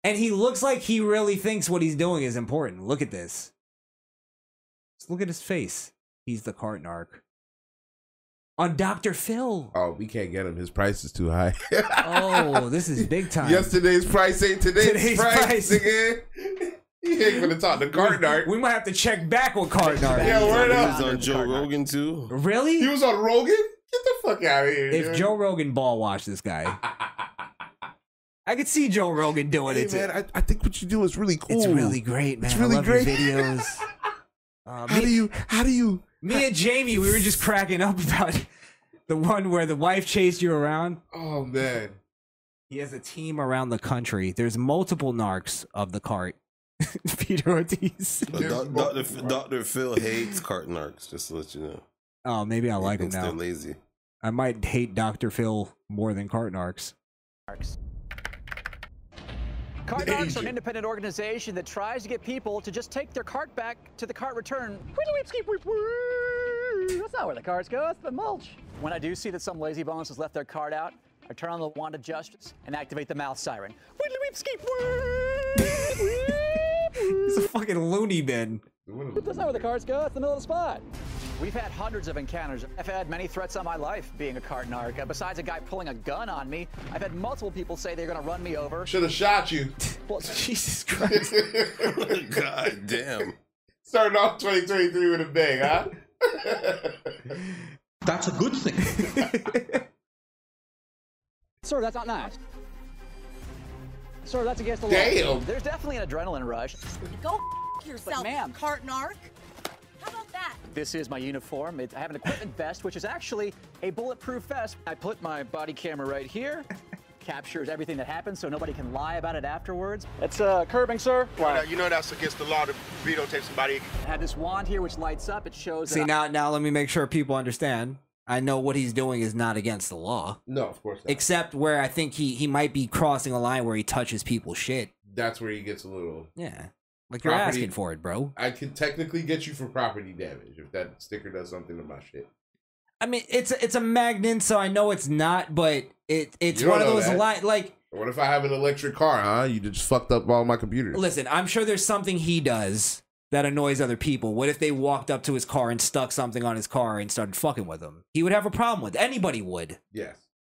B: And he looks like he really thinks what he's doing is important. Look at this. Just look at his face. He's the Cartnark. On Dr. Phil.
C: Oh, we can't get him. His price is too high.
B: Oh, this is big time.
C: Yesterday's price ain't today's,
B: Today's
C: price,
B: price.
C: nigga. He ain't gonna talk to Cartnark.
B: We might have to check back with Cartnark.
C: Yeah, word
D: He
C: up.
D: was on Joe Rogan too.
B: Really?
C: He was on Rogan. Get the fuck out of here.
B: If
C: dude.
B: Joe Rogan ball washed this guy, I could see Joe Rogan doing
C: hey
B: it.
C: man,
B: Too.
C: I, I think what you do is really cool.
B: It's really great, man.
C: It's
B: It's
C: really
B: really I love
C: great.
B: Your videos. Uh,
C: How do you? How do you?
B: me and Jamie, we were just cracking up about the one where the wife chased you around.
C: Oh man.
B: He has a team around the country. There's multiple narcs of the cart. Peter Ortiz.
D: Doctor Doctor Phil hates Cartnarks. Just to let you know,
B: Oh, maybe I like him
D: thinks they're
B: now.
D: lazy.
B: I might hate Dr. Phil more than Cartnarks.
G: Cartnarks are an independent organization that tries to get people to just take their cart back to the cart return. That's not where the carts go, that's the mulch. When I do see that some lazy bones has left their cart out, I turn on the wand of justice and activate the mouth siren.
B: He's a fucking loony bin.
G: That's not where the carts go, it's the middle of the spot. We've had hundreds of encounters. I've had many threats on my life being a cartnark. Uh, Besides a guy pulling a gun on me, I've had multiple people say they're gonna run me over.
C: Should have shot you.
B: Jesus
C: Christ.
D: God damn.
C: Starting off 2023 with a bang, huh?
I: That's a good thing.
G: Sir, that's not nice. Sir, that's against the law.
I: Damn.
G: There's definitely an adrenaline rush.
Z: Go f- yourself, Cartnark. How about that?
G: This is my uniform. It, I have an equipment vest, which is actually a bulletproof vest. I put my body camera right here. Captures everything that happens so nobody can lie about it afterwards. It's uh, curbing, sir.
H: You know that's against the law to videotape somebody.
G: I have this wand here which lights up. It shows.
B: See
G: that
B: now now let me make sure people understand. I know what he's doing is not against the law.
C: No, of course not.
B: Except where I think he he might be crossing a line where he touches people's shit.
C: That's where he gets a little.
B: Yeah. Like you're
C: Property-
B: asking for it, bro.
C: I can technically get you for property damage if that sticker does something to my shit.
B: I mean, it's a- it's a magnet, so I know it's not, but it it's
C: You don't
B: one of
C: know
B: those
C: that.
B: li- like
C: What if I have an electric car, huh? You just fucked up all my computers.
B: Listen, I'm sure there's something he does that annoys other people. What if they walked up to his car and stuck something on his car and started fucking with him? He would have a problem with. Anybody would.
C: Yes.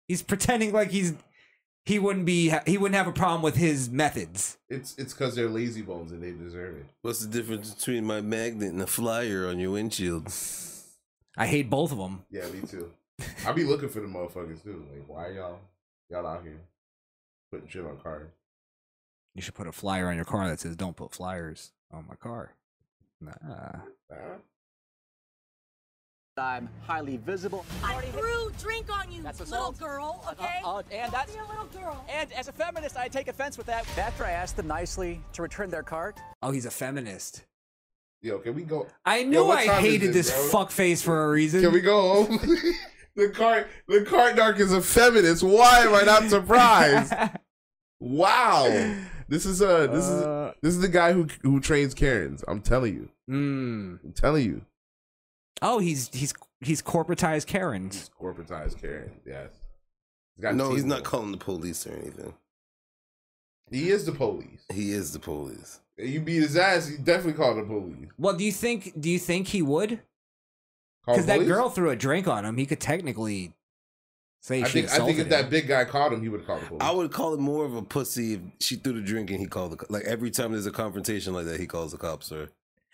B: He's pretending like he's he wouldn't be he wouldn't have a problem with his methods.
C: It's it's because they're lazy bones and they deserve it.
D: What's the difference between my magnet and a flyer on your windshield?
B: I hate both of them.
C: Yeah, me too. I be looking for the motherfuckers too. Like, why y'all y'all out here putting shit on cars?
B: You should put a flyer on your car that says "Don't put flyers on my car." Nah.
C: Uh-huh.
G: I'm highly visible.
Z: I threw drink on you,
G: That's
Z: little
G: assault.
Z: girl.
G: Uh,
Z: Okay.
G: uh, and that's
Z: Be a little girl.
G: and as a feminist, I take offense with that. After I asked them nicely to return their cart,
B: Oh, he's a feminist.
C: Yo, can we go?
B: I
C: Yo,
B: knew
C: what
B: I
C: time is
B: hated
C: it,
B: this
C: bro?
B: fuck face for a reason.
C: Can we go home? the cart the cart dark is a feminist. Why am I not surprised? wow. This is uh this
B: Uh.
C: is this is the guy who who trains Karens. I'm telling you.
B: Mm.
C: I'm telling you.
B: Oh, he's he's he's corporatized Karens.
C: Corporatized Karen, yes.
D: no, he's
C: teeth.
D: not calling the police or anything.
C: He is the police.
D: He is the police.
C: You beat his ass, you definitely call the police.
B: Well, do you think do you think he would?
C: Call
B: Because that
C: police?
B: girl threw a drink on him. He could technically say she
C: I think I think if
B: assaulted
C: that
B: him.
C: big guy caught him, he would call the police.
D: I would call it more of a pussy if she threw the drink and he called the co- like every time there's a confrontation like that he calls the cops or.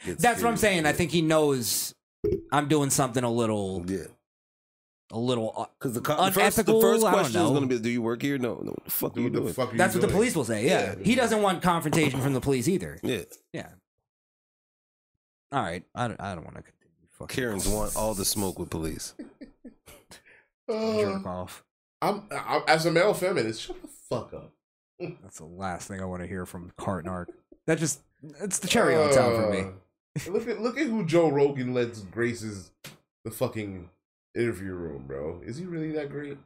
D: gets
B: That's what I'm
D: furious.
B: saying. I think he knows I'm doing something a little
D: Yeah.
B: a little
D: because uh, the
B: cop
D: First, the
B: unethical.
D: first
B: I don't
D: question is
B: know.
D: going to be, "Do you work here?" No, no. What the fuck are you
C: the
D: doing?
C: fuck are you
B: That's what the
C: doing?
B: police will say. Yeah,
D: Yeah.
B: he doesn't want confrontation from the police either.
D: Yeah.
B: Yeah. All right. I don't. I don't want to continue. Fucking
D: Karens want all the smoke with police.
C: Oh.
B: jerk off.
C: I'm, I'm as a male feminist. Shut the fuck up.
B: That's the last thing I want to hear from Cartnark. That just it's the cherry on top for me.
C: Uh, look at look at who Joe Rogan lets graces the fucking interview room, bro. Is he really that great?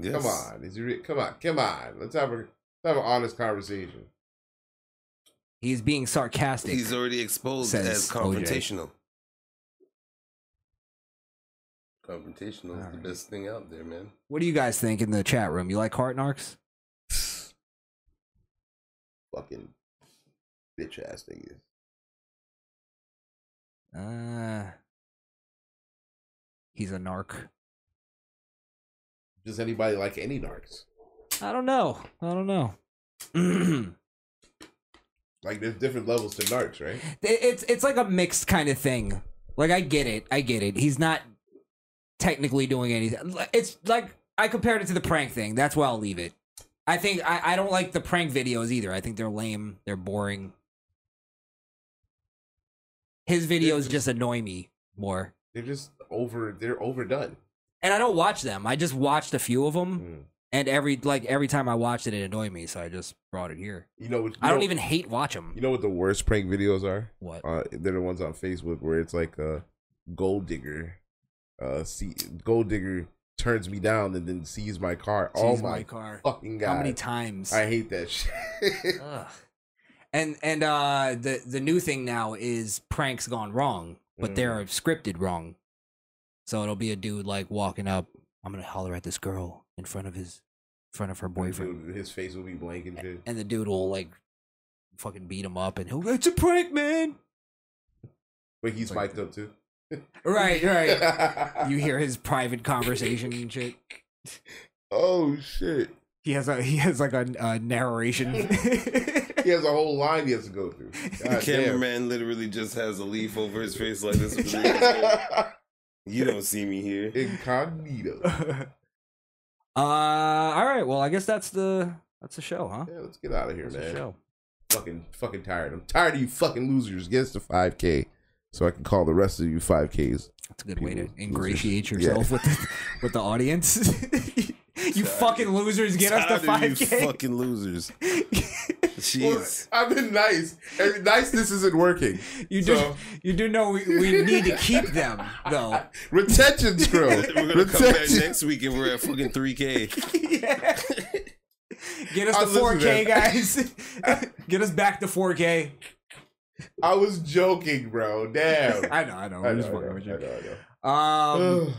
C: Come
D: Yes.
C: on, is he? Re- come on, come on. Let's have a let's have an honest conversation.
B: He's being sarcastic.
D: He's already exposed
B: Says
D: as
B: OJ.
D: confrontational. Confrontational is the best thing out there, man.
B: What do you guys think in the chat room? You like Heart Narcs?
C: Fucking bitch ass niggas.
B: Uh, he's a narc.
C: Does anybody like any narcs?
B: I don't know. I don't know. It-
C: Like there's different levels to narcs, right?
B: it's it's like a mixed kind of thing. Like I get it. I get it. He's not technically doing anything. It's like I compared it to the prank thing. That's why I'll leave it. I think I, I don't like the prank videos either. I think they're lame. They're boring. His videos just annoy me more.
C: They're just over. They're overdone. Mm.
B: and I don't watch them. I just watched a few of them, and every like every time I watched it, it annoyed me. So I just brought it here.
C: You know, what,
B: I
C: you
B: don't
C: know-
B: even hate watch them.
C: You know what the worst prank videos are?
B: What?
C: Uh, they're the ones on Facebook where it's like a gold digger, uh, see, gold digger turns me down and then sees my car. oh
B: Seize
C: my,
B: car.
C: fucking god!
B: How many times?
C: I hate that shit.
B: Ugh. And and uh, the the new thing now is pranks gone wrong, but
C: Mm.
B: they're scripted wrong. So it'll be a dude like walking up. I'm gonna holler at this girl in front of his, in front of
C: Mm.
B: her boyfriend,
C: Dude, his face will be blank and shit.
B: and the dude will like, fucking beat him up, and he'll it's a prank, man.
C: But he's mic'd up too.
B: Right, right. you hear his private conversation and shit.
C: Oh shit!
B: He has a he has like a, a narration.
C: He has a whole line he has to go through.
D: the
C: God damn.
D: cameraman literally just has a leaf over his face like this. for the next day. you don't see me here.
C: Incognito.
B: uh, all right. Well, I guess that's the that's the show, huh?
C: Yeah, let's get out of here,
B: That's the
C: man.
B: show.
C: Fucking, fucking tired. I'm tired of you fucking losers. Get us to 5K, so I can call the rest of you 5Ks.
B: That's a good way to ingratiate yourself with the, with the audience. you fucking losers, get us to
D: Tired of
B: five
D: you
B: k.
D: Fucking losers. Jeez.
C: I've been nice. And niceness isn't working.
B: You do, you do know we, we need to keep them though.
C: Retention screw.
D: We're gonna come back next week and we're at fucking three k.
B: Get us
C: I
B: to four
C: listen to
B: k,
C: that.
B: guys. get us back to four k.
C: I was joking, bro. Damn.
B: I know, I know.
C: I
B: I'm
C: know,
B: just
C: I
B: fucking
C: know,
B: with
C: I know, I know.
B: Um,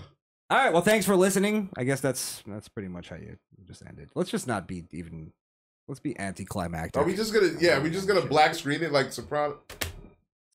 B: all right. Well, thanks for listening. I guess that's that's pretty much how you just ended. Let's just not be even. Let's be anticlimactic.
C: Are we just gonna? Yeah, are we just gonna black screen it like Soprano?